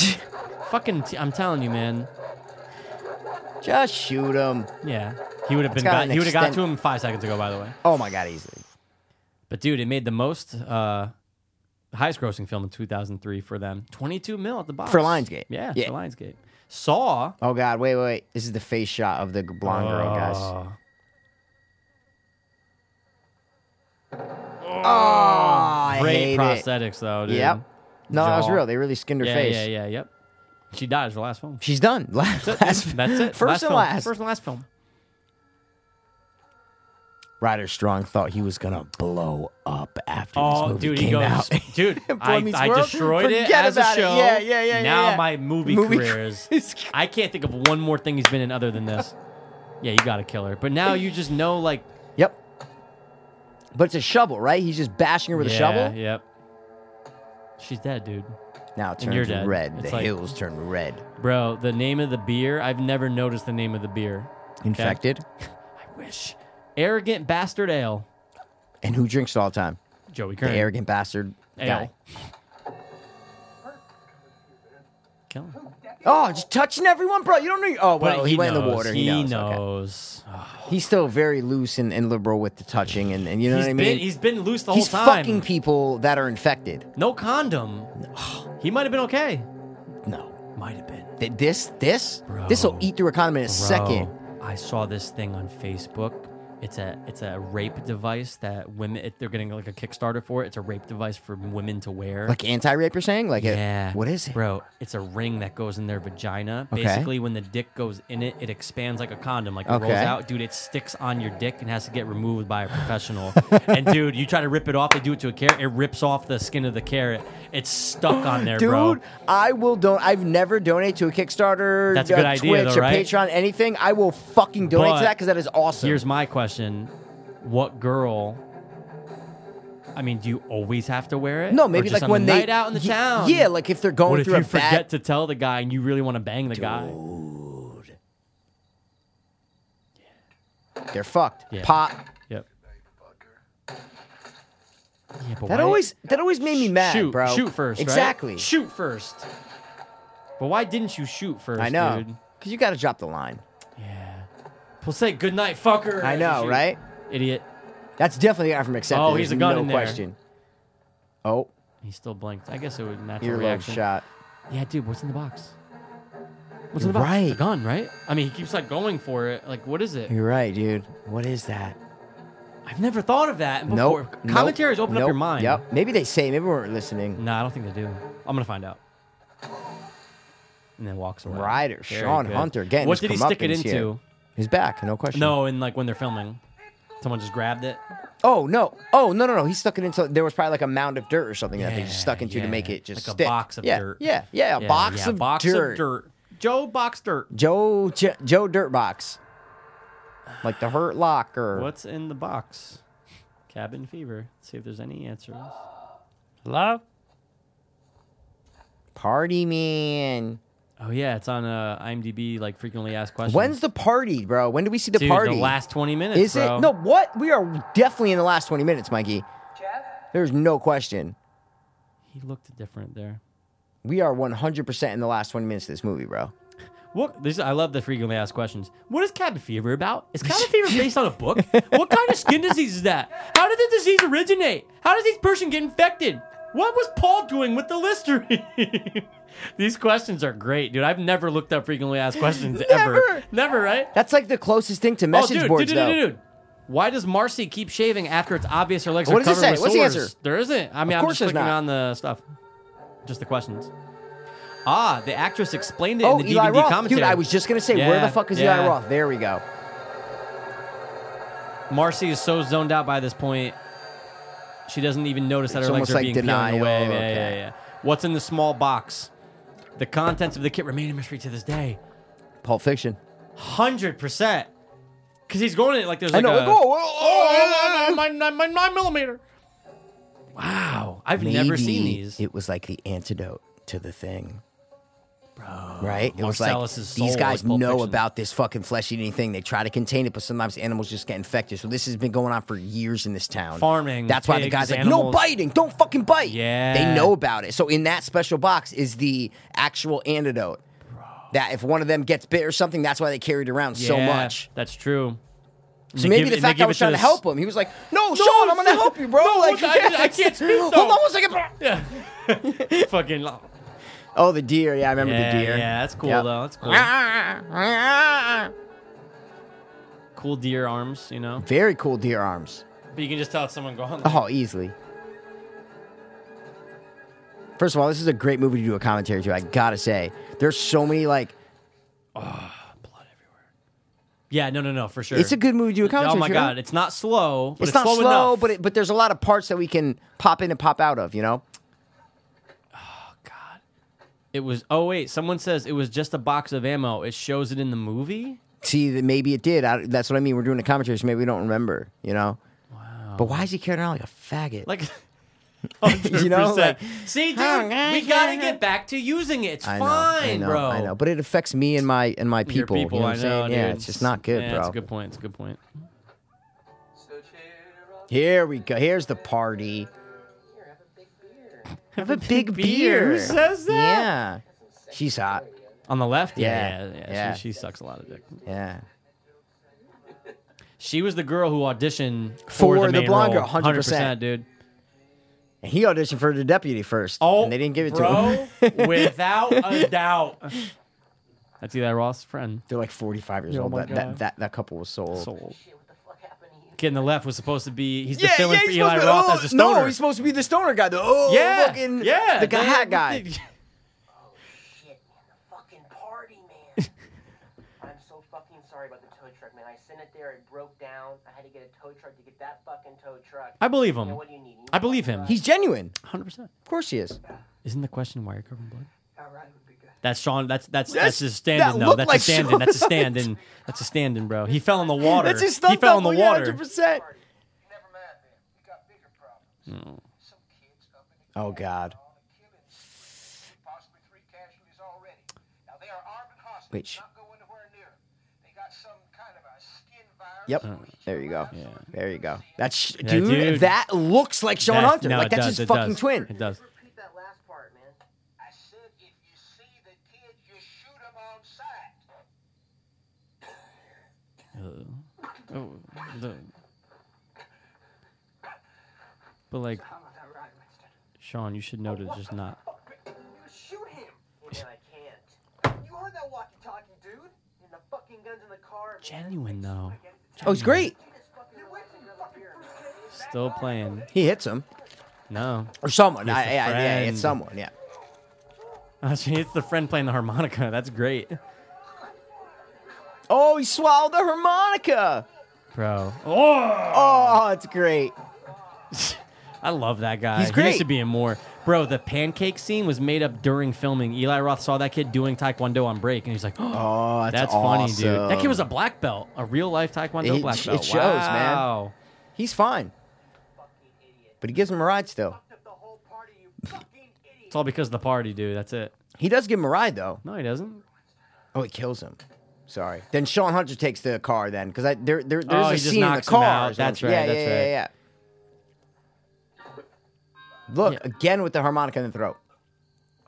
Fucking, t- I'm telling you, man.
Just shoot him.
Yeah, he would have been.
got
Got,
an
he would have got to
extent-
him five seconds ago, by the way.
Oh my god, easily.
But dude, it made the most, uh highest grossing film in 2003 for them. 22 mil at the box
For Lionsgate.
Yeah,
Yeah.
for Lionsgate. Saw.
Oh god, wait, wait, wait. This is the face shot of the g- blonde girl, guys.
Oh.
Oh, I hate
Great
it.
prosthetics, though. Dude.
Yep. No, that was
Jaw.
real. They really skinned her
yeah,
face.
yeah, yeah. Yep. She dies her last film.
She's done. Last,
That's it.
last-
dude. That's it.
First and
film.
last.
First and last film.
Ryder Strong thought he was gonna blow up after this
Oh,
movie
dude,
came
he goes,
out.
dude.
Boy
I,
Meets
I
World?
destroyed it
Forget
as a
about it.
show.
Yeah, yeah, yeah,
Now
yeah.
my movie,
Movie
career is. I can't think of one more thing he's been in other than this. Yeah, you got to kill her. But now you just know, like,
Yep. But it's a shovel, right? He's just bashing her with
yeah,
a shovel.
Yep. She's dead, dude.
Now it
you're
turns
dead.
red. The
It's like-
hills turn red.
Bro, the name of the beer. I've never noticed the name of the beer. Okay?
Infected.
I wish. Arrogant bastard ale.
And who drinks all the time?
Joey Kern.
The arrogant bastard
Ale.
guy.
Kill him.
Oh, just touching everyone, bro. You don't know. Oh, well,
But
he, went in the
knows.
water.
He,
He, knows. okay.
knows.
He's still very loose and, and liberal with the touching, and, and you know
He's
what I
been
mean.
he's been loose the
He's
whole time.
fucking people that are infected.
No condom. He might have been okay.
No,
Might have been.
Th- this this
Bro.
this will eat through a condom in a second.
Bro, I saw this thing on Facebook. It's a it's a rape device that women if they're getting like a Kickstarter for it. It's a rape device for women to wear.
Like anti-rape, you're saying? Like, it-
yeah.
what is it?
Bro, it's a ring that goes in their vagina.
Okay.
Basically, when the dick goes in it, it expands like a condom. Like it rolls
Okay.
out. Dude, it sticks on your dick and has to get removed by a professional. and dude, you try to rip it off, they do it to a carrot. It rips off the skin of the carrot. It's stuck on there,
Dude,
bro.
I will don't. I've never donated to a Kickstarter,
That's a good
uh,
idea,
Twitch,
though, right?
or Patreon, anything. I will fucking donate
But
to that because that is awesome.
Here's my question: What girl? I mean, do you always have to wear it?
no,
Or
maybe
just
like
on
when
the
they
night out in the
Ye-
town.
Yeah, like if they're going
what if
through
you
a
forget
bad.
to tell the guy and you really want to bang the guy?
they're fucked.
Yeah.
Pop.
Yep. Yeah, but
That
why-
always that always made me mad,
shoot,
bro.
Shoot first, right?
Exactly.
Shoot first. But why didn't you shoot first?
I know.
Dude?
Because you got to drop the line.
Yeah. We'll say goodnight, fucker.
I
as you
know,
shoot.
right?
Idiot.
That's definitely the guy from Accepted.
Oh, he's
There's
a gun
no
in there.
question. Oh,
He still blinked. I guess it would natural
earlobe
reaction.
shot.
Yeah, dude, what's in the box? What's
You're
in the box?
right.
A gun, right? I mean, he keeps like going for it. Like, what is it?
You're right, dude. What is that?
I've never thought of that before.
Nope. nope,
Commentaries open up your
nope,
mind.
Yep. Maybe they say. Maybe we weren't listening.
No, I don't think they do. I'm gonna find out. And then walks away.
Ryder,
Very
Sean
good.
Hunter, getting
What
his
did he stick it
comeuppance
into?
here. His back, no question.
No, and like when they're filming, someone just grabbed it.
Oh no. Oh no no no. He stuck it into. There was probably like a mound of dirt or something that they just
Yeah,
stuck into to
yeah.
make it just
like
stick.
a box of
yeah,
dirt.
Yeah yeah a box,
yeah,
of,
box
dirt.
of dirt. Joe box dirt.
Joe J- Joe Dirt Box. Like the Hurt Locker.
What's in the box? Cabin fever. Let's see if there's any answers.
Hello?
Party Man.
Oh yeah, it's on uh, IMDb. Like frequently asked questions.
When's the party, bro? When do we see the
Dude,
party?
The last twenty minutes.
Is
bro.
it? No, what? We are definitely in the last 20 minutes, Mikey. There's no question.
He looked different there.
We are 100% in the last 20 minutes of this movie, bro.
What? This I love the frequently asked questions. What is cabin fever about? Is cabin fever based on a book? What kind of skin disease is that? How did the disease originate? How does each person get infected? What was Paul doing with the listerine? These questions are great, dude. I've never looked up frequently asked questions ever. Never, right?
That's like the closest thing to message
oh, dude,
boards,
dude,
though.
dude, dude, dude. Why does Marcy keep shaving after it's obvious her legs
What
are
does it
covered
say?
with
What's the
sores?
answer?
There isn't. I mean,
Of
I'm
course
just
there's
clicking
not.
on the stuff, just the questions. Ah, the actress explained it
Oh,
in the
Eli
DVD
Roth.
commentary.
Dude, I was just going to say, where
Yeah,
the fuck is Eli
yeah.
Roth? There we go.
Marcy is so zoned out by this point, she doesn't even notice that
It's
her legs
almost
are
like
being
denial,
peeled away. Yeah,
okay.
yeah, yeah. What's in the small box? The contents of the kit remain a mystery to this day.
Pulp Fiction.
Hundred percent. Because he's going in it like there's
I
like
know.
a
like, oh, oh, oh,
my, my, my nine millimeter. Wow, I've
Maybe
never seen these.
It was like the antidote to the thing. Bro. Right? It was like
Marcellus' soul
these guys
was Pulp
know
Fiction.
about this fucking flesh eating thing. They try to contain it, but sometimes animals just get infected. So this has been going on for years in this town.
Farming,
That's why the
pigs,
guys like, no
animals."
biting, don't fucking bite.
Yeah.
They know about it. So in that special box is the actual antidote. That if one of them gets bit or something, that's why they carried around so
Yeah,
much.
That's true. And
So
they
maybe
give-
the
and they
fact
give
I
it
was trying to
us-
help him, he was like, "No, Sean, I'm gonna help you, bro."
no,
like,
I- I can't speak,
Hold
though.
on one second. bro.
Fucking. lo-
Oh, the deer. Yeah, I remember
Yeah,
the deer.
yeah, that's cool
Yep.
though. That's cool. cool deer arms, you know.
Very cool deer arms.
But you can just tell it's someone going. Like,
Oh, easily. First of all, this is a great movie to do a commentary to. I gotta say, there's so many like
Yeah, no, no, no, for sure.
it's a good movie to do a
Oh
commentary.
my
to,
god,
right?
it's not slow. But
it's,
it's,
not
slow,
slow,
enough.
but it, but there's a lot of parts that we can pop in and pop out of. You know,
It was. Oh wait, someone says it was just a box of ammo. It shows it in the movie.
see that maybe it did. I, that's what I mean. We're doing a commentary, so maybe we don't remember. You know. Wow. But why is he carrying around like a faggot?
Like,
you know,
100%.
like
see, dude,
Oh, God,
we gotta get back to using it. It's
I know, I
fine,
know,
bro.
I know, but it affects me and my and my
Your
people. you know what I'm
I know,
saying? Yeah,
dude.
it's just not good,
yeah,
bro.
It's a good point. It's a good point.
Here we go. Here's the party. Have a big beer.
Who says
Yeah. She's hot.
On the left, yeah,
Yeah,
yeah, yeah.
yeah.
She, she sucks a lot of dick.
Yeah.
She was the girl who auditioned
For
for,
the
main
blonde
role.
girl, 100%.
dude.
And he auditioned for the deputy first.
Oh,
and they didn't give it
bro,
to him.
without a doubt. That's Eli Roth's friend.
They're like 45 years
Oh
old.
my
That, that
God.
that that couple was so old.
Sold. Kid in the left was supposed to be. He's the
Yeah,
fill in
yeah,
for
he's supposed
Eli
to be-
Roth
oh,
as the stoner.
No, he's supposed to be the stoner guy. The oh,
yeah,
fucking
yeah,
the guy,
they-
hat guy.
Shit, man, the fucking party, man. I'm so fucking sorry about the tow truck, man. I sent it there, it broke down. I had to get a tow truck to get that fucking tow truck.
I believe him.
Now, what do you need?
I believe him.
He's genuine.
100%.
Of course he is.
Isn't the question why you're covered in blood?
Alright would be good.
That's Sean. That's that's
That's-
that's his
that
stand-in though.
looked
That's
like
a stand-in.
Sean
That's a
Knight.
stand-in. That's a stand-in, bro. He fell in the water.
That's his
he
stunt
fell in the
double,
water.
Yeah, 100%. Oh God. Which? Yep. There you go. There you go. That's
Yeah,
dude,
dude.
That looks like Sean
That's-
Hunter.
no,
like
it
that's
does,
his
it
fucking
does.
twin.
It does. Uh, oh, the- But like, Sean, you should know to just not.
Shoot him! Well, I can't.
You heard that walkie-talkie, dude?
And the fucking gun's in the car, man.
Genuine though.
Oh, he's great.
Still playing.
He hits him
No.
or someone.
He's
I, I,
the
I- yeah,
friend.
it's someone. Yeah.
Actually, it's the friend playing the harmonica. That's great,
Oh, he swallowed the harmonica.
bro. Oh,
Oh, it's great.
I love that guy.
He's
He
great.
needs to be in more. Bro, the pancake scene was made up during filming. Eli Roth saw that kid doing taekwondo on break, and he's like, "Oh,
Oh, that's,
that's funny,
awesome.
dude." That kid was a black belt, a real life taekwondo
It-
black
it
belt.
shows, man.
wow.
He's fine. But he gives him a ride still.
It's all because of the party, dude. That's it.
He does give him a ride though.
No, he doesn't.
Oh, he kills him. Sorry. Then Sean Hunter takes the car then because I there, there there's
Oh,
a
he just
scene in the
knocks him out.
car. is what I'm
That's
saying.
right,
Yeah,
that's
yeah, yeah,
right.
yeah. Look again with the harmonica in the throat.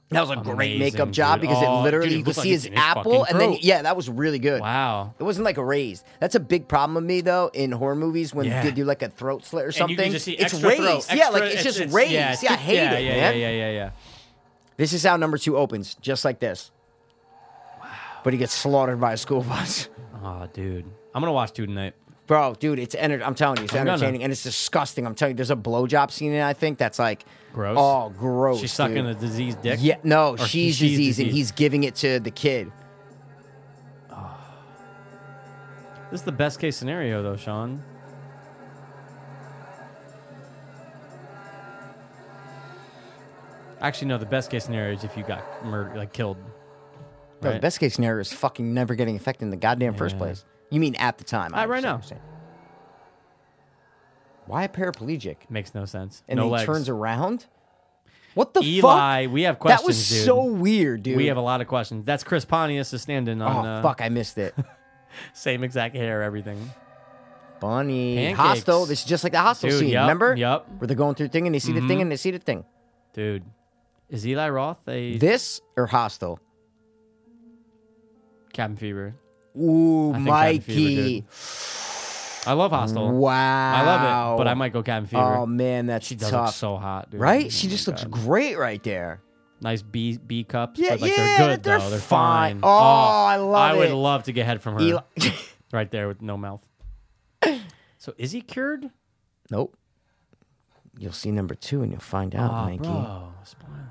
That was a great
Amazing,
makeup job
dude.
because
Oh,
it literally
dude, it
you could
looks like
see
it's
his
in his
apple
fucking
and then
throat.
yeah, that was really good.
Wow.
It wasn't like a raise. That's a big problem with me though in horror movies when
Yeah.
they do like a throat slit or
And you
something.
can just see
it's
extra
raised.
throat,
yeah,
extra-
like it's, just raised. Yeah,
it's
I
just-
hate
yeah,
it,
yeah,
man.
Yeah, yeah, yeah, yeah.
This is how number two opens, just like this. But he gets slaughtered by a school bus.
Oh, dude. I'm going to watch two tonight.
Bro, dude, it's enter- I'm telling you, it's
I'm gonna.
entertaining and it's disgusting. I'm telling you, there's a blowjob scene in it, I think, that's like
Gross.
Oh, gross.
She's sucking
dude.
a diseased dick?
Yeah, no,
Or he-
she's, diseased and he's giving it to the kid.
This is the best case scenario, though, Sean. Actually, no. The best case scenario is if you got murdered, like killed.
Bro,
Right.
the best case scenario is fucking never getting affected in the goddamn first
Yeah.
place. You mean at the time. I
Uh, right now.
understand, understand. Why a paraplegic?
Makes no sense.
And
no
he
legs.
turns around? What the
Eli,
fuck?
we have
That
questions.
was
dude.
so weird, dude.
We have a lot of questions. That's Chris Pontius is standing
Oh
on. uh,
fuck, I missed it.
Same exact hair, everything.
Bunny.
Pancakes.
Hostel. This is just like the hostel
Dude,
scene.
yup,
remember?
yup.
Where they're going through thing and they see the thing
Mhm.
and they see the thing.
Dude, is Eli Roth a
This or hostel?
Cabin Fever?
Ooh,
I think Cabin Fever,
Mikey.
dude. I love Hostel.
Wow.
I love it, but I might go Cabin Fever.
Oh man, that's
she does
tough.
look so hot, dude.
Right?
Oh
She
my
just looks
God.
great right there.
nice B B cups.
Yeah,
but like
yeah,
they're good
they're
though. They're
fine.
fine.
Oh, I love
I would
it.
love to get head from her.
Eli-
right there with no mouth. So is he cured?
Nope. You'll see number two and you'll find out,
Aw,
Mikey.
bro. Spoiler.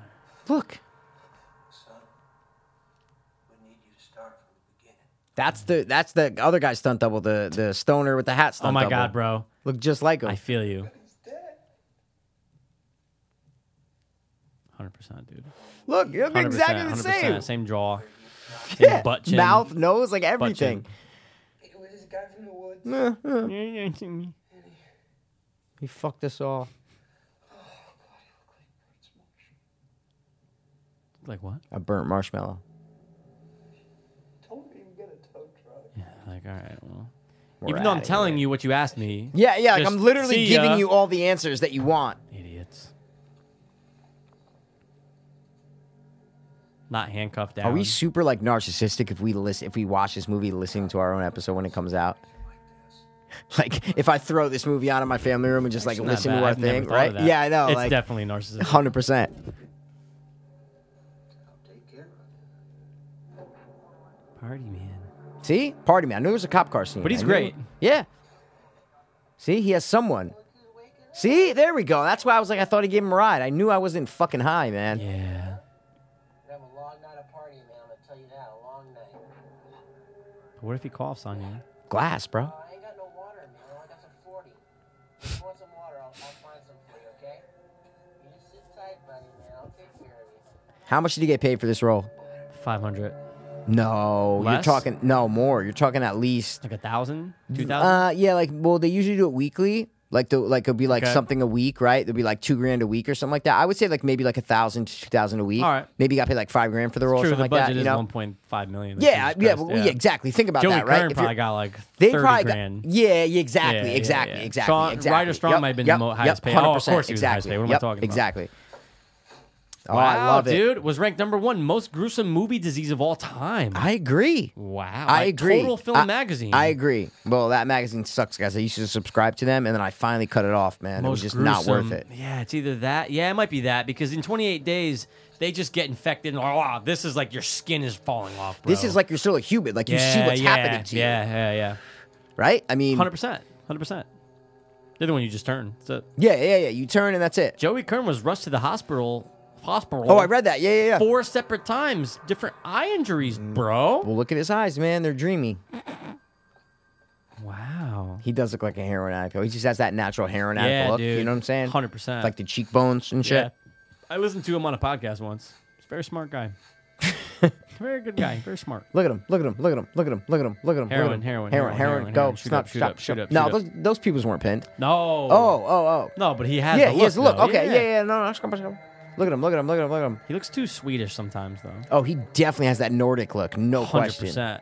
Look. That's the that's the other guy's stunt double, the the stoner with the hat stunt
Oh my
double.
god, bro.
Look just like him.
I feel you. Hundred percent, dude.
Look, you look
100%,
exactly the
100%,
same.
Same jaw. Same
Yeah.
butt chin.
Mouth, nose, like
butt chin.
everything.
It was this guy from the woods.
He fucked us all.
Like what?
A burnt marshmallow.
Don't even get a tow truck.
Like all right, well.
We're
Even though I'm
outta
telling you what you asked me.
Yeah, yeah. Like
just
I'm literally
see ya.
giving you all the answers that you want.
idiots. Not handcuffed down.
Are we super like narcissistic if we listen if we watch this movie listening to our own episode when it comes out? Like if I throw this movie out of my family room and just like
It's not
listen
bad.
to our
I've never
thing,
thought
right?
of that.
Yeah, I know.
It's
like
definitely narcissistic.
Hundred percent.
Party man.
See, party man. I knew there was a cop car scene.
But he's
I knew-
great.
Yeah. See, he has someone. See, there we go. That's why I was like, I thought he gave him a ride. I knew I wasn't fucking high, man.
Yeah.
Gonna have a long night of partying, man. I'm gonna tell you that. A long night.
But what if he coughs on you?
Glass, bro.
I ain't got no water, man. I only got some 40. If you want some water, I'll, I'll find some for you, okay? You just sit tight, buddy, man. I'll take care of you.
How much did he get paid for this role?
Five hundred.
No, you're
Less?
talking no more. You're talking at least
Like a thousand? Two thousand?
Uh, yeah, like well, they usually do it weekly. Like the like it'll be like
Okay.
something a week, right? It'll be like two grand a week or something like that. I would say like maybe like a thousand to two thousand a week.
All right.
maybe you got paid like five grand for the role or
True, the
something like
budget
that. You
is
know?
one point five million. like,
yeah,
Jesus
yeah,
Christ,
well, yeah, exactly. Think about
Joey
that, right?
Kern
If
probably
you're-
got like
they
thirty
probably
grand.
got yeah, yeah, exactly,
Yeah, yeah,
exactly,
yeah.
exactly,
Strong-
exactly.
Ryder Strong might have been the mo- highest paid. Oh, of
100%,
course he was the highest
exactly,
paid. What am I
yep,
talking about?
Exactly. Oh,
wow,
I love it.
dude, was ranked number one most gruesome movie disease of all time.
I agree.
wow,
I
like
agree.
Total Film
I-
Magazine.
I agree. Well, that magazine sucks, guys. I used to subscribe to them, and then I finally cut it off, man. it was just not worth it.
gruesome- Yeah, it's either that. Yeah, it might be that because in 28 days they just get infected and oh, this is like your skin is falling off. Bro.
This is like you're still a human. Like you see
Yeah,
what's
yeah,
happening to
yeah,
you,
Yeah, yeah,
right? I mean,
Hundred percent, hundred percent. The other one you just turned. That's it.
yeah, yeah, yeah. You turn and that's it.
Joey Kern was rushed to the hospital. Hospital.
Oh, I read that. Yeah, yeah, yeah.
four separate times, different eye injuries, bro.
Well, look at his eyes, man. They're dreamy.
Wow.
He does look like a heroin addict. though. He just has that natural heroin addict
Yeah,
look. You
dude.
know what I'm saying?
100%.
Like the cheekbones and shit.
Yeah. I listened to him on a podcast once. He's a very smart guy. very good guy. Very smart.
Look at him. Look at him. Look at him. Look at him. Look at him. Look at him.
Heroin,
look at him. Heroin.
heroin, heroin,
Heroin.
heroin,
Go.
heroin. Shoot
Stop.
up, shoot
stop,
up, shoot
stop.
up,
No,
shoot up.
those those peoples weren't pinned.
No.
Oh, oh, oh.
No, but he has.
yeah,
the
he has a
look.
look.
though.
Okay. Yeah, yeah. No, no. Look at him. Look at him. Look at him. Look at him.
He looks too Swedish sometimes, though.
Oh, he definitely has that Nordic look. No question.
100%.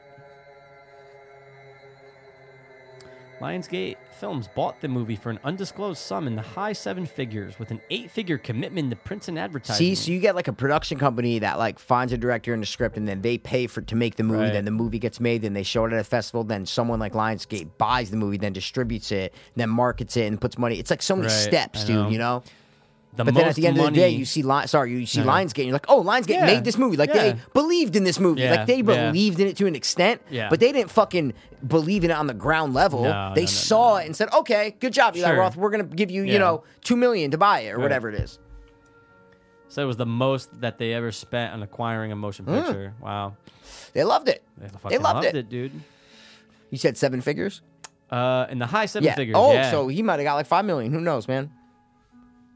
Lionsgate Films bought the movie for an undisclosed sum in the high seven figures with an eight figure commitment to print and advertising.
See, so you get like a production company that like finds a director and a script, and then they pay for to make the movie.
Right.
Then the movie gets made. Then they show it at a festival. Then someone like Lionsgate buys the movie, then distributes it, then markets it, and puts money. It's like so many
Right,
steps,
I
dude.
know.
You know.
the
but then at
most
the end of
money-
the day, you see Lion, sorry, you see
Yeah.
Lionsgate, and you're like, oh, Lionsgate
Yeah.
made this movie. Like
Yeah.
they believed in this movie.
Yeah.
Like they
Yeah.
believed in it to an extent.
Yeah.
But they didn't fucking believe in it on the ground level.
No,
they
no, no,
saw it and said, okay, good job, Eli
Sure.
Roth. We're gonna give you,
Yeah.
you know, two million to buy it or
Right.
whatever it is.
So it was the most that they ever spent on acquiring a motion
Mm.
picture. Wow.
They loved it.
They,
They
fucking
loved, it.
dude.
You said seven figures?
Uh, in the high seven
yeah.
figures.
oh,
yeah.
so he might have got like five million. Who knows, man?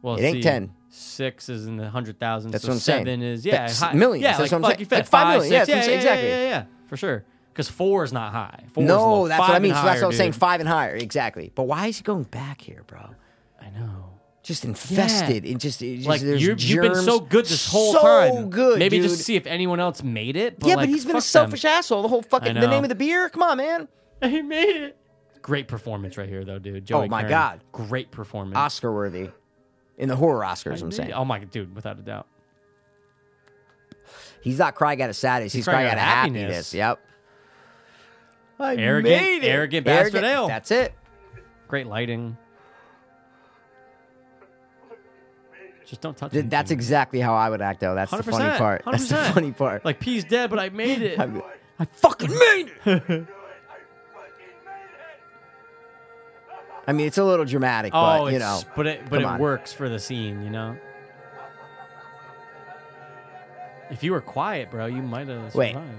well,
it ain't
see,
10.
Six is in the hundred thousand.
That's
so
what I'm saying.
seven is yeah
That's
high.
millions.
Yeah,
That's
like,
what I'm
fuck,
saying.
you fed
Like five million. Yeah,
six,
that's what I'm
yeah,
saying.
yeah,
Exactly.
Yeah, yeah, yeah, for sure. Because four is not high. Four is
no,
low.
that's
Five
what I
and
mean. So that's
higher,
what I'm saying.
dude.
Five and higher, exactly. But why is he going back here, bro?
I know.
Just infested. It just, it just
Like
there's
you're, you've been
germs.
so good this whole
So
time.
good,
Maybe
dude.
just see if anyone else made it. But
yeah,
like,
but he's been a
fuck
selfish
them.
asshole. The whole fucking the
know.
name of the beer. Come on, man.
He made it. Great performance right here, though, dude. Joey
Oh, my
Kern.
God.
great performance.
Oscar worthy in the horror Oscars. I'm
Indeed.
saying
Oh my dude, without a doubt.
he's not crying out of sadness. He's, crying out of happiness. Yep. I
Arrogant- arrogant bastard ale.
That's it.
Great lighting. Just don't touch
Th-
it.
That's exactly how I would act, though. That's the funny
100%,
part. That's the
100%.
funny part.
Like P's dead, but I made it.
I'm-
I fucking made it.
I mean, it's a little dramatic,
oh,
but you know,
it's, but it but
come
it
on.
works for the scene, you know. If you were quiet, bro, you might have
Wait.
survived.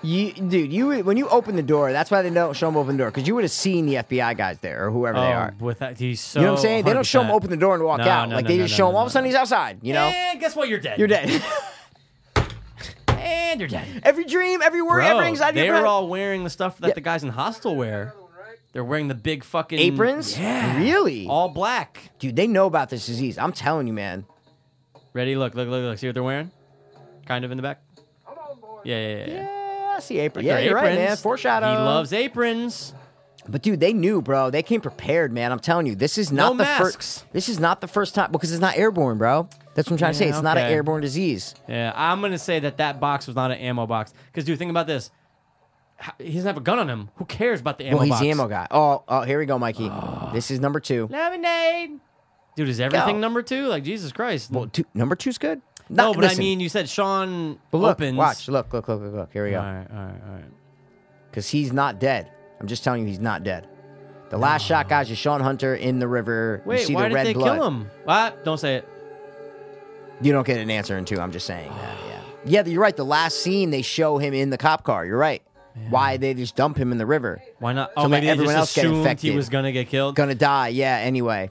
You, dude, you when you open the door, that's why they don't show them open the door because you would have seen the FBI guys there or whoever they
Oh,
are.
With that, he's so
you know what I'm saying? They don't show them
100%.
open the door and walk
No,
out.
no,
like
no,
they
no,
just
no,
show them.
no,
all of a sudden,
no.
he's outside. You know,
And guess what? You're dead.
you're dead.
and you're dead.
every dream, every worry,
Bro,
every anxiety.
They
every-
were all wearing the stuff that
Yeah.
the guys in Hostel wear. They're wearing the big fucking
aprons.
Yeah,
really,
all black.
dude. They know about this disease. I'm telling you, man.
Ready? Look, look, look, look. See what they're wearing? Kind of in the back. Yeah, yeah, yeah. yeah.
Yeah, I see apron.
Like
Yeah,
their
you're right, man.
aprons.
Foreshadow.
He loves aprons.
But dude, they knew, bro. They came prepared, man. I'm telling you, this is not
No
the
masks.
first. This is not the first time because it's not airborne, bro. That's what I'm trying to say.
Yeah,
It's not an
okay.
airborne disease.
Yeah, I'm gonna say that that box was not an ammo box. Cause dude, think about this. H- He doesn't have a gun on him. Who cares about the ammo
well, he's
box?
the ammo guy. Oh, oh, here we go, Mikey. This is number two.
Lemonade. Dude, is everything
Go.
number two? Like Jesus Christ.
Well, two, number two's good.
no,
Not-
but
listen,
I mean, you said Sean
but look,
opens.
watch, look, look, look, look, look. Here we
All
go.
right, all right, all right.
Because he's not dead. I'm just telling you, he's not dead. The last shot, guys, is Sean Hunter in the river. you
Wait,
see
why
the
did
red
they
blood.
kill him? What? Don't say it.
You don't get an answer in two. I'm just saying that. Yeah. Yeah, you're right. The last scene, they show him in the cop car. You're right. Why they just dump him in the river?
Why not?
So
Oh,
let
maybe they
everyone
just
else get
assumed he
infected.
was gonna get killed.
Gonna die. Yeah. Anyway.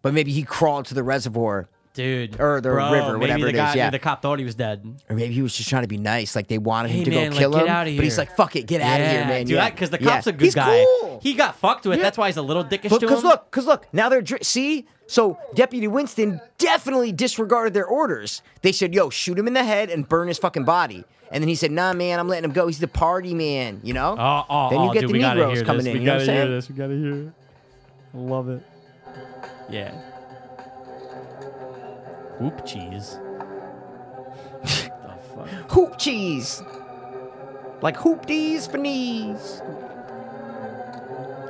But maybe he crawled to the reservoir,
Dude,
Or the
bro,
river,
maybe
whatever
the
it is,
guy,
yeah.
the cop thought he was dead.
or maybe he was just trying to be nice, like they wanted him
Hey,
to
man,
go
like,
kill
get
him.
outta
But he's
here.
like, "Fuck it, get out of here, man."
dude.
yeah,
Because the
yeah.
cop's a good
he's
guy.
Cool.
He got fucked with.
Yeah.
That's why he's a little dickish to
Because
him.
look, because look, now they're dr- see. So Deputy Winston definitely disregarded their orders. They said, "Yo, shoot him in the head and burn his fucking body." And then he said, "Nah, man, I'm letting him go. He's the party man, you know."
oh, oh,
then you
oh,
get
dude,
the
we gotta
Negroes
hear
coming
this.
in.
We
you know what
gotta
I'm
hear
saying?
this. We gotta hear it. I love it. Yeah. Whoop cheese. the fuck?
Hoop cheese, like hoop dees for knees.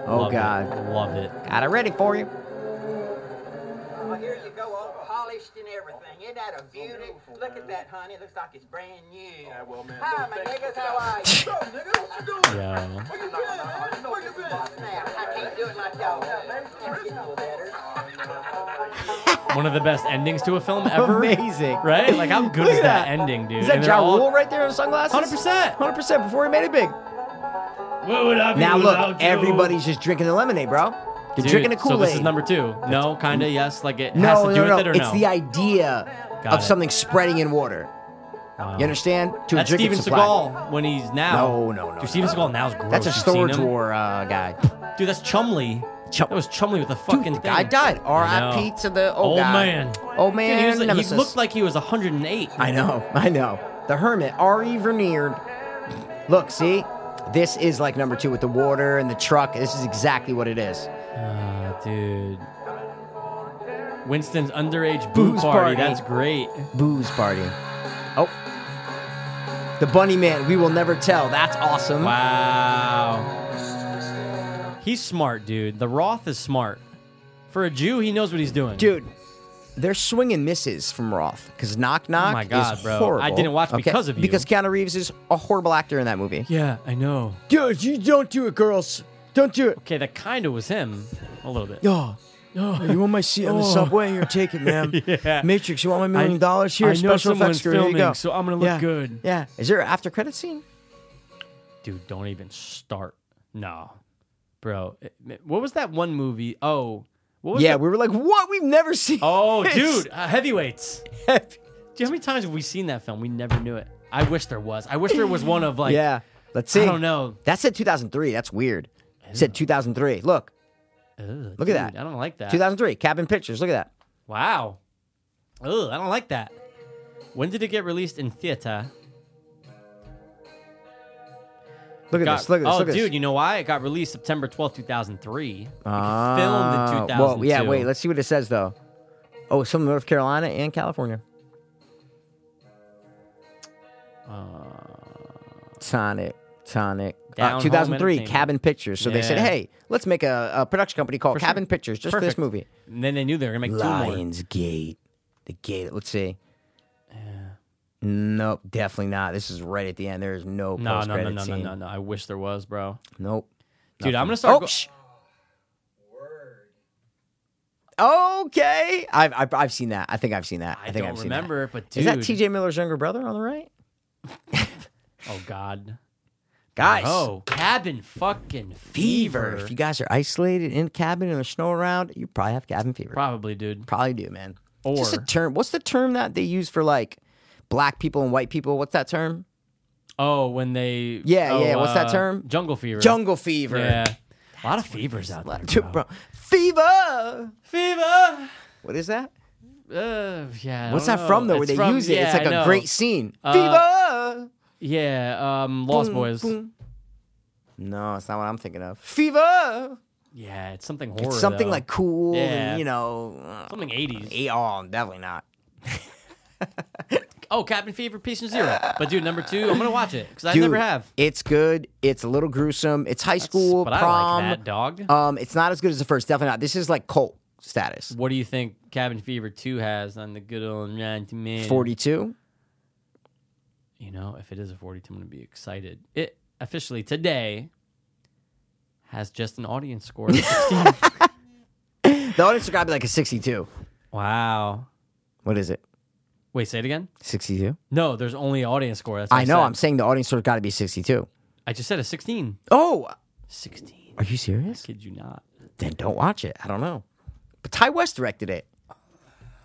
Oh
Love it.
God,
Love it.
got it ready for you.
Oh,
Well, here you go, all polished and everything. Isn't that a beauty? Look at that, honey. Looks like it's brand new. Hi, my niggas. How are you? Bro, nigga, what you doing?
Yo.
Where you been, man? Where you been? Snap. I can't do it like y'all. Can't get no better.
One of the best endings to a film ever.
Amazing,
Right? Like, how good
Look
is
at
that,
that.
ending, dude?
Is that
And they're
Ja
all-
Rule right there in sunglasses?
100%.
100% before he made it big.
What would I be
Now
without
look,
you?
everybody's just drinking the lemonade, bro. They're
Dude,
drinking the
So
Kool
this
Aid.
is number two. No, kind of, yes. Like it has
no,
to do
no, no.
with it or
it's
no?
the idea
Got
of
it.
something spreading in water.
Wow.
You understand? To
That's
a drinking
Steven
supply.
Seagal when he's now.
No, no, no,
Dude, Steven
no.
Seagal now's gross.
That's a
You've seen
storage
him?
war uh, guy.
Dude, that's Chumley That was Chumley with the fucking
the
thing.
guy died. R.I.P.
I know.
to the old guy.
man.
Old
Dude, he,
man
was- he
Nemesis.
looked like he was 108.
I know, I know. The Hermit, R.E. Vernierd. Look, see? This is like number two with the water and the truck. This is exactly what it is.
Ah, dude. Winston's underage boo
Booze party.
party. That's great.
Booze party. Oh. The Bunny Man, we will never tell. That's awesome.
Wow. He's smart, dude. The Roth is smart. For a Jew, he knows what he's doing.
Dude, they're swinging misses from Roth because Knock Knock
Oh my God,
is
bro. I
horrible.
didn't watch because of you.
Because Keanu Reeves is a horrible actor in that movie.
Yeah, I know.
Dude, you don't do it, girls. Don't do it.
Okay, that kind of was him. A little bit.
Oh. You want my seat on the
Oh.
subway? Here, take it, ma'am.
Yeah.
Matrix, you want my
I-
million dollars? Here,
I know
special
someone's
effects crew. Here you
filming,
go.
so I'm gonna look
Yeah.
good.
Yeah. Is there an after credit scene?
Dude, don't even start. No. Bro, it- what was that one movie? Oh, what was
yeah,
that-
we were like, what? We've never seen.
Oh,
this.
dude, uh, heavyweights. Do you know how many times have we seen that film? We never knew it. I wish there was. I wish there was one of like.
yeah. Let's see.
I don't know.
That said 2003. That's weird. It said 2003. Look,
Ugh,
Look at
dude,
that.
I don't like that.
2003. Cabin Pictures. Look at that.
Wow. Ugh, I don't like that. When did it get released in theater?
Look at
Got-
this. Look at this.
oh,
look at
dude,
this.
you know why? It got released September twelfth, two 2003. It got
Ah,
filmed in 2002.
Well, yeah. Wait. Let's see what it says though. Oh, it's from North Carolina and California.
Uh,
Tonic, Tonic.
Down
Uh,
Home
2003,
Entertainment.
Cabin Pictures. So they said,
Yeah.
hey, let's make a, a production company called
For sure.
Cabin Pictures just for
Perfect.
this movie.
And then they knew they were going to make two more.
Lions Gate. The gate. Let's see. Nope, definitely not. This is right at the end. There is no
No,
post
no, no,
credit
no, no,
scene.
no, no. I wish there was, bro.
Nope.
Dude,
Nothing.
I'm gonna start
Oh,
go-
shh. Okay, I've, I've I've seen that. I think I've seen that. I,
I
think
don't
I've seen
remember,
that.
but
is that
dude.
T.J. Miller's younger brother on the right?
Oh, God.
Guys,
Oh, cabin fucking
fever.
fever.
If you guys are isolated in a cabin and there's snow around, you probably have cabin fever.
Probably, dude.
Probably do, man.
Or
Just a term. What's the term that they use for like black people and white people? What's that term?
oh, when they
Yeah,
oh,
yeah. What's that
uh,
term?
Jungle fever.
Jungle fever.
Yeah, a lot of fevers out there,
Dude, bro. Fever.
Fever.
What is that?
Uh, yeah. I
What's
don't
that
know.
from though? Where
It's
they
from-
use it?
yeah,
it's like
I know.
a great scene.
Uh,
Fever.
Yeah. Um, Lost
Boom,
Boys.
boom. No, it's not what I'm thinking of. Fever.
Yeah, it's something horror.
It's something
though.
like cool
uh, Yeah.
and you know. uh,
something eighties.
eh, Oh, definitely not.
Oh, Cabin Fever, Peace and Zero. But dude, number two, I'm gonna watch it because I
Dude,
never have.
It's good. It's a little gruesome. It's high school
but I like
prom.
that, dog.
Um, it's not as good as the first. Definitely not. This is like cult status.
What do you think Cabin Fever two has on the good old Rotten Tomatoes?
Forty-two.
You know, if it is a 42, I'm going to be excited. It officially today has just an audience score of 16.
The audience got to be like a sixty-two.
wow.
What is it?
Wait, say it again?
Sixty-two.
No, there's only an audience score. That's what
I know.
said.
I'm saying the audience score got to be sixty-two.
I just said a 16.
Oh,
16.
are you serious?
Kid you not.
Then don't watch it. I don't know. But Ty West directed it.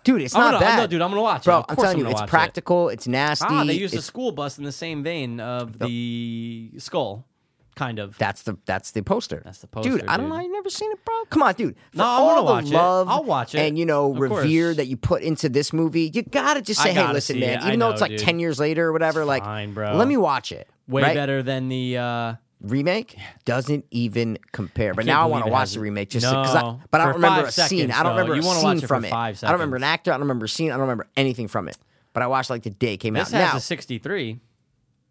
Dude, it's
I'm
not
gonna-
bad.
Oh, no, dude, I'm gonna watch it.
Bro,
Of
I'm
course
telling
I'm
you,
gonna
it's
watch it.
practical. It's nasty.
Ah, they used a
it's-
school bus in the same vein of the skull, kind of.
That's the that's the poster.
That's the
Dude,
poster,
I don't know.
dude.
I've never seen it, bro. Come on, dude. For
No, I'm
all
gonna
the
watch it.
love
I'll watch it.
And you know,
Of
revere
course.
that you put into this movie. You gotta just
I
say, hey,
gotta
listen,
see
man.
it. I
Even though it's
know,
like
dude.
ten years later or whatever, like,
fine, bro.
let me watch it.
Way
right?
better than the. Uh,
remake doesn't even compare. But
can't
now I
believe
want to
it
watch
hasn't.
the remake just because.
No,
I, but I
for
don't remember
five
a scene.
seconds,
I don't
though.
remember
You
a
wanna watch
scene
it for
from it.
five
I don't remember an
seconds.
actor. I don't remember a scene. I don't remember anything from it. But I watched like the day it came
this
out.
has
now
a 63.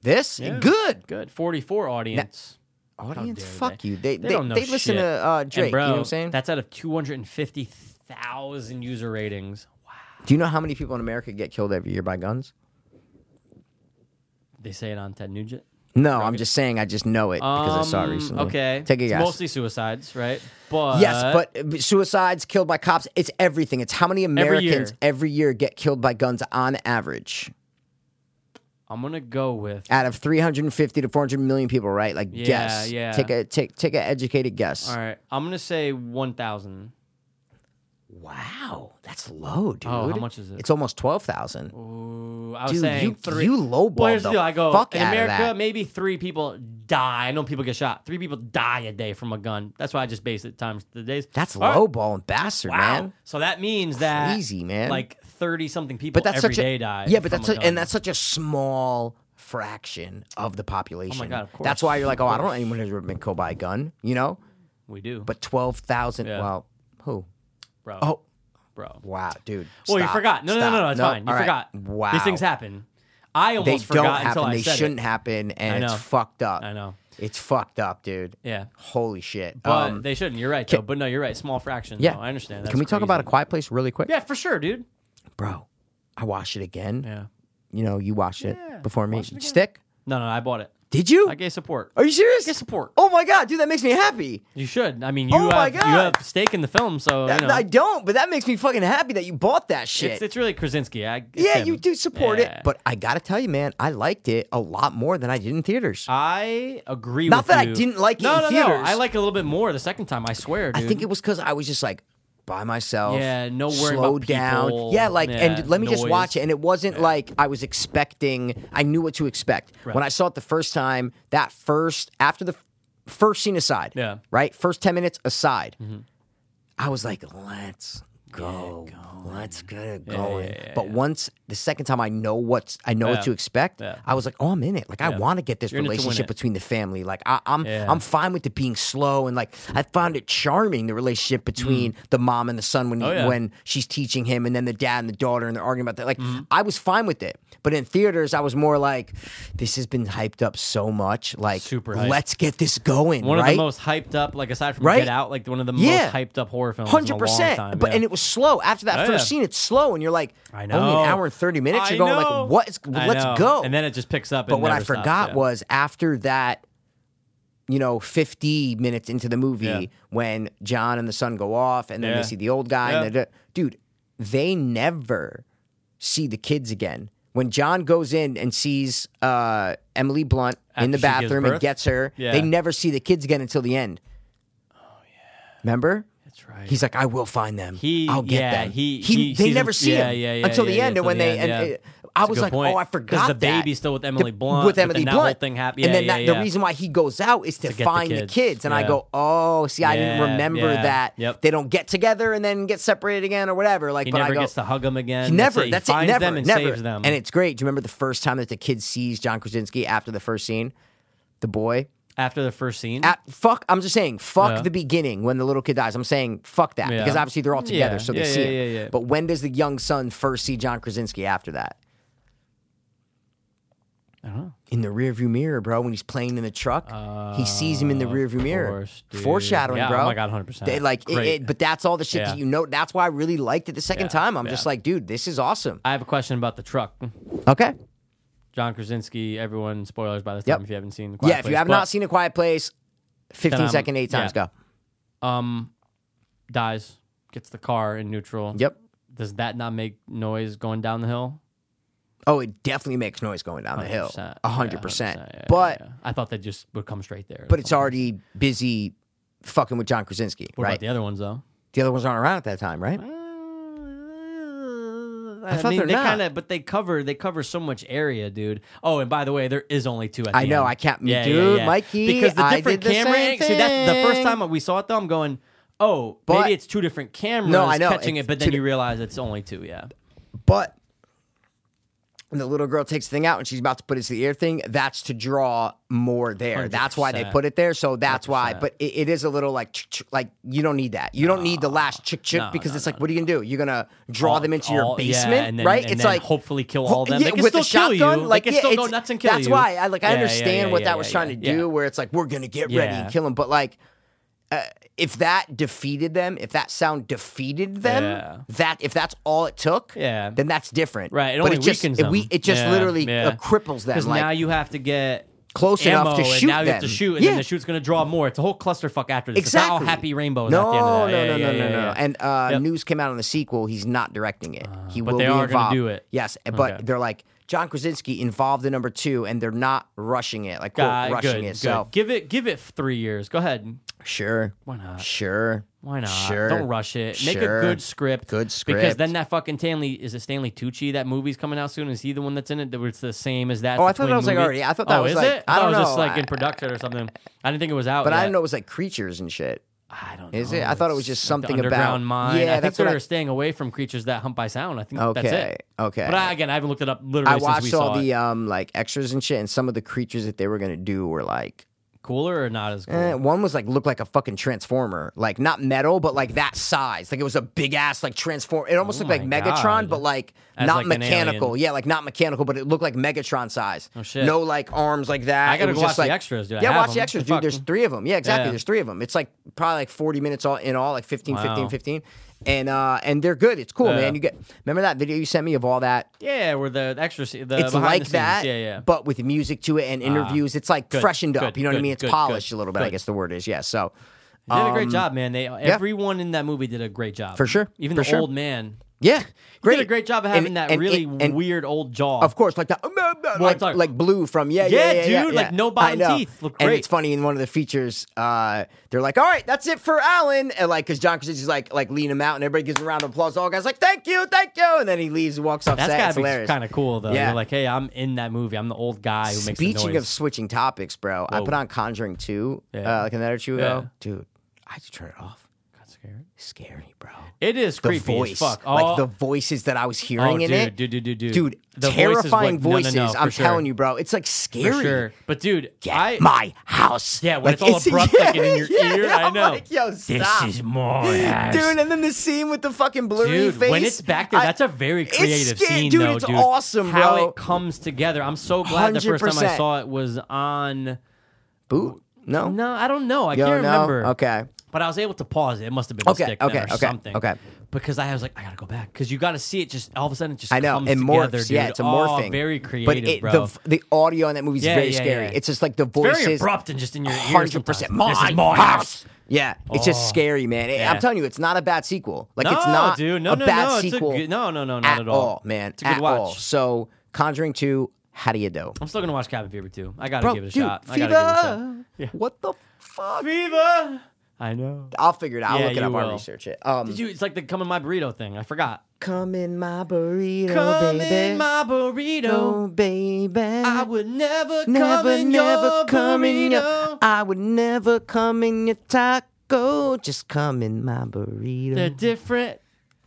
this
Yeah.
good
Good. 44 audience.
audience.
dare they.
Fuck you. They
They
they,
don't know
they listen
shit.
to uh,
And
Drake.
bro,
you know what I'm saying?
That's out of 250,000 user ratings. Wow.
Do you know how many people in America get killed every year by guns?
They say it on Ted Nugent.
No, I'm just saying. I just know it because I saw it
Um,
recently.
Okay.
take a
It's
guess.
Mostly suicides, right? But
Yes, but uh, suicides, killed by cops, it's everything. It's how many Americans
year.
every year get killed by guns on average.
I'm gonna go with
out of 350 to 400 million people, right? Like
Yeah,
guess.
yeah.
Take a take take an educated guess.
all right. I'm gonna say 1,000.
Wow, that's low, dude.
Oh, how much is it?
It's almost 12,000.
Ooh, I was
Dude,
saying
you-
three.
you lowballed
well, here's
the
deal. I go
fuck
in
outta
America.
that.
Maybe three people die. I know people get shot. Three people die a day from a gun. That's why I just base it times the days.
That's
All right.
low ball and bastard,
Wow.
man.
So that means that
Crazy, man.
Like thirty something people
But that's
every
such a
day die.
yeah, but
from
that's
a
such,
gun.
and that's such a small fraction of the population.
God, of
That's
course.
why you're like, oh,
Of
I don't know
course.
anyone who's ever been killed by a gun. You know,
we do,
but twelve thousand. Well, who?
bro.
Oh,
bro.
Wow, dude.
Well, you
stop,
forgot. No, no,
stop.
no, no. It's fine. You
all right.
forgot.
Wow.
These things happen. I almost
They
forgot
don't happen.
until I
They
said
shouldn't
it.
happen,
I
and it's
know.
fucked up.
I know.
It's fucked up, dude.
Yeah.
Holy shit.
But
Um,
they shouldn't. You're right, though. But no, you're right. Small fraction.
yeah,
though. I understand. That's
Can we talk
crazy.
about a quiet place really quick?
Yeah, for sure, dude.
bro. I watched it again.
Yeah.
You know, you watched it
Yeah,
before me.
watched it again.
Stick?
No, no, I bought it.
Did you?
I gave support.
Are you serious?
Get support.
Oh my god, dude, that makes me happy.
You should. I mean, you
Oh my
have, you
God.
have stake in the film, so
That-
you know.
I don't, but that makes me fucking happy that you bought that shit.
It's, it's really Krasinski. I, it's
yeah,
him.
you do support
Yeah.
it, but I gotta tell you, man, I liked it a lot more than I did in theaters.
I agree.
Not
with
that I
you.
didn't like it
no,
in
no, No,
theaters.
I like it a little bit more the second time. I swear, dude.
I think it was because I was just like by myself.
Yeah, no worry about
slowed down.
people.
Yeah, like
Yeah,
and let me just
noise.
watch it. And it wasn't like I was expecting. I knew what to expect when I saw it the first time. That first after the f- first scene aside.
Yeah. Mm-hmm.
Right. First ten minutes aside. I was like, let's go. Let's get it going. but once the second time I know what's I know
Yeah.
what to expect,
Yeah.
I was like, oh I'm in it. Like I
Yeah.
want to get this
You're in it to win
relationship
it.
between the family. Like I, I'm
Yeah.
I'm fine with it being slow and like I found it charming the relationship between the mom and the son when he,
Mm. Oh, yeah.
when she's teaching him and then the dad and the daughter and they're arguing about that. Like
Mm-hmm.
I was fine with it. But in theaters I was more like this has been hyped up so much. Like
Super hyped.
let's get this going,
one
right?
of the most hyped up, like aside from
Right?
Get Out, like one of the
Yeah.
most hyped up horror films.
Hundred
in a long
percent,
time.
but
yeah.
and it was slow. After that
Oh,
first
yeah.
scene, it's slow, and you're like,
I
only
know.
an hour and thirty minutes.
I
You're going
know.
like, what? Is,
I
let's
know.
go.
And then it just picks up.
But
and
what I
never stops,
forgot
yeah.
was after that, you know, 50 minutes into the movie
Yeah.
when John and the son go off and then
Yeah.
they see the old guy.
Yeah.
And da- da- dude, they never see the kids again. When John goes in and sees uh, Emily Blunt in
After
the
she gives
bathroom and
birth?
gets her,
Yeah.
they never see the kids again until the end. Oh, yeah. Remember?
That's right.
He's like, I will find them.
He-
I'll get
yeah,
them.
he- he
they
sees
never
him-
see
yeah,
him
yeah, yeah,
until the
yeah, yeah,
end. and
until
when
the
they,
end,
and
yeah.
uh, I
That's a
was
good
like,
point.
oh, I
'Cause the
forgot that.
baby's still with Emily
The-
Blunt,
With
but
Emily
then that
Blunt,
whole thing hap-
and
yeah,
then
yeah,
that, the
yeah.
reason why he goes out is to,
To get the
find the
kids,
kids. And I
yeah.
go, oh, see, I didn't
Yeah,
remember
yeah,
that.
yep.
They don't get together and then get separated again or whatever. Like,
he
but
never
I go,
gets to hug him again.
he never.
He
That's it.
finds
Never.
them and
never.
saves them.
And it's great. Do you remember the first time that the kid sees John Krasinski after the first scene? The boy.
after the first scene.
At, fuck. I'm just saying. Fuck
Yeah.
the beginning when the little kid dies. I'm saying fuck that
Yeah.
because obviously they're all together,
Yeah.
so they
Yeah,
see
yeah,
him.
yeah, yeah.
But when does the young son first see John Krasinski after that?
I don't know.
In the rearview mirror, bro. When he's playing in the truck, he sees him in the
Uh, Of
rearview mirror.
course, dude.
Foreshadowing,
Yeah, oh
bro.
my God, 100%.
They, Like, it,
Great.
it- but that's all the shit that
Yeah.
you know. That's why I really liked it the second
Yeah,
time. I'm
yeah.
just like, dude, this is awesome.
I have a question about the truck.
Okay.
John Krasinski. Everyone, spoilers by this
Yep.
time if you haven't seen. The Quiet
Yeah, if you
Place,
have
but,
not seen A Quiet Place, 15
I'm-
second, eight times,
yeah.
go.
um, dies, gets the car in neutral.
Yep.
Does that not make noise going down the hill?
Oh, it definitely makes noise going down the hill.
100%, yeah,
100%.
100%, yeah, yeah,
But
yeah. I thought that just would come straight there.
but it's already busy fucking with John Krasinski,
What
right?
about the other ones though?
The other ones aren't around at that time, right?
I,
thought
mean,
they're
they
not.
kinda- but they cover they cover so much area, dude. Oh, and by the way, there is only two. At the
I know,
end.
I can't- dude, Mikey,
because the
I
different
did the
camera.
same
See, that's the first
thing.
time we saw it. Though I'm going, oh,
But-
maybe it's two different cameras
I know,
catching
it's
it, but
two
then
di-
you realize it's only two. Yeah,
But when the little girl takes the thing out and she's about to put it to the ear thing, that's to draw more there. That's why they
100%.
put it there. So that's why.
100%.
But it, it is a little like ch- ch- like you don't need that. You don't need the last chick chick
No,
because
no,
it's
no,
like what are you gonna do? You're gonna draw
All-
them into your
all- yeah,
basement,
and then-
right?
and
it's
then
like
hopefully kill all of them. They can
with
still
a
kill you.
shotgun,
They
Like
can
yeah,
still go
it's-
nuts and kill
that's
you.
why I like I
Yeah, yeah,
understand
yeah,
what
yeah,
that
yeah,
was trying to
yeah.
do, where it's like we're gonna get ready
Yeah.
and kill them. But like uh, if that defeated them, if that sound defeated them,
Yeah.
that if that's all it took,
Yeah.
then that's different.
right. It
but
only
it just,
weakens
it,
them.
we- it just
Yeah,
literally
yeah.
Uh, cripples them.
'Cause
Like
now you have to get
close
ammo,
enough to
and
shoot
now you have to
them.
shoot, and
Yeah.
then the shoot's going to draw more. It's a whole clusterfuck after this. It's
exactly
not all happy rainbows.
No,
at the end of that.
no,
Yeah,
no,
yeah,
no,
yeah,
no, no,
yeah.
no. And uh,
Yep. Uh,
news came out on the sequel. He's not directing it. he
but
will
they
be
are gonna
involved.
do it.
Yes, and- but
Okay.
they're like John Krasinski involved in number two, and they're not rushing it. Like quote,
Uh,
rushing
good,
it.
good.
So
give it give it three years. Go ahead.
Sure.
Why not?
Sure.
Why not?
Sure.
Don't rush it. Make
Sure.
a good script.
Good script.
Because then that fucking Stanley is it Stanley Tucci? That movie's coming out soon. Is he the one that's in it? That it's the same as that.
Oh, I
It's the
thought that
twin
was, like,
movie?
already- I thought that
Oh,
was,
is
like-
it?
I don't
No, it's just
know.
like in production or something. I didn't think it was out.
But I
yet.
didn't know it was like creatures and shit.
I don't.
Is
know.
it? I thought it was
It's
just
like the
something about
underground mine.
Yeah,
I think
that's
they're
what I
staying away from creatures that hunt by sound. I think that's
Okay,
it.
okay.
But I, again, I haven't looked it up literally
I
since we
watched
saw
all
it.
the um like extras and shit, and some of the creatures that they were gonna do were like
cooler or not as cool.
eh, one was like looked like a fucking transformer, like not metal, but like that size. Like it was a big ass like transform. It almost
Oh
looked like
my
Megatron,
God.
but like
As,
not
like, an
mechanical.
alien.
Yeah, like not mechanical, but it looked like Megatron size.
Oh, shit.
No like arms like that.
I gotta
It was
go
just,
watch the
like-
extras, dude. I
Yeah,
have
watch
them.
the extras,
Fuck.
dude. There's three of them. Yeah, exactly.
Yeah.
There's three of them. It's like probably like 40 minutes all in all, like 15, 15,
Wow.
15. And uh and they're good. It's cool,
Yeah.
man. You get remember that video you sent me of all that
yeah, where the extra se- the
it's
Uh, behind
like
the scenes.
that,
Yeah, yeah.
but with music to it and
Ah,
interviews. it's like
good,
freshened up.
good,
You know what I
good,
mean? It's
good,
polished
good,
a little bit. I
good.
guess the word is. Yeah. So
They did a great
um,
job, man. They everyone in that movie did a great job
For sure,
Even
for
the
sure.
old man
Yeah. Great.
did a great job of having
And-
that
and-
really
and- and-
weird old jaw.
Of course, like that, like,
it's like-
like blue from yeah, yeah,
Yeah,
yeah, yeah,
dude,
yeah.
like, no
I
bottom
know.
teeth. Look
And
great.
it's funny in one of the features, uh, they're like, "All right, that's it for Alan," and like because John Krasinski's like like leaning him out, and everybody gives him a round of applause. All the guys like, "Thank you, thank you," and then he leaves, and walks off.
That's
set.
gotta
It's
be
hilarious.
kind of cool though.
Yeah.
You're like, hey, I'm in that movie. I'm the old guy who makes the
Speaking
noise.
of switching topics, bro, I
Whoa.
put on Conjuring two
Yeah.
uh, like a night or two
Yeah.
ago, dude. I just turned it off.
Got scared.
Scary, bro.
It is
the
creepy as
voice,
fuck.
like
Oh.
the voices that I was hearing
Oh,
in
dude,
it,
dude, dude, dude, dude. The voice is
terrifying
what- no, no, no,
voices.
for
I'm
sure.
telling you, bro, it's like scary.
For sure. But dude,
Get
I
my house.
Yeah, when it's all abrupt, like, and in your ear, I
I'm
know.
like, yo,
This
stop.
is my house.
dude. And then the scene with the fucking blurry
Dude,
face.
when it's back there,
I-
that's a very
It's
creative
sca-
scene,
dude,
though,
it's
dude.
awesome,
How
bro.
it comes together. I'm so glad the first time I
100%.
saw it was on.
Boot? No,
No, I don't know. I
Oh. Yo,
can't
no?
remember.
Okay,
But I was able to pause it. It must have been a
Okay,
stick then
okay,
or
okay,
something.
okay.
Because I was like, I gotta go back because you gotta see it. Just all of a sudden, it just
I know.
Comes
It morphs.
Together, dude.
Yeah, it's a
Oh,
morphing.
very
but
creative,
it,
bro.
the the audio in that movie is
Yeah,
very
yeah,
scary.
yeah.
It's just like the
It's
voices.
very abrupt and just in your ear.
hundred percent.
sometimes. This is my house.
Yeah, it's
Oh.
just scary, man. It- I'm
Yeah.
telling you, it's not a bad sequel. Like it's
No,
not
dude. No,
a
no,
bad
no. It's a
sequel.
good- no, no, no, not at all.
man.
It's a good
at
watch.
all. So, Conjuring Two. How do you do?
I'm still gonna watch Cabin Fever too. I gotta
Bro,
give it a
dude,
shot. I gotta give it a shot.
Fever. What the fuck?
Fever. I know.
I'll figure it out.
Yeah,
I'll look it
you
up. I'll
will.
research it. Um,
Did you? It's like the come in my burrito thing. I forgot.
come in my burrito,
come
baby?
in my burrito.
oh, baby.
I would never, come
Never,
in
never
your
come in your.
burrito.
I would never come in your taco. Just come in my burrito.
They're different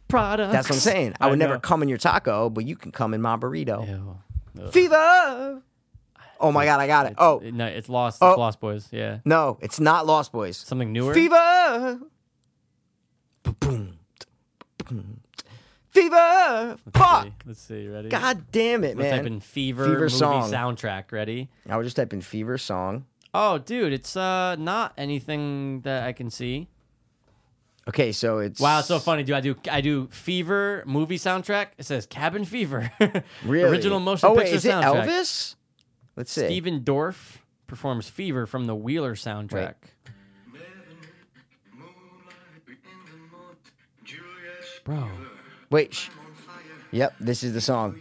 products.
That's what I'm saying. I, would never
know.
come in your taco, but you can come in my burrito.
Ew. Ugh.
Fever. Oh my god, I got it. Oh
No, it's lost. It's
Oh.
Lost Boys. Yeah.
no, it's not Lost Boys.
Something newer.
Fever. Ba-boom. Ba-boom. Fever. Fuck.
Let's see. Ready?
God damn it,
Let's
man.
type in fever,
Fever
movie
song.
soundtrack. Ready?
I would just type in fever song.
Oh, dude, it's uh not anything that I can see.
Okay, so it's
Wow, it's so funny, dude. I do I do fever movie soundtrack. It says Cabin Fever.
Really?
Original motion
oh, wait,
picture
is it
soundtrack.
Elvis? Let's see.
Steven Dorff performs Fever from the Wheeler soundtrack. Bro,
Wait. Sh- yep, this is the song.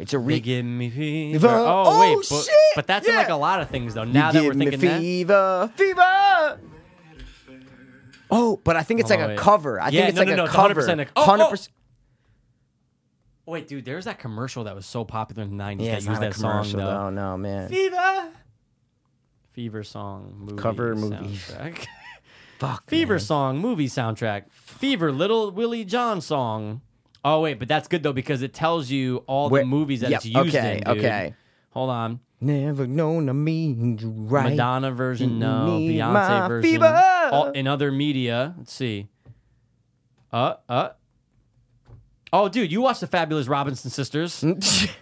It's a
they
re.
give me fever.
Fever.
Oh,
Oh,
wait, but,
shit!
but that's in
Yeah.
like a lot of things though.
You
Now that we're
give me
thinking that,
fever, fever. Oh, but I think it's like
Oh,
a
yeah.
cover. I
Yeah,
think it's
no,
like
no,
a
no, it's
cover.
100% like, oh, oh.
100%.
wait, dude, there's that commercial that was so popular in the '90s
Yeah,
that
it's
used
not a
that song
commercial though. No, man.
Fever. Fever song movie
Cover movie.
soundtrack.
Fuck.
Fever song movie soundtrack. Fever Little Willie John song. Oh wait, but that's good though because it tells you all
Where-
the movies that
Yep,
it's used
okay,
in. Dude.
okay.
Hold on.
Never known I mean you right.
Madonna version, no.
Need
Beyonce
my
version.
fever.
All- in other media, let's see. Uh, uh. Oh, dude, you watched the Fabulous Robinson Sisters.
Mm.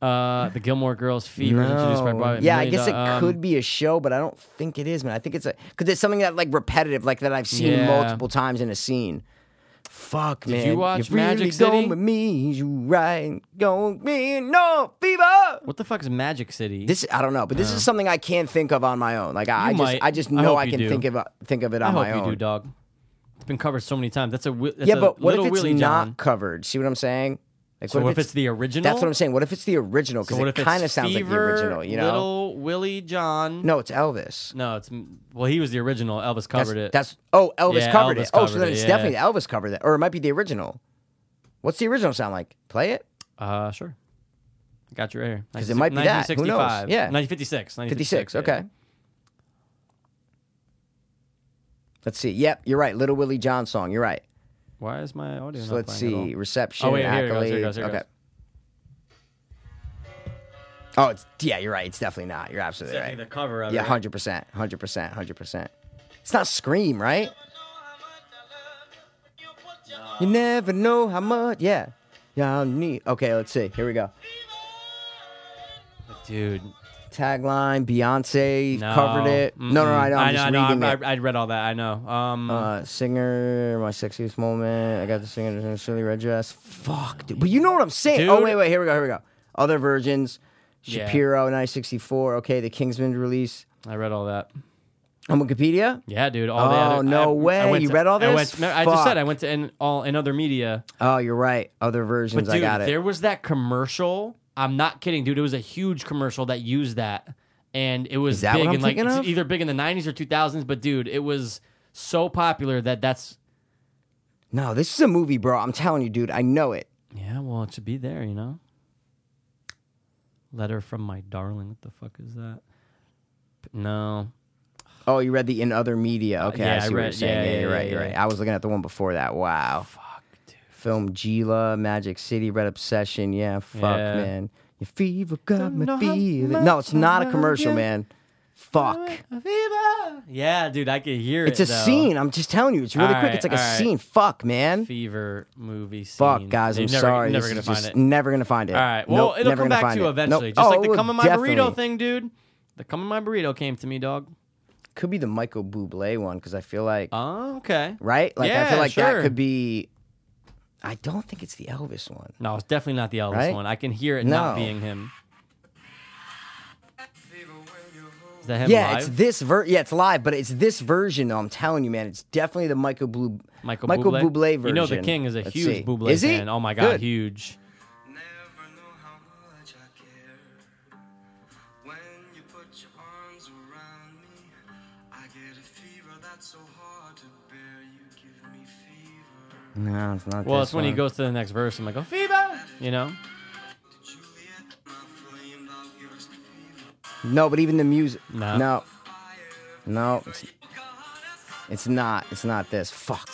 Uh, the Gilmore Girls, Fever, is introduced by
No.
Broadway.
yeah, I
Million
guess it
Do- um,
could be a show, but I don't think it is, man. I think it's a because it's something that like repetitive, like that I've seen
Yeah.
multiple times in a scene. Fuck, man.
you watch
You're really
Magic
going
City?
with me, you right? Going with me, no fever.
What the fuck is Magic City?
This I don't know, but this is something I can think of on my own. Like I, I
Oh. You
just
might.
I just
I
know
hope
I,
you
can
do.
think of uh, think of it
I
on
hope
my
you
own.
do, dog. It's been covered so many times. That's a wi- that's
yeah,
a
but what
little
if it's
Willie
not
John.
covered? See what I'm saying? Like,
So if it's the original?
That's what I'm saying. What if it's the original?
So
Because
what
it
if
kind of
it's
sounds like the
Fever,
original. You know,
Little Willie John.
no, it's Elvis.
No, it's well, he was the original.
That's-
Elvis covered it.
That's oh, Elvis
Yeah,
covered it.
Elvis
Oh, so
covered
then
it,
it's
yeah.
definitely the Elvis covered it, or it might be the original. What's the original sound like? Play it.
Uh, sure. Got your air.
'Cause it might be that. Who knows? Yeah.
1956.
56, okay. Let's see. Yep, you're right. Little Willie John song. You're right.
Why is my audio?
So
not
let's
playing at
see.
all?
Reception,
Oh wait, here it goes.
accolades.
Here it goes. Here it
okay.
goes.
Oh, it's yeah. You're right. It's definitely not. You're absolutely
It's definitely
right.
the cover of it,
yeah,
right?
hundred percent, hundred percent, hundred percent. It's not Scream, right? You never know how much. Yeah, yeah. I need. Okay, let's see. Here we go.
Dude,
Tagline: Beyonce
no.
covered it. No, no, no. I know. I'm
I know.
just
I know.
reading
I-
it.
I, I read all that. I know. Um,
Uh, singer, my sexiest moment. I got the singer in a silly red dress. Fuck, dude. But you know what I'm saying? Oh
Dude.
wait, wait. Here we go. Here we go. Other virgins.
Yeah.
Shapiro, 964. Okay, the Kingsman release.
I read all that.
On Wikipedia?
Yeah, dude. All the
Oh,
other,
no
I- I
way.
went
You
to-
read all
I,
this?
went, remember, I just
Fuck.
said I went to in all in other media.
Oh, you're right. Other
But
versions.
dude,
I got it.
there was that commercial. I'm not kidding, dude. It was a huge commercial that used that, and it was
Is that
big
what I'm
in like
thinking
it's
of?
either big in the 90s or 2000s. But dude, it was so popular that that's
No, this is a movie, bro. I'm telling you, dude. I know it.
yeah. Well, it should be there, you know. Letter from my darling. What the fuck is that? No,
Oh, you read the in other media. Okay,
Uh, yeah,
I
I
see what you're
read-
saying.
yeah,
Yeah,
yeah,
you're
yeah,
right. You're
yeah.
right. I was looking at the one before that. Wow. Fuck, dude. Film Gila, Magic City, Red Obsession. Yeah, fuck,
Yeah.
man. Your fever got me
Don't know how
feeling.
much
No, it's
I
not a
love
commercial,
you.
man. Fuck.
yeah, dude. I could hear
It's
it.
a
though.
scene. I'm just telling you. It's really
All
quick. It's
right,
like a
all right.
scene. Fuck, man.
Fever movie. Scene.
Fuck, guys.
You're
I'm
never-
sorry.
Never
This
gonna
is
find
just
it.
Never gonna find it.
All right. Well,
Nope,
it'll
never
come
gonna
back
find
to you
it. Nope.
eventually. Just
Oh,
like
it
the
will
come in my burrito
definitely.
thing, dude. The come in my burrito came to me, dog.
Could be the Michael Bublé one because I feel like
Oh, okay.
right. Like I
Yeah,
feel like
sure.
that could be. I don't think it's the Elvis one.
No, it's definitely not the Elvis
Right?
one. I can hear it not
No.
being him. Is that him
yeah,
live?
it's this ver. Yeah, it's live, but it's this version. Though I'm telling you, man, it's definitely the Michael Blue
Michael,
Michael
Bublé?
Bublé version.
You know the King is a
Let's
huge
see.
Bublé
Is he?
fan. Oh my god,
Good.
huge.
No, it's not.
Well,
this
it's when he
one.
goes to the next verse. I'm like, oh, fever. You know?
No, but even the music.
No.
No. No. It's, it's not. It's not this. Fuck,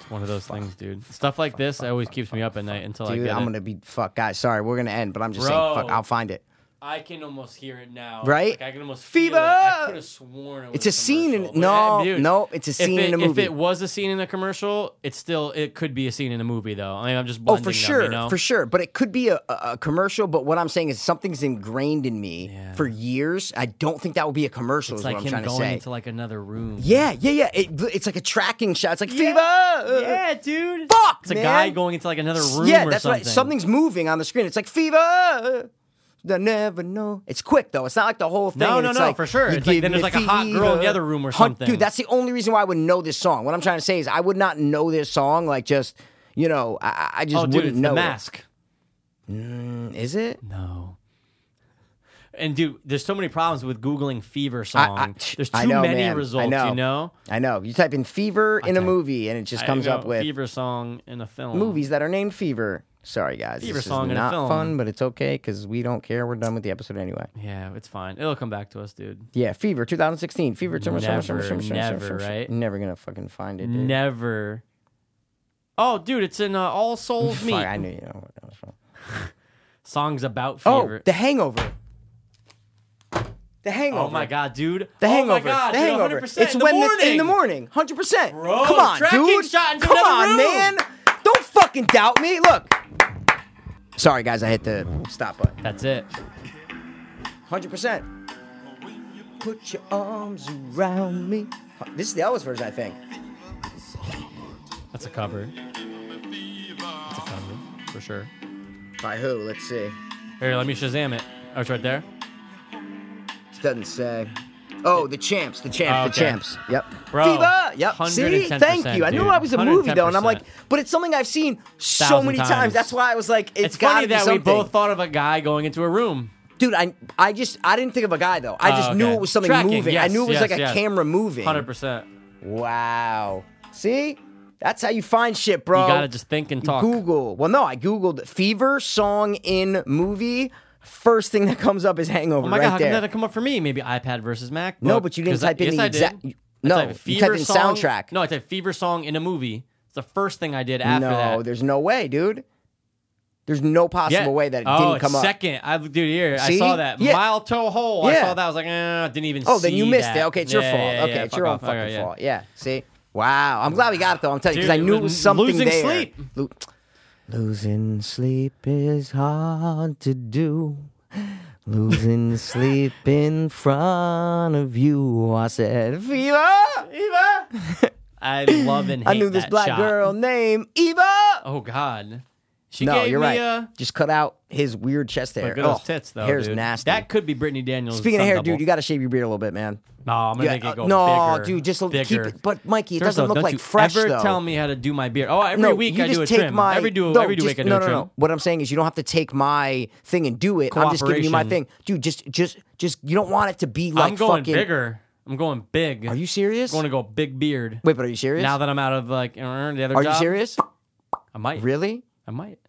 It's one of those things, dude. Stuff like this always keeps me up at night until I
dude.
get
I'm
it.
gonna be fuck, guys. Sorry, we're gonna end, but I'm just
Bro.
saying. Fuck, I'll find it.
I can almost hear it now.
Right?
Like, I can almost feel
Fever!
it. I could have sworn it was
It's a scene in-
commercial.
no,
But, dude,
no, it's a
if
scene
it-
in a movie.
If it was a scene in a commercial, it's still it could be a scene in a movie though. I mean, I'm just
Oh,
blending
for
them,
sure,
you know?
for sure. But it could be a, a, a commercial. But what I'm saying is something's ingrained in me for years. I don't think that would be a commercial.
It's
is
like
what I'm
him
trying
going
to say.
into like another room.
yeah, yeah, yeah. It, it's like a tracking shot. It's like fever.
Yeah, dude.
Fuck,
It's a
man.
guy going into like another room
Yeah,
or
that's
something.
right. Something's moving on the screen. It's like fever. I never know. It's quick though. It's not like the whole thing.
No,
and
no,
it's
no,
like,
for sure.
you
It's like- then
give
there's
me
like a hot girl in the
fever.
other room or
Hun-
something.
Dude, that's the only reason why I would know this song. What I'm trying to say is I would not know this song. Like just you know, I- I, I just
Oh, dude,
wouldn't
it's
know.
the
it.
mask.
Mm, is it?
No. And dude, there's so many problems with googling fever song. there's too
I know,
many
man.
results,
I know.
you know.
I know. You type in fever in a movie and it just
I
comes up
know,
with
fever song in a film.
movies that are named fever. Sorry guys,
Fever
this is
song in a
not
film.
fun, but it's okay because we don't care. We're done with the episode anyway.
Yeah, it's fine. It'll come back to us, dude.
Yeah, Fever 2016. Fever. Summer, summer, summer,
Never,
summer, summer,
never,
summer, summer.
right?
Never gonna fucking find it. Dude.
Never. Oh, dude, it's in uh, All Souls
Fuck,
Meet.
I knew you know what that was from.
Songs about
Oh,
fever.
The Hangover. The Hangover.
Oh my god, dude.
The
Oh my
Hangover.
god,
the
dude,
Hangover.
100%
It's
in the
when
morning.
in the morning. Hundred percent.
Bro,
Come on,
tracking
dude.
shot into
Come
another
on,
room.
man. Don't fucking doubt me. Look. Sorry, guys. I hit the stop button.
That's it.
Hundred percent. Put your arms around me. This is the Elvis version, I think.
That's a cover. That's a cover for sure.
By who? Let's see.
Here, let me Shazam it. Oh, it's right there.
It doesn't say. Oh, the champs, the champs,
Oh,
the
okay.
champs. Yep.
Bro,
Viva! Yep. See,
110%,
thank you. I knew
dude.
I was a movie though, and I'm
110%.
like, but it's something I've seen so
Thousand
many times.
times.
That's why I was like,
It's,
gotta
funny
be
that we
something.
both thought of a guy going into a room.
Dude, I I just I didn't think of a guy though. I
Oh,
just knew
okay.
it was something
Tracking,
moving. I
yes,
knew it was
yes,
like a
yes.
camera moving.
100%.
Wow. See? That's how you find shit, bro.
You gotta just think and
You
talk.
Google. Well, no, I googled fever song in movie. First thing that comes up is Hangover
Oh my
right
god, how
there.
can that come up for me? Maybe iPad versus Mac?
No, but you didn't
'Cause I-
type in
yes,
the
I did.
exact-
I
No,
typed
you
fever
typed in
song-
soundtrack.
No, I typed fever song in a movie. It's the first thing I did
no,
after that.
there's no way, dude. There's no possible
Yeah.
way that it
oh,
didn't come
second.
up.
I dude here.
See?
I saw that.
Yeah.
Mile toe hole. I
Yeah.
saw that. I was like, eh, didn't even
Oh, then
see
you missed
that.
it. Okay, it's
Yeah,
your fault.
yeah,
okay,
yeah,
it's
fuck
your own
off.
fucking
Okay, yeah.
fault. Yeah. See? Wow. I'm glad we got it though. I'm telling you because I
Dude,
knew it
lo-
was something
losing
there.
sleep.
Lo- losing sleep is hard to do. Losing sleep in front of you. I said, Viva!
Eva! I love and hate
I knew this
that
black
shot.
girl named Eva.
Oh God. She
no,
gave
you're
me
right.
a
Just cut out his weird chest hair.
look at
Oh,
those tits though.
Hair's
dude.
nasty.
That could be Brittany Daniels.
Speaking of
son
hair,
double.
dude, you got to shave your beard a little bit, man.
No, I'm gonna
Yeah,
make
uh,
it go
no,
bigger.
dude, just l- keep
bigger.
it- but, Mikey, it
Seriously,
doesn't look
don't
like
you
fresh,
Ever
though.
tell me how to do my beard? Oh, every
no,
week
you
I
just
do a
take
trim.
My,
every do
no,
every
just,
week I do
no,
a trim.
No, no, What I'm saying is, you don't have to take my thing and do it. I'm just giving you my
Cooperation.
thing, dude. Just, just, just. You don't want it to be like
I'm going
fucking.
bigger. I'm going big. Are
you serious?
I'm going to go big beard.
Wait, but are you serious?
Now that I'm out of like the other
are
job,
you serious?
I might.
Really?
I might.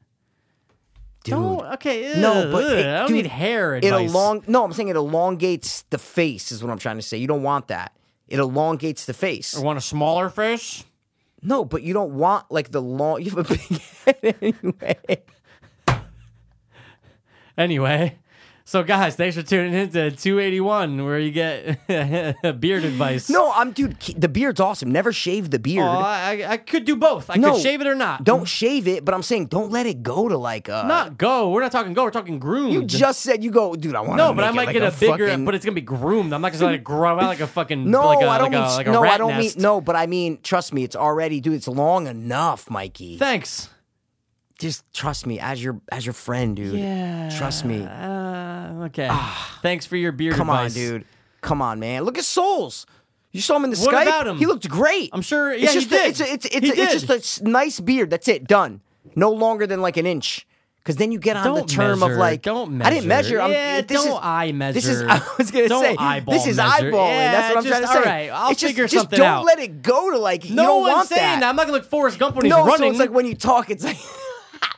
Dude.
Don't- okay.
no,
ugh,
but
ugh,
it,
I don't
dude,
need hair
It
advice.
elong. No, I'm saying it elongates the face. Is what I'm trying to say. You don't want that. It elongates the face.
I want a smaller face.
No, but you don't want like the long. You have a big head anyway.
Anyway, so guys, thanks for tuning in to 281, where you get beard advice.
No, I'm dude. ke- The beard's awesome. Never shave the
Oh,
beard.
I, I- I could do both. I
No.
could shave it or not.
Don't shave it, but I'm saying don't let it go to like a.
not go. We're not talking go. We're talking groomed.
Uh, you just said you go, dude. I want
no, but I might
like
get a, bigger.
fucking-
But it's gonna be groomed. I'm not gonna let it grow out like a fucking.
no,
like a,
I don't
like
mean
a, like a
no,
rat
I don't
nest.
mean no, but I mean trust me, it's already, dude. It's long enough, Mikey.
Thanks.
Just trust me as your as your friend, dude.
Yeah.
Trust me.
Uh, okay. Thanks for your beard
Ah. Come on,
advice.
dude. Come on, man. Look at Souls. You saw him in the
What
Skype.
about him?
He looked great.
I'm sure.
It's
yeah,
just
he
a-
did.
it's a, it's
He
it's, a- it's
did.
just a s- nice beard. That's it. Done. No longer than like an inch. Because then you get on the
Don't
term of
measure.
like
Don't
I didn't measure.
measure.
I'm,
Yeah,
this
don't
is,
eye
This is
measure.
I was gonna
Don't
say
eyeball
this is
measure.
eyeballing.
Yeah,
That's what I'm trying
just-
to say.
all right, I'll
it's just,
figure
just
something
don't
out.
let it go to like you
no
don't
one's
want
saying
that.
I'm not gonna look Forrest Gump when he's
no,
running.
so it's like when you talk, it's like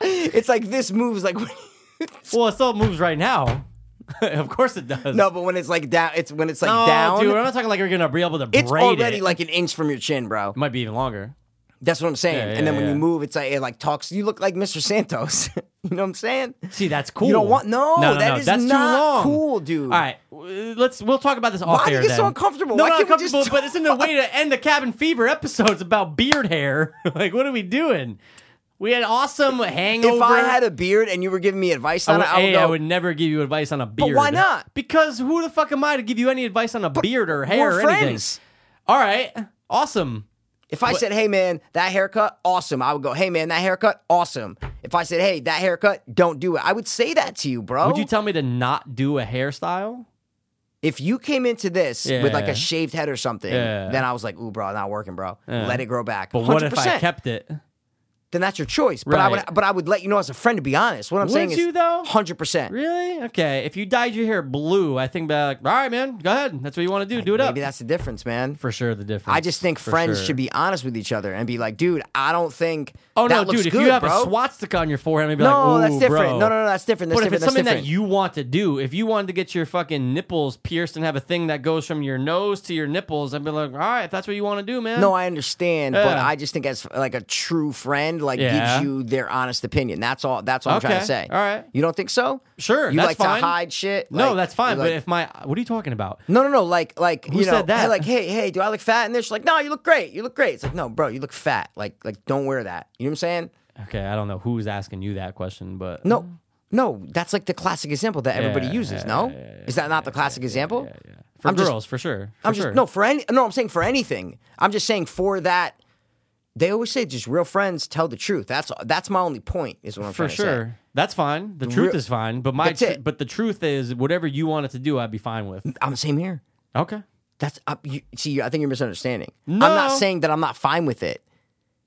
it's like this moves like.
well, it still moves right now. of course it does.
No, but when it's like down, it's when it's like
No,
down.
dude. I'm not talking like you're gonna be able to braid
it's already
it.
like an inch from your chin, bro.
it might be even longer.
That's what I'm saying.
Yeah,
and then
yeah,
when you
yeah.
move, it's like it like talks. You look like Mr. Santos. you know what I'm saying?
See, that's cool.
You don't want no.
No, no,
that
no,
is
that's too
not
long.
cool, dude.
All right, w- let's we'll talk about this off
Why do you
air.
get so
then.
uncomfortable?
No,
Why
not
can't we just
uncomfortable, but isn't a way to end the cabin fever episodes about beard hair? like, what are we doing? We had awesome hangover.
If I had a beard and you were giving me advice
I
on
would,
it, I would
A,
go.
I would never give you advice on a beard.
why not?
Because who the fuck am I to give you any advice on a beard or hair
we're
or
friends.
anything? All right, awesome.
If I said, "Hey man, that haircut, awesome," I would go, "Hey man, that haircut, awesome." If I said, "Hey, that haircut, don't do it," I would say that to you, bro.
Would you tell me to not do a hairstyle?
if you came into this with like
Yeah.
a shaved head or something,
Yeah.
then I was like, "Ooh, bro, not working, bro.
Yeah.
Let it grow back."
But what if I
100%.
kept it?
Then that's your choice. But I would,
Right.
but I would let you know as a friend to be honest. What I'm
Would
saying
you,
is,
though?
hundred percent.
Really? Okay. If you dyed your hair blue, I think back. All right, man. Go ahead. That's what you want to do. Do it up.
Maybe that's the difference, man.
for sure the difference.
I just think
For
friends
sure.
should be honest with each other and be like, "Dude, I don't think."
Oh
that
no,
looks
dude! If
good,
you have
bro.
a swastika on your forehead, maybe
No,
like,
that's
"Ooh,
different.
bro."
No, no, no, that's different. That's
but if
different,
it's
that's
something
different.
that you want to do, if you wanted to get your fucking nipples pierced and have a thing that goes from your nose to your nipples, I'd be like, all right, if that's what you want to do, man.
No, I understand, but
Yeah.
I just think as like a true friend, like
Yeah.
gives you their honest opinion. That's all. That's what I'm trying to
Okay.
say.
All right.
You don't think so?
sure,
You
that's
like
fine.
to hide shit.
No,
like-
that's fine.
like-
but if my, what are you talking about?
no, no, no. Like, like
Who
you know,
said that?
hey, like, hey, hey, do I look fat in this? She's like, no, you look great. You look great. It's like, no, bro, you look fat. Like, like, don't wear that. You know what I'm saying?
Okay, I don't know who's asking you that question, but
No, no. That's like the classic example that everybody
Mm. Yeah,
uses.
yeah,
no,
yeah, yeah,
is that not the classic example?
for
I'm just-
girls, for sure. For
I'm just
sure.
no for any no. I'm saying for anything. I'm just saying for that. They always say just real friends tell the truth. That's that's my only point. Is what I'm
for
trying to say.
sure. That's fine. The truth
real-
is fine, but my
That's
tr-
it.
but the truth is whatever you wanted to do, I'd be fine with.
I'm same here.
Okay.
That's I, you, see, I think you're misunderstanding. I'm
No.
not saying that I'm not fine with it.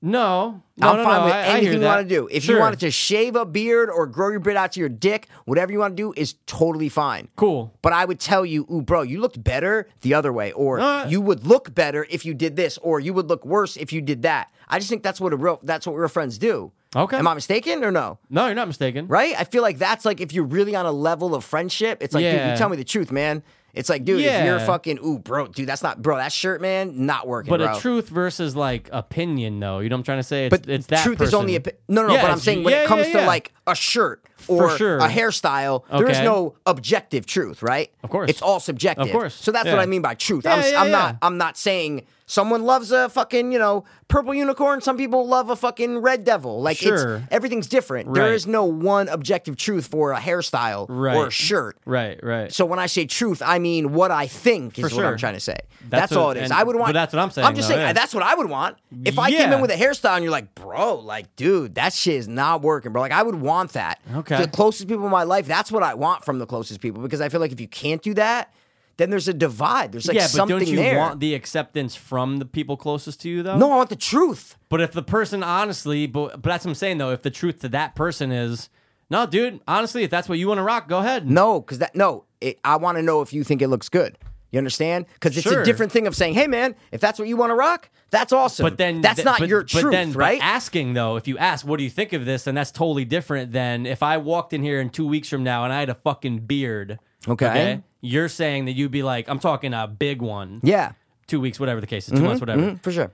No, no,
I'm
no,
fine
no,
with
I- I hear
anything you
that.
want to do. If
Sure.
you wanted to shave a beard or grow your beard out to your dick, whatever you want to do is totally fine.
Cool.
But I would tell you, ooh, bro, you looked better the other way, or
Uh,
you would look better if you did this, or you would look worse if you did that. I just think that's what a real that's what real friends do.
Okay.
Am I mistaken or no?
No, you're not mistaken.
Right? I feel like that's like if you're really on a level of friendship, it's like, dude,
Yeah.
you tell me the truth, man. It's like, dude, if you're
Yeah.
fucking, ooh, bro, dude, that's not, bro, that shirt, man, not working.
But
bro.
a truth versus like opinion, though. You know what I'm trying to say? It's,
But
it's that
truth is
person.
only a, no, no. no
Yeah,
but I'm
it's-
saying when
yeah,
it comes
yeah,
to
yeah.
like a shirt or
sure.
a hairstyle, there is
Okay.
no objective truth, right? Of
course.
it's all subjective.
Of course.
So that's what
Yeah.
I mean by truth.
Yeah,
I'm,
yeah,
I'm not.
yeah.
I'm not saying someone loves a fucking you know purple unicorn. Some people love a fucking red devil. Like
Sure.
it's everything's different. There
Right.
is no one objective truth for a hairstyle or a
Right.
shirt.
right, right.
So when I say truth, I mean what I think is
For
what I'm
sure.
trying to say. That's,
That's
all
what-
it is.
and-
I would
but
want.
that's what I'm
I'm
saying,
just
though,
saying
yeah.
that's what I would want. If I came in
Yeah.
with a hairstyle and you're like, bro, like, dude, that shit is not working, bro. Like, I would want that.
Okay.
The closest people in my life, that's what I want from the closest people because I feel like if you can't do that, then there's a divide. There's like
yeah, but
something
don't you
there.
want the acceptance from the people closest to you, though?
no, I want the truth.
But if the person honestly, but, but that's what I'm saying though. If the truth to that person is, no, dude, honestly, if that's what you want to rock, go ahead.
No, because that no, it, I want to know if you think it looks good. You understand? Because it's a
Sure.
different thing of saying, hey, man, if that's what you want to rock, that's awesome.
But then
that's
th-
not
but-
your
but
truth,
then, but
right?
asking though, if you ask, what do you think of this? And that's totally different than if I walked in here in two weeks from now and I had a fucking beard.
Okay.
You're saying that you'd be like, I'm talking a big one.
yeah,
Two weeks, whatever the case is, 2 months, whatever.
Mhm, for sure.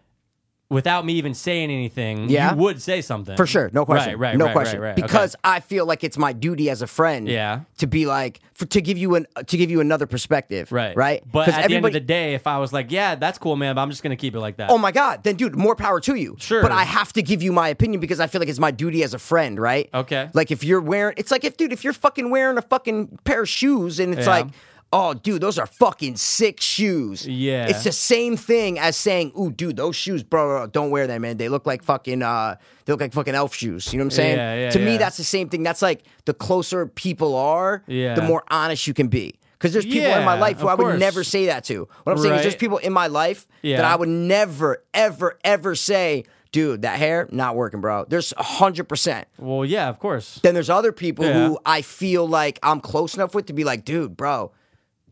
Without me even saying anything,
Yeah.
you would say something
For sure, no question,
Right, right,
no
right,
question,
right, right. Okay.
because I feel like it's my duty as a friend,
Yeah.
to be like for, to give you an to give you another perspective,
Right.
right.
But
'Cause
at the end of the day, if I was like, yeah, that's cool, man, but I'm just going to keep it like that.
oh my god, then dude, more power to you.
Sure.
but I have to give you my opinion because I feel like it's my duty as a friend, right?
Okay.
Like if you're wearing, it's like if dude, if you're fucking wearing a fucking pair of shoes and it's
Yeah.
like. Oh, dude, those are fucking sick shoes.
Yeah.
It's the same thing as saying, ooh, dude, those shoes, bro, bro, don't wear them, man. They look like fucking uh they look like fucking elf shoes. You know what I'm saying?
Yeah, yeah,
to me,
yeah.
that's the same thing. That's like the closer people are,
Yeah.
the more honest you can be. Because there's people in my
Yeah,
life who
of
I would
course.
never say that to. What I'm saying is there's
Right.
people in my life that
Yeah.
I would never, ever, ever say, dude, that hair, not working, bro. There's 100%.
Well, yeah, of course.
Then there's other people
Yeah.
who I feel like I'm close enough with to be like, dude, bro,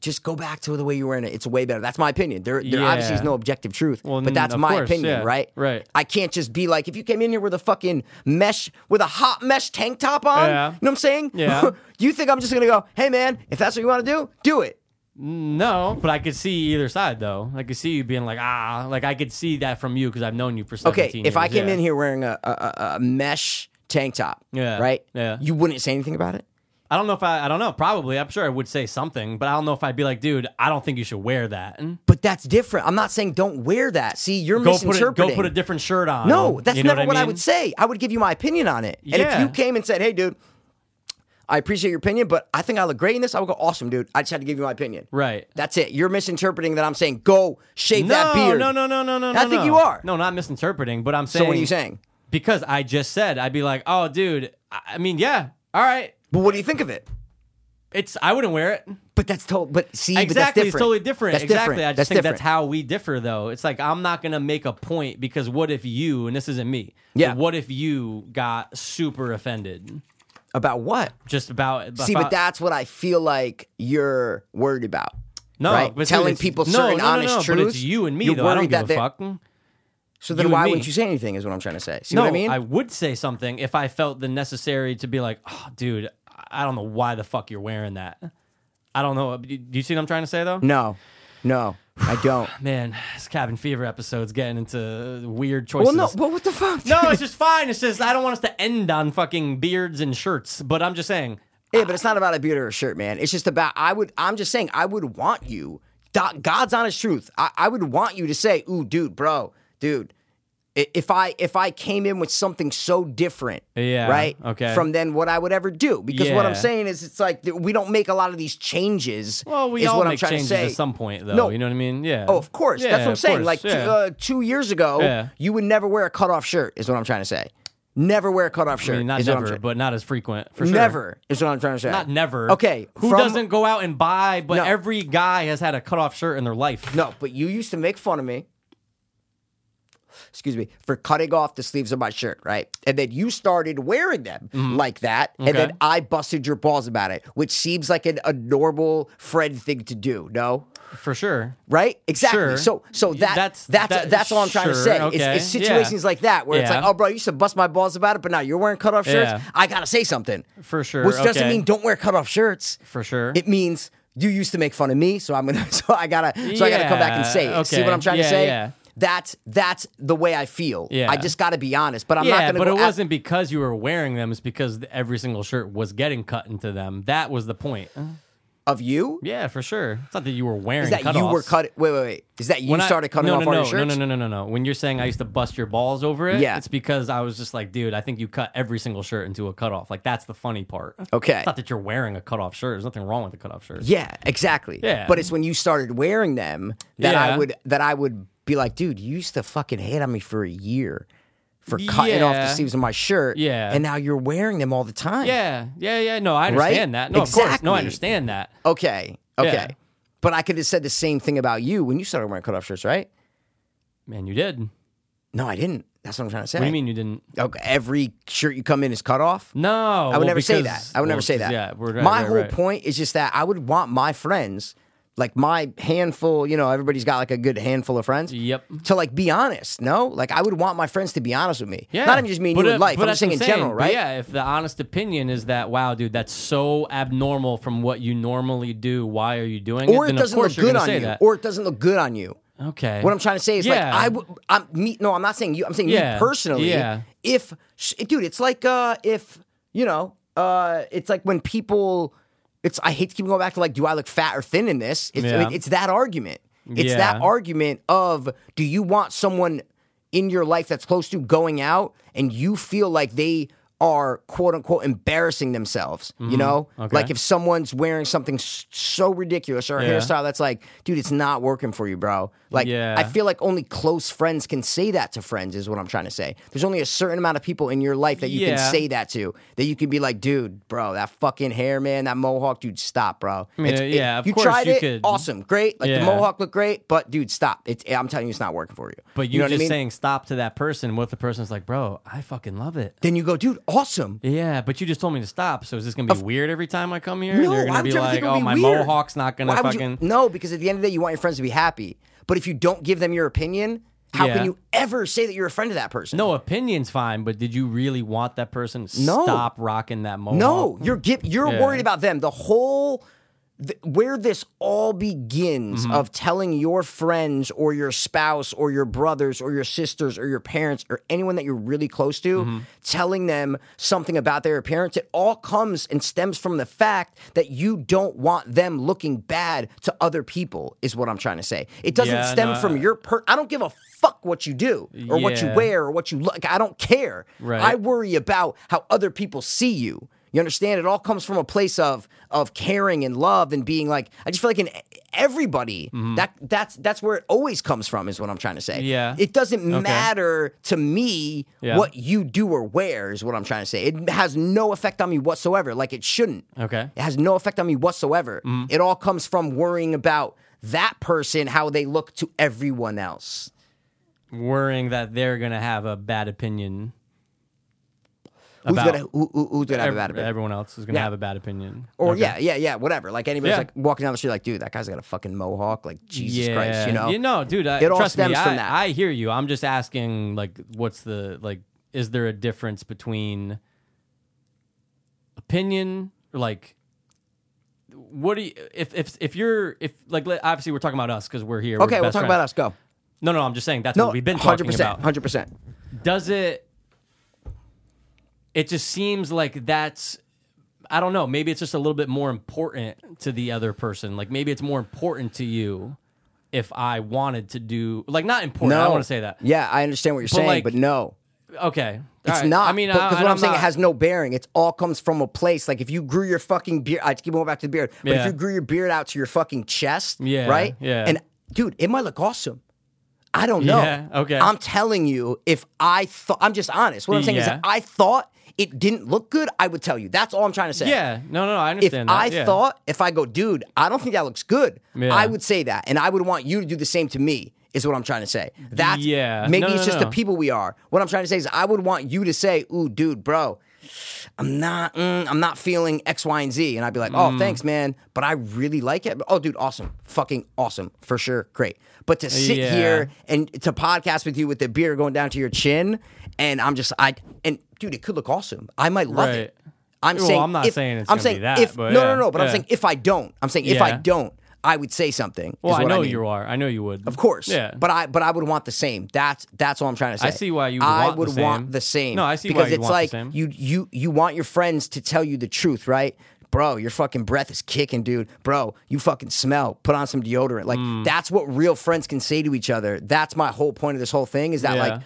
just go back to the way you were in it. It's way better. That's my opinion. There, there obviously
Yeah.
is no objective truth,
Well,
but
n-
that's
of
my
course,
opinion,
yeah.
right?
Right.
I can't just be like, if you came in here with a fucking mesh, with a hot mesh tank top on,
Yeah.
you know what I'm saying?
Yeah.
you think I'm just gonna go, hey man, if that's what you want to do, do it.
No, but I could see either side though. I could see you being like, ah, like I could see that from you because I've known you for
Okay,
17
if I
years,
came
yeah.
in here wearing a, a, a, a mesh tank top,
Yeah,
right?
yeah.
You wouldn't say anything about it?
I don't know if I, I don't know. Probably, I'm sure I would say something, but I don't know if I'd be like, dude, I don't think you should wear that. And
But that's different. I'm not saying don't wear that. See, you're
Go put it,
misinterpreting.
go put a different shirt on.
No, that's
You know
never what I,
mean?
would say. I would give you my opinion on it. And if
Yeah.
you came and said, "Hey, dude, I appreciate your opinion, but I think I look great in this," I would go, "Awesome, dude. I just had to give you my opinion."
Right.
That's it. You're misinterpreting that I'm saying go shave
No,
that beard.
no, no, no, no, no.
I
no,
think
no.
you are.
No, not misinterpreting, but I'm
So
saying.
what are you saying?
Because I just said I'd be like, oh, dude. I I mean, yeah, all right.
But what do you think of it?
It's I wouldn't wear it.
But that's total. But see, but that's
Exactly,
different.
it's totally different.
That's
exactly,
different.
I just
that's
think
different.
that's how we differ, though. It's like I'm not gonna make a point because what if you and this isn't me? but
Yeah.
What if you got super offended
about what?
just about?
See, but
about-
that's what I feel like you're worried about.
no,
right?
but dude,
telling
it's-
people
no,
certain
no, no,
honest
no,
truths.
But it's you and me,
you're
though. I don't
worried
give a
that they-
fuck.
So then,
You and
why
me.
wouldn't you say anything? Is what I'm trying to say. See
no,
what I mean?
would say something if I felt the necessary to be like, oh, dude, I don't know why the fuck you're wearing that. I don't know. Do you see what I'm trying to say, though?
no, no, I don't.
Man, this cabin fever episode's getting into weird choices.
Well, no. Well, what the fuck?
No, it's just fine. It's just I don't want us to end on fucking beards and shirts. But I'm just saying.
Yeah, but it's not about a beard or a shirt, man. It's just about I would. I'm just saying I would want you. Do- God's honest truth. I, I would want you to say, "Ooh, dude, bro, dude." i- If I if I came in with something so different,
Yeah,
right,
okay.
from then what I would ever do, because what I'm
Yeah.
saying is it's like th- we don't make a lot of these changes.
Well, we
is
all
what
make
I'm trying
changes
to say.
at some point, though.
No.
you know what I mean? Yeah.
Oh, of course,
Yeah,
that's what I'm
of
saying.
course,
Like two,
yeah.
uh, two years ago,
Yeah.
you would never wear a cutoff shirt, is what I'm trying to say. Never wear a cutoff shirt.
I mean, not
is what I'm
never,
try-
but not as frequent. For sure.
Never is what I'm trying to say.
Not never.
Okay.
Who
from-
doesn't go out and buy? But
No.
every guy has had a cutoff shirt in their life.
No, but you used to make fun of me. Excuse me for cutting off the sleeves of my shirt, right? And then you started wearing them like that, and
Mm-hmm. Okay.
then I busted your balls about it, which seems like an, a normal friend thing to do. No,
for sure.
right? Exactly.
Sure.
So, so that
That's-
that's that's
that-
that's all I'm trying to
sure,
say.
okay,
It's, it's
yeah.
situations like that where it's
Yeah.
like, oh, bro, you used to bust my balls about it, but now you're wearing cutoff shirts.
Yeah.
I gotta say something,
For sure.
which doesn't
okay.
mean don't wear cutoff shirts.
For sure.
It means you used to make fun of me, so I'm gonna so I gotta so I gotta come back and
Yeah,
say it. See what
okay,
I'm trying
yeah,
to say?
yeah.
That's that's the way I feel.
Yeah.
I just gotta be honest, but I'm
yeah,
not gonna.
but
go
it
out-
wasn't because you were wearing them. It's because th- every single shirt was getting cut into them. That was the point.
of you.
Yeah, for sure. It's not that you were wearing.
Is that you
cutoffs.
were cut? Wait, wait, wait. Is that you
When I-
started cutting
no,
off
no,
all
no,
your shirts?
No, no, no, no, no, no. When you're saying I used to bust your balls over it,
Yeah.
it's because I was just like, dude, I think you cut every single shirt into a cutoff. Like that's the funny part.
Okay.
It's not that you're wearing a cutoff shirt. There's nothing wrong with a cutoff shirt.
Yeah, exactly.
Yeah.
But it's when you started wearing them that
Yeah.
I would that I would be like, dude, you used to fucking hate on me for a year for cutting off the
Yeah.
sleeves of my shirt.
Yeah.
And now you're wearing them all the time.
Yeah, yeah, yeah. No, I understand that. No, of course. No, I
Exactly.
understand that.
Okay. Okay.
Yeah.
But I could have said the same thing about you when you started wearing cutoff shirts, right?
Man, you did. What
No, I didn't. That's what I'm trying to say.
do you mean you didn't?
Okay, every shirt you come in is cut off.
No,
I would never say that. I would never say that.
Yeah, we're right,
my
right,
whole
right.
point is just that I would want my friends, like my handful, you know, everybody's got like a good handful of friends.
Yep.
To like be honest, no? Like I would want my friends to be honest with me.
Yeah,
Not even just me and
But,
you
uh,
in life.
but
I'm just
that's
saying in
what
general,
But
right?
Yeah, if the honest opinion is that, wow, dude, that's so abnormal from what you normally do. Why are you doing
Or
it?
it
Then
doesn't
of
look
course you're
good
gonna
on
say
you.
That.
Or it doesn't look good on you.
okay,
What I'm trying to say is
Yeah.
like I w- I'm me no, I'm not saying you. I'm saying
Yeah.
me personally.
Yeah.
If sh- dude, it's like uh if you know, uh it's like when people it's I hate to keep going back to like do I look fat or thin in this? It's
Yeah.
it's that argument. It's that
Yeah.
argument of do you want someone in your life that's close to going out and you feel like they are quote unquote embarrassing themselves, you know?
Mm-hmm. Okay.
Like if someone's wearing something s- so ridiculous or a
Yeah.
hairstyle that's like, dude, it's not working for you, bro. Like,
Yeah.
I feel like only close friends can say that to friends, is what I'm trying to say. There's only a certain amount of people in your life that you
Yeah.
can say that to, that you can be like, dude, bro, that fucking hair, man, that mohawk, dude, stop, bro.
mean,
It's-
yeah, of
you
course
tried
you
it,
could-
awesome, great. Like
Yeah.
the mohawk looked great, but dude, stop. It's, I'm telling you, it's not working for you.
But
you
you
know what
are
I
just
mean?
saying stop to that person. What if the person's like, bro, I fucking love it.
Then you go, dude, awesome.
Yeah, but you just told me to stop. So is this gonna be weird every time I come here? And
No,
They're gonna
I'm
be
trying to
like,
think it would
oh,
be
my
weird.
mohawk's not gonna
Why would you-
fucking.
no, because at the end of the day, you want your friends to be happy. But if you don't give them your opinion, how
Yeah.
can you ever say that you're a friend of that person?
No, opinion's fine, but did you really want that person to
No.
stop rocking that mohawk?
No, you're gi- you're
Yeah.
worried about them. The whole th- where this all begins
Mm-hmm.
of telling your friends or your spouse or your brothers or your sisters or your parents or anyone that you're really close to,
Mm-hmm.
telling them something about their appearance. It all comes and stems from the fact that you don't want them looking bad to other people. Is what I'm trying to say. It doesn't
Yeah,
stem
no,
from
I-
your. Per- I don't give a fuck what you do or what you
Yeah.
wear or what you look. I don't care.
Right.
I worry about how other people see you. You understand? It all comes from a place of of caring and love and being like. I just feel like in everybody that that's that's where it always comes from. Is what I'm trying to say.
Mm-hmm. Yeah.
It doesn't
Okay.
matter to me
Yeah.
what you do or wear. Is what I'm trying to say. It has no effect on me whatsoever. Like it shouldn't.
Okay.
It has no effect on me whatsoever.
Mm-hmm.
It all comes from worrying about that person, how they look to everyone else.
worrying that they're gonna have a bad opinion.
Who's
about
gonna who, who, who's gonna have
ev-
a bad opinion?
Everyone else is gonna
Yeah.
have a bad opinion.
Or
Okay.
yeah, yeah, yeah, whatever. Like anybody's
Yeah.
like walking down the street, like, dude, that guy's got a fucking mohawk. Like Jesus
yeah.
Christ, you know?
You know, dude. I,
It all
trust me,
stems from
I,
that.
I hear you. I'm just asking, like, what's the like? Is there a difference between opinion, like? What do you if if if you're if like let- obviously we're talking about us because we're here.
okay, we'll talk about us. Go.
No, no, I'm just saying that's
No,
what we've been
hundred
talking
percent,
about.
hundred percent.
does it it just seems like that's i don't know maybe it's just a little bit more important to the other person like maybe it's more important to you if i wanted to do like not important i
No,
don't want to say that
Yeah, I understand what you're saying,
like,
but no,
okay
it's
All right.
not.
i mean
because
I-
what I'm,
I'm
saying,
not-
it has no bearing. It all comes from a place. Like if you grew your fucking beard, I keep going back to the beard, but
Yeah.
if you grew your beard out to your fucking chest,
Yeah,
right,
yeah.
and dude, it might look awesome. I don't know.
Yeah, okay.
I'm telling you, if I thought, I'm just honest. What I'm saying is,
Yeah.
if I thought it didn't look good, I would tell you. That's all I'm trying to say.
Yeah. No, no, no, I
If
understand that.
I
yeah.
thought, if I go, dude, I don't think that looks good,
Yeah.
I would say that. And I would want you to do the same to me, is what I'm trying to say. That's
Yeah.
maybe
No,
it's
no,
just
no.
the people we are. What I'm trying to say is I would want you to say, ooh, dude, bro, I'm not mm, I'm not feeling X, Y, and Z. And I'd be like, oh,
Mm.
thanks, man. But I really like it. Oh, dude, awesome. Fucking awesome. For sure. Great. But to sit
Yeah.
here and to podcast with you with the beer going down to your chin, and I'm just I and dude, it could look awesome. I might love it.
Right.
I'm
Well,
saying
I'm not
if-
saying it's
I'm
gonna
saying
be that,
if
but
no
yeah,
no no, but I'm
yeah.
saying if I don't, I'm saying if I
Yeah.
don't, I would say something. is
Well, I
what
know
mean.
you are. I know you would.
Of course.
Yeah.
But I but I would want the same. That's that's all I'm trying to say.
I see why you would
I
want the
would want
same.
the same.
No, I see why
because
you'd
it's
want the
like
same.
you you you want your friends to tell you the truth, right? Bro, your fucking breath is kicking, dude. Bro, you fucking smell. Put on some deodorant. Like
Mm.
that's what real friends can say to each other. That's my whole point of this whole thing is that
Yeah.
like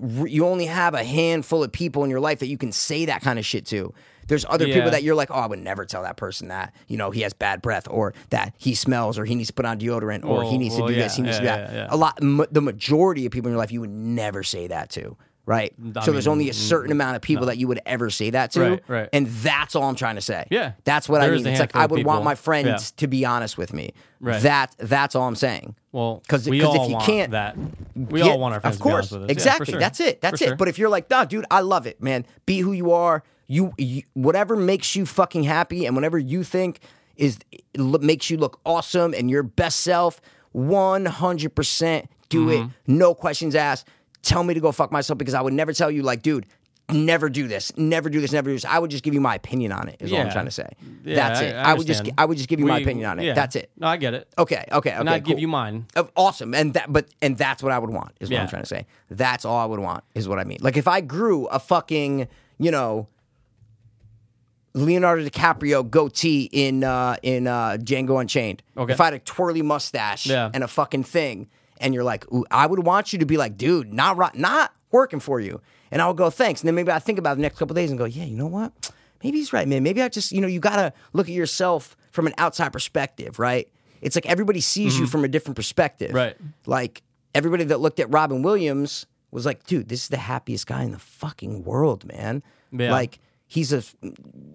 r- you only have a handful of people in your life that you can say that kind of shit to. There's other
Yeah.
people that you're like, oh, I would never tell that person that, you know, he has bad breath or that he smells or he needs to put on deodorant or he
Well,
needs
Oh, well,
to do this,
yeah,
he needs
yeah,
to do that.
yeah, yeah.
A lot, m- the majority of people in your life, you would never say that to, right?
I
so there's
mean,
only a certain amount of people that you would ever say that to,
Right, right.
and that's all I'm trying to say.
Yeah.
that's what
There
I
is
mean.
a
It's like
handful
I
of
would want
people.
my friends
Yeah.
to be honest with me.
Right.
That that's all I'm saying.
Well,
because
we
if
all
you
want
can't
that. We
yeah,
all want our friends
Of course,
to be honest with us. Yeah, for
exactly.
sure.
That's it. That's
For
it.
sure.
But if you're like, nah, dude, I love it, man. Be who you are. You, you whatever makes you fucking happy, and whatever you think is lo- makes you look awesome and your best self, one hundred percent, do it.
Mm-hmm.
No questions asked. Tell me to go fuck myself because I would never tell you, like, dude, never do this, never do this, never do this. I would just give you my opinion on it. Is all I'm
Yeah.
trying to say.
Yeah,
That's
I-
it.
I
would just,
understand.
I would just give you my
We-
opinion on it.
yeah.
That's it.
No, I get it.
Okay, okay, okay.
and I give
cool.
you mine.
Of awesome, and that, but and that's what I would want is what I'm
Yeah.
trying to say. That's all I would want is what I mean. Like if I grew a fucking, you know, Leonardo DiCaprio goatee in uh, in uh, Django Unchained.
Okay.
If I had a twirly mustache
Yeah.
and a fucking thing, and you're like, Ooh, I would want you to be like, dude, not ro- not working for you, and I'll go thanks, and then maybe I think about it the next couple days and go, yeah, you know what? Maybe he's right, man. Maybe I just, you know, you gotta look at yourself from an outside perspective, right? It's like everybody sees you from a different perspective,
Mm-hmm. Right.
Like everybody that looked at Robin Williams was like, dude, this is the happiest guy in the fucking world, man.
Yeah.
Like he's a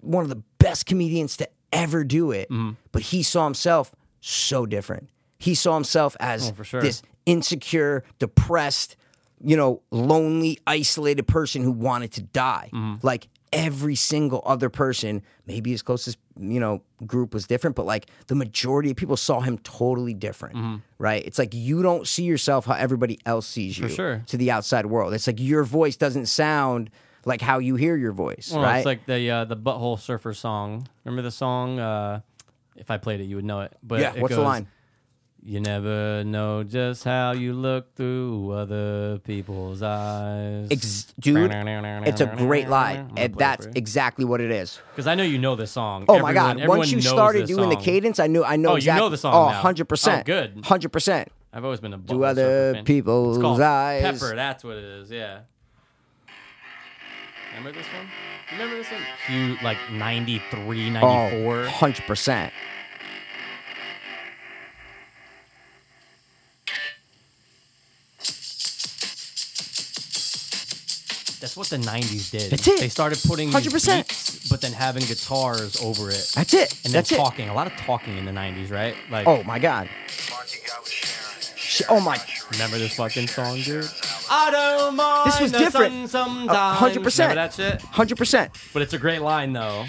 one of the best comedians to ever do it,
Mm-hmm.
but he saw himself so different. He saw himself as
Oh, for sure.
this insecure, depressed, you know, lonely, isolated person who wanted to die.
Mm-hmm.
Like every single other person, maybe his closest, you know, group was different, but like the majority of people saw him totally different,
Mm-hmm.
right? It's like you don't see yourself how everybody else sees you
sure.
to the outside world. It's like your voice doesn't sound like how you hear your voice,
Well,
right?
it's like the uh, the butthole surfer song. Remember the song? Uh, if I played it, you would know it. But
yeah,
it
what's the
goes,
line?
You never know just how you look through other people's eyes.
Ex- dude, it's a great line, and that's exactly what it is.
because I know you know this song.
Oh my
Everyone-
god!
everyone
Once you
knows
started
this
doing the
song.
cadence, I knew I know
Oh, you
exactly.
know the song
Oh,
now.
100%.
Oh, good.
Hundred percent.
I've always been a
Do
butthole surfer
other
fan. It's
people's
called
eyes.
Pepper. That's what it is. Yeah. Remember this one? Remember this one? Huge, like 93, 94.
Oh, 100%.
That's what the '90s did.
That's it.
They started putting these
100%.
beats, but then having guitars over it.
That's it.
And then
That's it.
talking. A lot of talking in the '90s, right? Like,
Oh my god. Sh- Oh my.
remember this fucking song, dude? I don't mind.
This was
the
different.
sun sometimes.
Uh, 100%.
Remember that shit.
100%.
But it's a great line though.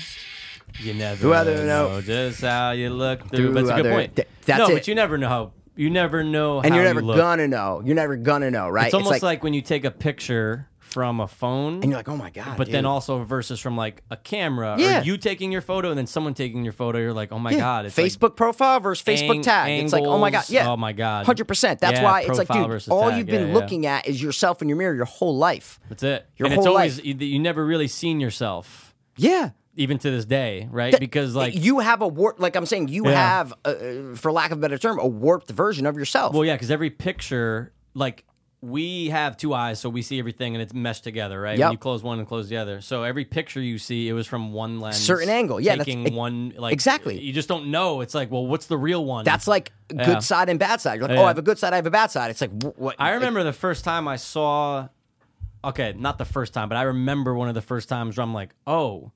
You never
Through other
know,
note.
just how you look
Through
through. That's a good
other-
point.
th- that's
no,
it.
but you never know how. You never know.
And
how
you're never
you look.
gonna know. You're never gonna know, right?
It's almost like, when you take a picture from a phone,
and you're like, oh my god.
but then
dude.
also versus from like a camera
Yeah.
or you taking your photo and then someone taking your photo you're like oh my
Yeah.
god it's
Facebook
like,
profile versus Facebook
ang-
tag. it's like, oh my god,
angles.
yeah,
Oh my God.
hundred percent. That's
Yeah,
why it's like,
profile
dude,
versus
all
tag.
you've been
Yeah, yeah.
looking at is yourself in your mirror your whole life.
that's it
Your
and it's
whole
always
life.
you, you never really seen yourself
Yeah,
even to this day right
Th-
because like
you have a warp. Like I'm saying, you
Yeah.
have, uh, uh, for lack of a better term, a warped version of yourself.
well yeah because every picture like we have two eyes, so we see everything and it's meshed together, right?
Yep.
When you close one and close the other. So every picture you see, it was from one lens.
Certain angle, yeah, that's-
Taking
ex-
one, like.
exactly.
You just don't know. It's like, well, what's the real one?
That's like good
Yeah.
side and bad side. You're like,
Yeah.
oh, I have a good side, I have a bad side. It's like, wh- what?
I remember the first time I saw. Okay, not the first time, but I remember one of the first times where I'm like, oh,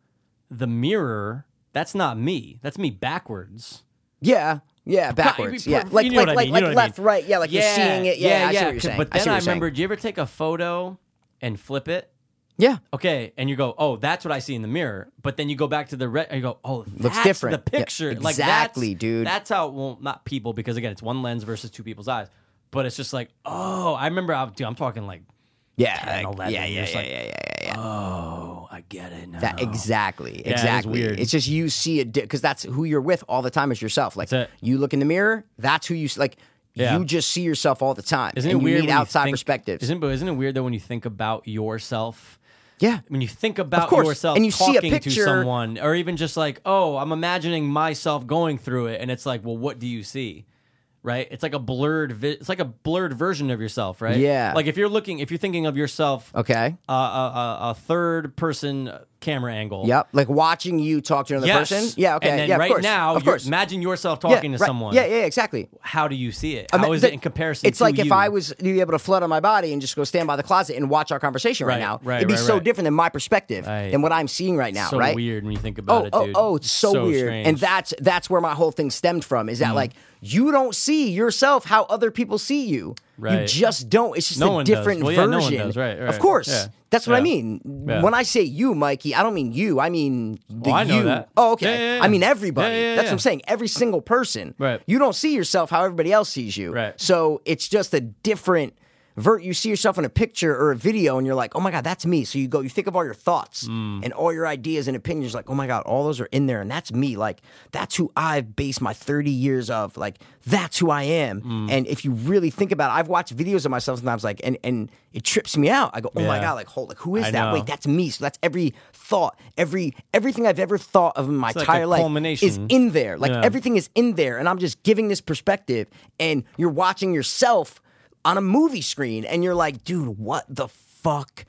the mirror, that's not me. That's me backwards.
Yeah, yeah, backwards. Yeah, like
you know
like
what I
like,
mean, you
like
know what I
left,
mean.
right. Yeah, like you're seeing it. Yeah, I see what you're
'cause-
saying.
But
I
then
see
I,
what you're
remember, do you ever take a photo and flip it?
Yeah.
Okay, and you go, oh, that's what I see in the mirror. But then you go back to the red, and you go, oh,
Looks
that's
different.
The
Yeah,
picture, like
exactly,
that's,
dude.
That's how. Well, not people, because again, it's one lens versus two people's eyes. But it's just like, oh, I remember. I, dude, I'm talking like,
Yeah,
10,
like-
11.
yeah,
You're
yeah,
just
yeah,
like,
yeah, yeah, yeah, yeah.
Oh, I get it now.
That exactly,
Yeah, it is
exactly.
weird.
It's just you see it because that's who you're with all the time is yourself. Like you look in the mirror, that's who you s- like.
Yeah.
You just see yourself all the time,
Isn't
and
it
you
weird?
need
when you
outside
think-
perspectives.
Isn't but isn't it weird though when you think about yourself?
Yeah,
when you think about
course,
yourself
and you see a
talking to
picture-
someone, or even just like, oh, I'm imagining myself going through it, and it's like, well, what do you see? Right? It's like a blurred. Vi- it's like a blurred version of yourself, right?
Yeah.
Like if you're looking, if you're thinking of yourself,
Okay.
uh, a, a, a third person uh, camera angle.
Yep, like watching you talk to another
Yes.
person. Yeah, okay,
And then
yeah, of
right
course.
now,
of
you're-
course.
imagine yourself
Yeah,
talking to
right.
someone.
Yeah, yeah, exactly.
How do you see it?
I
How is
mean,
it
the-
in comparison?
It's
to
like if
you?
I was to be able to flood on my body and just go stand by the closet and watch our conversation right,
Right,
now.
right,
it'd be
right,
so
right.
different than my perspective
Right.
than what I'm seeing right now,
so
right?
weird when you think about
Oh,
it,
oh,
dude.
oh, it's so, weird. And
strange.
that's that's where my whole thing stemmed from is that
Mhm.
like you don't see yourself how other people see you. You
Right.
just don't. It's just
No
a
one does.
different
Well, yeah,
version.
no one does. Right,
Of
right.
course.
Yeah.
That's what I
Yeah.
mean.
Yeah.
When I say you, Mikey, I don't mean you. I mean the
Oh, I know
you.
that.
Oh, okay.
Yeah, yeah, yeah.
I mean everybody.
Yeah, yeah,
That's what
yeah.
I'm saying. Every single person.
Right.
You don't see yourself how everybody else sees you.
Right.
So it's just a different vert. You see yourself in a picture or a video, and you're like, "Oh my god, that's me." So you go, you think of all your thoughts
Mm.
and all your ideas and opinions, like, "Oh my god, all those are in there, and that's me." Like that's who I've based my 30 years of. Like that's who I am.
Mm.
And if you really think about, it, I've watched videos of myself sometimes, like, and and it trips me out. I go, "Oh my
Yeah.
god, like hold, like who is
I
that?
know.
Wait, that's me." So that's every thought, every everything I've ever thought of in my
It's like a
entire life is
culmination.
in there. Like
Yeah.
everything is in there, and I'm just giving this perspective, and you're watching yourself on a movie screen, and you're like, dude, what the fuck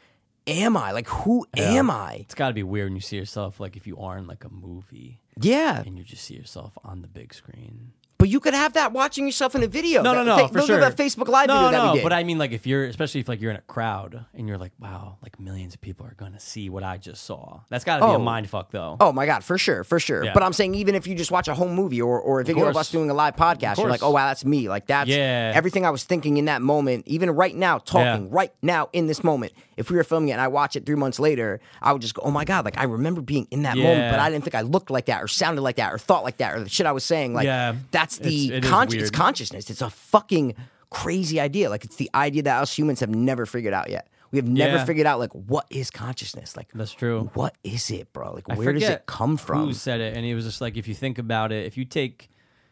am I? Like, who
Yeah.
am I?
It's got to be weird when you see yourself like if you are in like a movie.
Yeah.
And you just see yourself on the big screen.
But you could have that watching yourself in a video.
No,
That-
no, no,
th-
for
look
sure.
at that Facebook Live
no,
video
no,
that we did.
but I mean, like if you're, especially if like you're in a crowd and you're like, wow, like millions of people are gonna see what I just saw. That's got to be
Oh.
a mind fuck though.
Oh my god, for sure, for sure.
Yeah.
But I'm saying even if you just watch a home movie or, or a video of,
course.
us doing a live
Of
podcast, you're like, oh
course.
wow, that's me. Like that's
Yeah.
everything I was thinking in that moment, even right now, talking right now in this moment. If we were filming it and I watch it three months later, I would just go, oh my god, like I remember being in that moment,
Yeah.
but I didn't think I looked like that or sounded like that or thought like that or the shit I was saying. Like
Yeah.
that's the
It's- it is
conscious. It's
weird.
consciousness. It's a fucking crazy idea. Like it's the idea that us humans have never figured out yet. We have never
Yeah.
figured out like what is consciousness. Like
That's true.
what is it, bro? Like
I
where does
forget
it come from?
Who said it? And he was just like, if you think about it, if you take,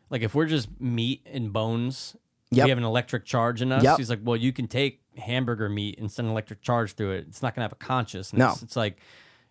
like, if we're just meat and bones,
Yep.
we have an electric charge in us.
Yep.
He's like, well, you can take hamburger meat and send an electric charge through it. It's not going to have a consciousness.
No.
It's, it's like,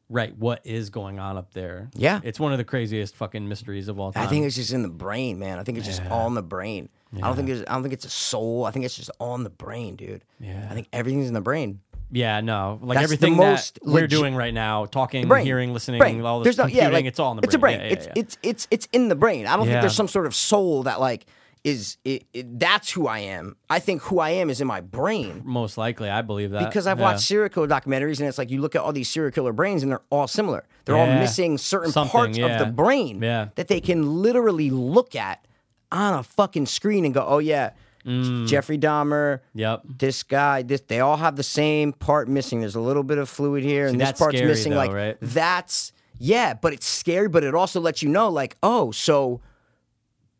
right, what is going on up there?
Yeah.
It's one of the craziest fucking mysteries of all time.
I think it's just in the brain, man. I think it's just all in the brain. I don't think there's, I don't think it's a soul. I think it's just all in the brain, dude.
Yeah.
I think everything's in the brain.
yeah, no. Like
That's the
everything
most
that we're
legi-
doing right now, talking,
Brain,
hearing, listening,
brain.
all this
There's no- yeah,
computing,
like,
it's all in the
It's a brain.
brain. Yeah, yeah,
it's
yeah.
it's it's it's in the brain. I don't think
Yeah.
there's some sort of soul that like is it, it, that's who I am. I think who I am is in my brain.
Most likely, I believe that.
because I've
Yeah.
watched serial killer documentaries, and it's like you look at all these serial killer brains, and they're all similar. They're all
Yeah.
missing certain
Something,
parts
yeah.
of the brain
Yeah.
that they can literally look at on a fucking screen and go, "Oh yeah,
Mm.
Jeffrey Dahmer."
Yep.
This guy, this they all have the same part missing. There's a little bit of fluid here, and this
that's
part's
scary,
missing.
though,
like
right?
that's yeah, but it's scary. But it also lets you know, like, oh, so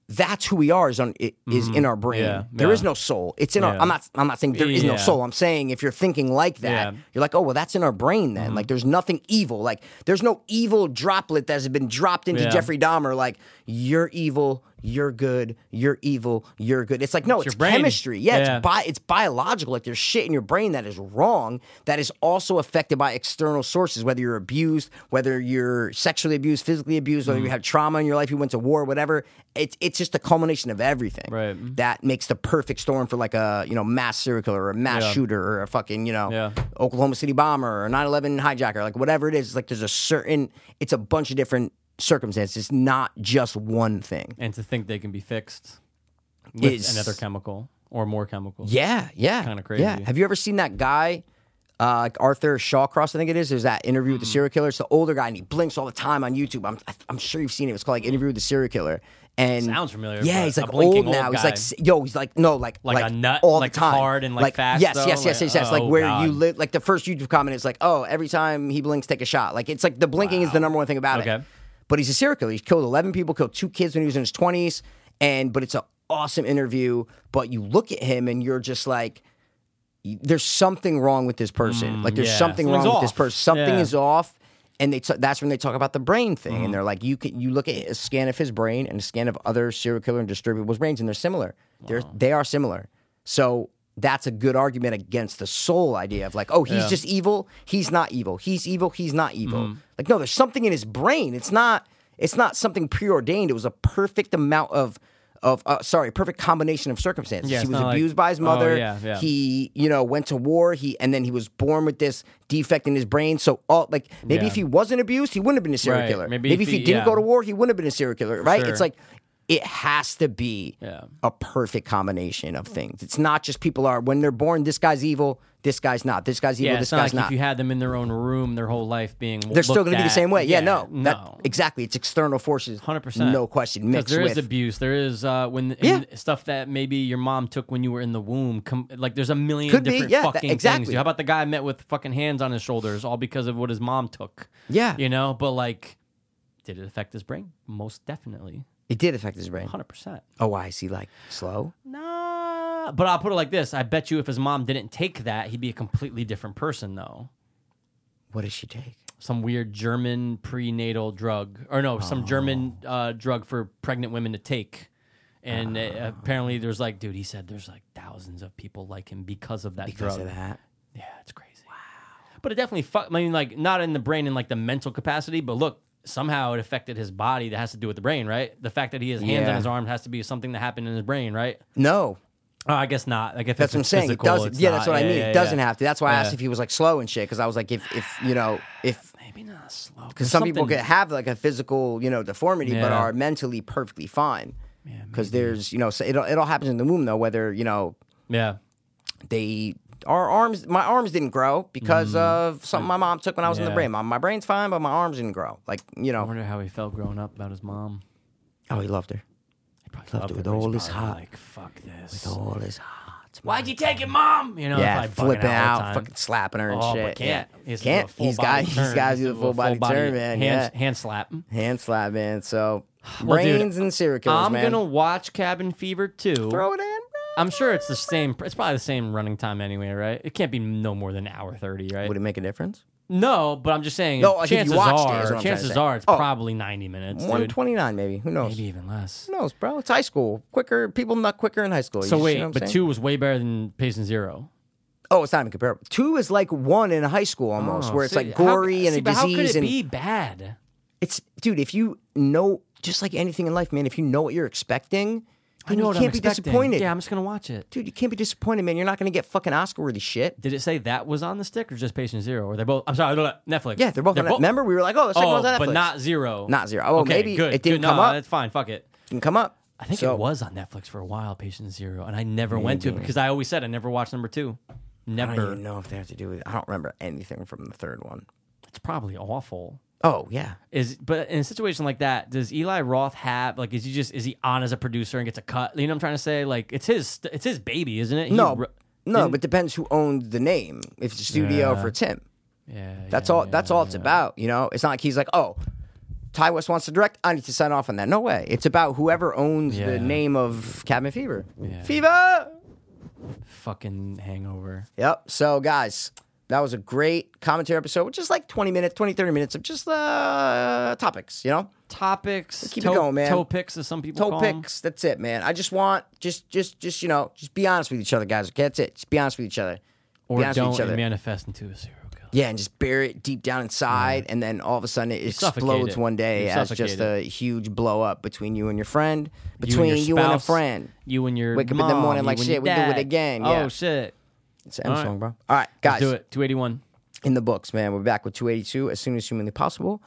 that's who we are is on i- is in our brain. There
Mm-hmm. Yeah,
is
yeah.
no soul. It's in our.
Yeah.
I'm not. I'm not saying there is no
Yeah.
soul. I'm saying if you're thinking like that,
Yeah. Mm-hmm.
you're like, oh well, that's in our brain then. Like there's nothing evil. Like there's no evil droplet that has been dropped into
Yeah.
Jeffrey Dahmer. Like you're evil. you're good, you're evil, you're good. It's like no, it's,
your brain.
chemistry. Yeah,
Yeah.
it's bi- it's biological. Like there's shit in your brain that is wrong that is also affected by external sources, whether you're abused, whether you're sexually abused, physically abused,
Mm.
whether you have trauma in your life, you went to war, whatever. It's it's just a culmination of everything. Right. That makes the perfect storm for like a, you know, mass serial killer or a mass
Yeah.
shooter or a fucking, you know,
Yeah.
Oklahoma City bomber or 9/11 hijacker, like whatever it is, it's like there's a certain it's a bunch of different circumstances, It's not just one thing.
and to think they can be fixed with
It's-
another chemical or more chemicals.
Yeah, yeah.
Kind of crazy.
Yeah. Have you ever seen that guy, uh, like Arthur Shawcross, I think it is? There's that interview
Hmm.
with the serial killer. It's the older guy, and he blinks all the time on YouTube. I'm, I- I'm sure you've seen it. It's called like Interview with the Serial Killer. And
Sounds familiar,
Yeah,
but
he's
a
like
blinking
old
old
now. He's
guy.
like, s- yo, he's like, no, like,
Like a nut,
all
like
the time,
hard and, like, fast,
Yes,
though?
yes, yes,
Like,
yes, yes. Like
oh,
where you
God.
live, like the first YouTube comment is like, oh, every time he blinks, take a shot. Like it's like the blinking is the number one thing about it.
Okay.
But he's a serial killer. He's killed 11 people, killed two kids when he was in his 20s. And, but it's an awesome interview. But you look at him and you're just like, there's something wrong with this person. like there's
Mm, yeah.
something wrong
Something's
with this
off.
person. Something
Yeah.
is off. And they t- that's when they talk about the brain thing,
Mm-hmm.
and they're like, you can, you look at a scan of his brain and a scan of other serial killer and distributable brains, and they're similar. They're they are similar. So that's a good argument against the soul idea of like, oh, he's
Yeah. Mm-hmm.
just evil. He's not evil. He's evil. He's not evil. Like no, there's something in his brain. It's not it's not something preordained. It was a perfect amount of of uh, sorry, perfect combination of circumstances.
Yeah,
he
it's
was
not like-
abused by his
Oh,
mother.
yeah, yeah.
He he you know went to war he and then he was born with this defect in his brain so all like maybe
Yeah.
if he wasn't abused he wouldn't have been a serial
Right.
killer
Maybe
maybe,
if
if he,
he-
didn't
yeah.
go to war he wouldn't have been a serial killer right
sure.
it's like it has to be
Yeah.
a perfect combination of things it's not just people are when they're born this guy's evil this guy's not this guy's evil
Yeah,
this
it's not
guy's
like if
not
you had them in their own room their whole life being
they're still
looked
going to be the
at.
same way yeah, no
no.
that- exactly it's external forces
100%.
no question
'Cause
mixed
there is
with
abuse. There is uh, when
Yeah.
and stuff that maybe your mom took when you were in the womb. Com- like there's a million
Could be,
different
yeah, that-
fucking things.
exactly.
How about the guy I met with fucking hands on his shoulders, all because of what his mom took?
Yeah.
you know. But like, did it affect his brain? Most definitely,
it did affect his brain
hundred percent.
oh why is he like slow
Nah, but I'll put it like this: I bet you if his mom didn't take that, he'd be a completely different person, though.
what does she take
Some weird German prenatal drug, or no, some German
Oh.
uh, drug for pregnant women to take. And uh, apparently, there's like, dude, he said there's like thousands of people like him because of that
because
drug.
of that
Yeah, it's crazy. Wow. But it definitely fuck. I mean, like not in the brain in like the mental capacity, but look, somehow it affected his body. That has to do with the brain, right? The fact that he has hands on
Yeah.
his arms has to be something that happened in his brain, right?
no
Oh, I guess not. Like if
That's
it's
what I'm saying.
Physical,
it doesn't.
it's
Yeah,
not.
that's what I mean.
yeah,
it doesn't
yeah.
have to. That's why I
Yeah.
asked if he was like slow and shit because I was like, if if you know if
Maybe not slow.
because some people
Something-
could have like a physical you know deformity but
Yeah.
are mentally perfectly fine because there's you know so it all- it all happens in the womb though whether you know
Yeah.
they our arms my arms didn't grow because of something my mom took when I was in
Mm-hmm. Yeah.
the brain. My, my brain's fine, but my arms didn't grow. Like you
I
know,
wonder how he felt growing up about his mom.
oh he loved her.
He probably
Loved her with all his
probably
heart.
Like fuck this.
With all his heart.
Why'd you take it, mom? You know,
yeah,
probably bugging
flipping
all the
out,
time.
fucking slapping her and
oh,
shit.
But can't.
Yeah.
He has to do a
Can't.
full
He's got.
body
He's
turn.
got to
He
do
has
the full body turn, man.
Hand,
Yeah.
hand slap.
Hand slap, man. So
Well, dude,
brains and serial killers,
I'm
man.
gonna watch Cabin Fever too.
throw it in.
I'm sure it's the same. It's probably the same running time anyway, right? It can't be no more than an hour thirty, right?
Would it make a difference?
No, but I'm just saying.
No, like, if you
chances
watched it, is what I'm
are,
trying to
chances
say.
are, it's
Oh.
probably ninety minutes.
One
Dude.
twenty-nine, maybe. Who knows?
Maybe even less.
Who knows, bro? It's high school. Quicker people nut quicker in high school. You
So
see
wait,
what I'm
but
saying?
two was way better than Patient Zero.
Oh, it's not even comparable. Two is like one in high school almost,
Oh,
where it's
see,
like gory
how,
and
see,
a
but
disease.
How could it
and
be bad?
it's dude, if you know, just like anything in life, man, if you know what you're expecting,
I
then
know
you
what
can't
I'm
be
expecting.
disappointed.
Yeah, I'm just gonna watch it.
Dude, you can't be disappointed, man. You're not going to get fucking Oscar-worthy shit.
Did it say that was on the stick or just Patient Zero? Or they both? I'm sorry, Netflix.
Yeah, they're both. on, Remember, we were like, oh, the second
oh,
one's on Netflix.
but not zero.
Not zero. Oh,
okay,
maybe
good,
it didn't
good.
come
no,
up.
That's fine. Fuck it.
Didn't come up.
I think
So-
it was on Netflix for a while, Patient Zero, and I never went to it because I always said I never watched number two.
I don't
Never.
even know if they have to do with. I don't remember anything from the third one.
It's probably awful.
Oh yeah,
Is but in a situation like that, does Eli Roth have like is he just is he on as a producer and gets a cut? You know what I'm trying to say? Like it's his it's his baby, isn't it? He
no,
wr-
no, but depends who owns the name. If it's a studio
Yeah.
for Tim,
yeah,
that's
yeah,
all.
yeah.
that's all it's about. You know, it's not like he's like, oh, Ty West wants to direct. I need to sign off on that. No way. It's about whoever owns
Yeah.
the name of Cabin Fever.
Yeah.
Fever.
Fucking hangover.
Yep. So guys, That was a great commentary episode, which is like 20 minutes, 20, 30 minutes of just uh, topics, you know?
Topics.
Keep
toe-
it going, man.
Toe picks, as some people
Toe
call 'em.
picks. That's it, man. I just want, just, just, just, you know, just be honest with each other, guys. Okay, that's it. Just be honest with each other.
Or
be honest
don't
with each
and
other.
manifest into a serial.
Yeah, and just bury it deep down inside, and then all of a sudden it
suffocate
explodes
it.
one day
You
as
suffocate
just a huge blow up between you and your friend,
You and
between you
your
and, a
spouse,
friend.
You and your
Wake up in the
mom,
morning
you
like,
and
"Shit,
your
we do it
dad."
again."
Oh
Yeah.
shit!
It's an M
All right.
song, bro. All right, guys.
Let's do it. Two eighty one.
In the books, man. We're back with 282 as soon as humanly possible.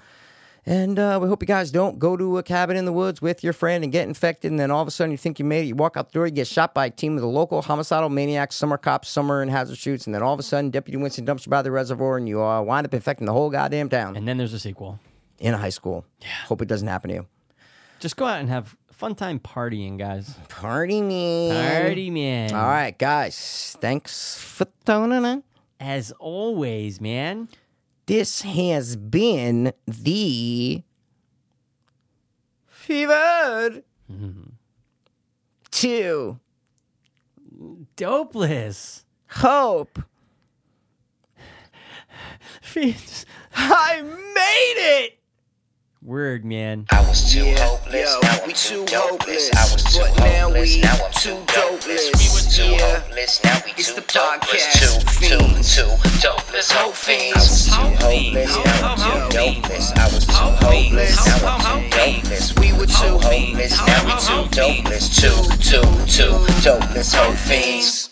And uh, we hope you guys don't go to a cabin in the woods with your friend and get infected. And then all of a sudden you think you made it. You walk out the door, you get shot by a team of the local homicidal maniacs. Some are cops, some are in hazard shoots. And then all of a sudden, Deputy Winston dumps you by the reservoir and you uh, wind up infecting the whole goddamn town.
And then there's a sequel.
in high school. Yeah. Hope it doesn't happen to you.
Just go out and have a fun time partying, guys.
Party man.
Party man.
All right, guys. Thanks for tuning in.
As always, man.
This has been the fevered two
dopeless
hope. I made it.
Word, man.
I was too hopeless. Now I'm too hopeless. I was too hopeless. Now I'm too dopeless. We were too hopeless. Now we too dopeless. Two, two, two. Dopeless hope fiends. I was too hopeless. Now I'm too dopeless. I was too hopeless. Now I'm too dopeless. We were too hopeless. Now we too dopeless. Two, two, two. Dopeless hope fiends.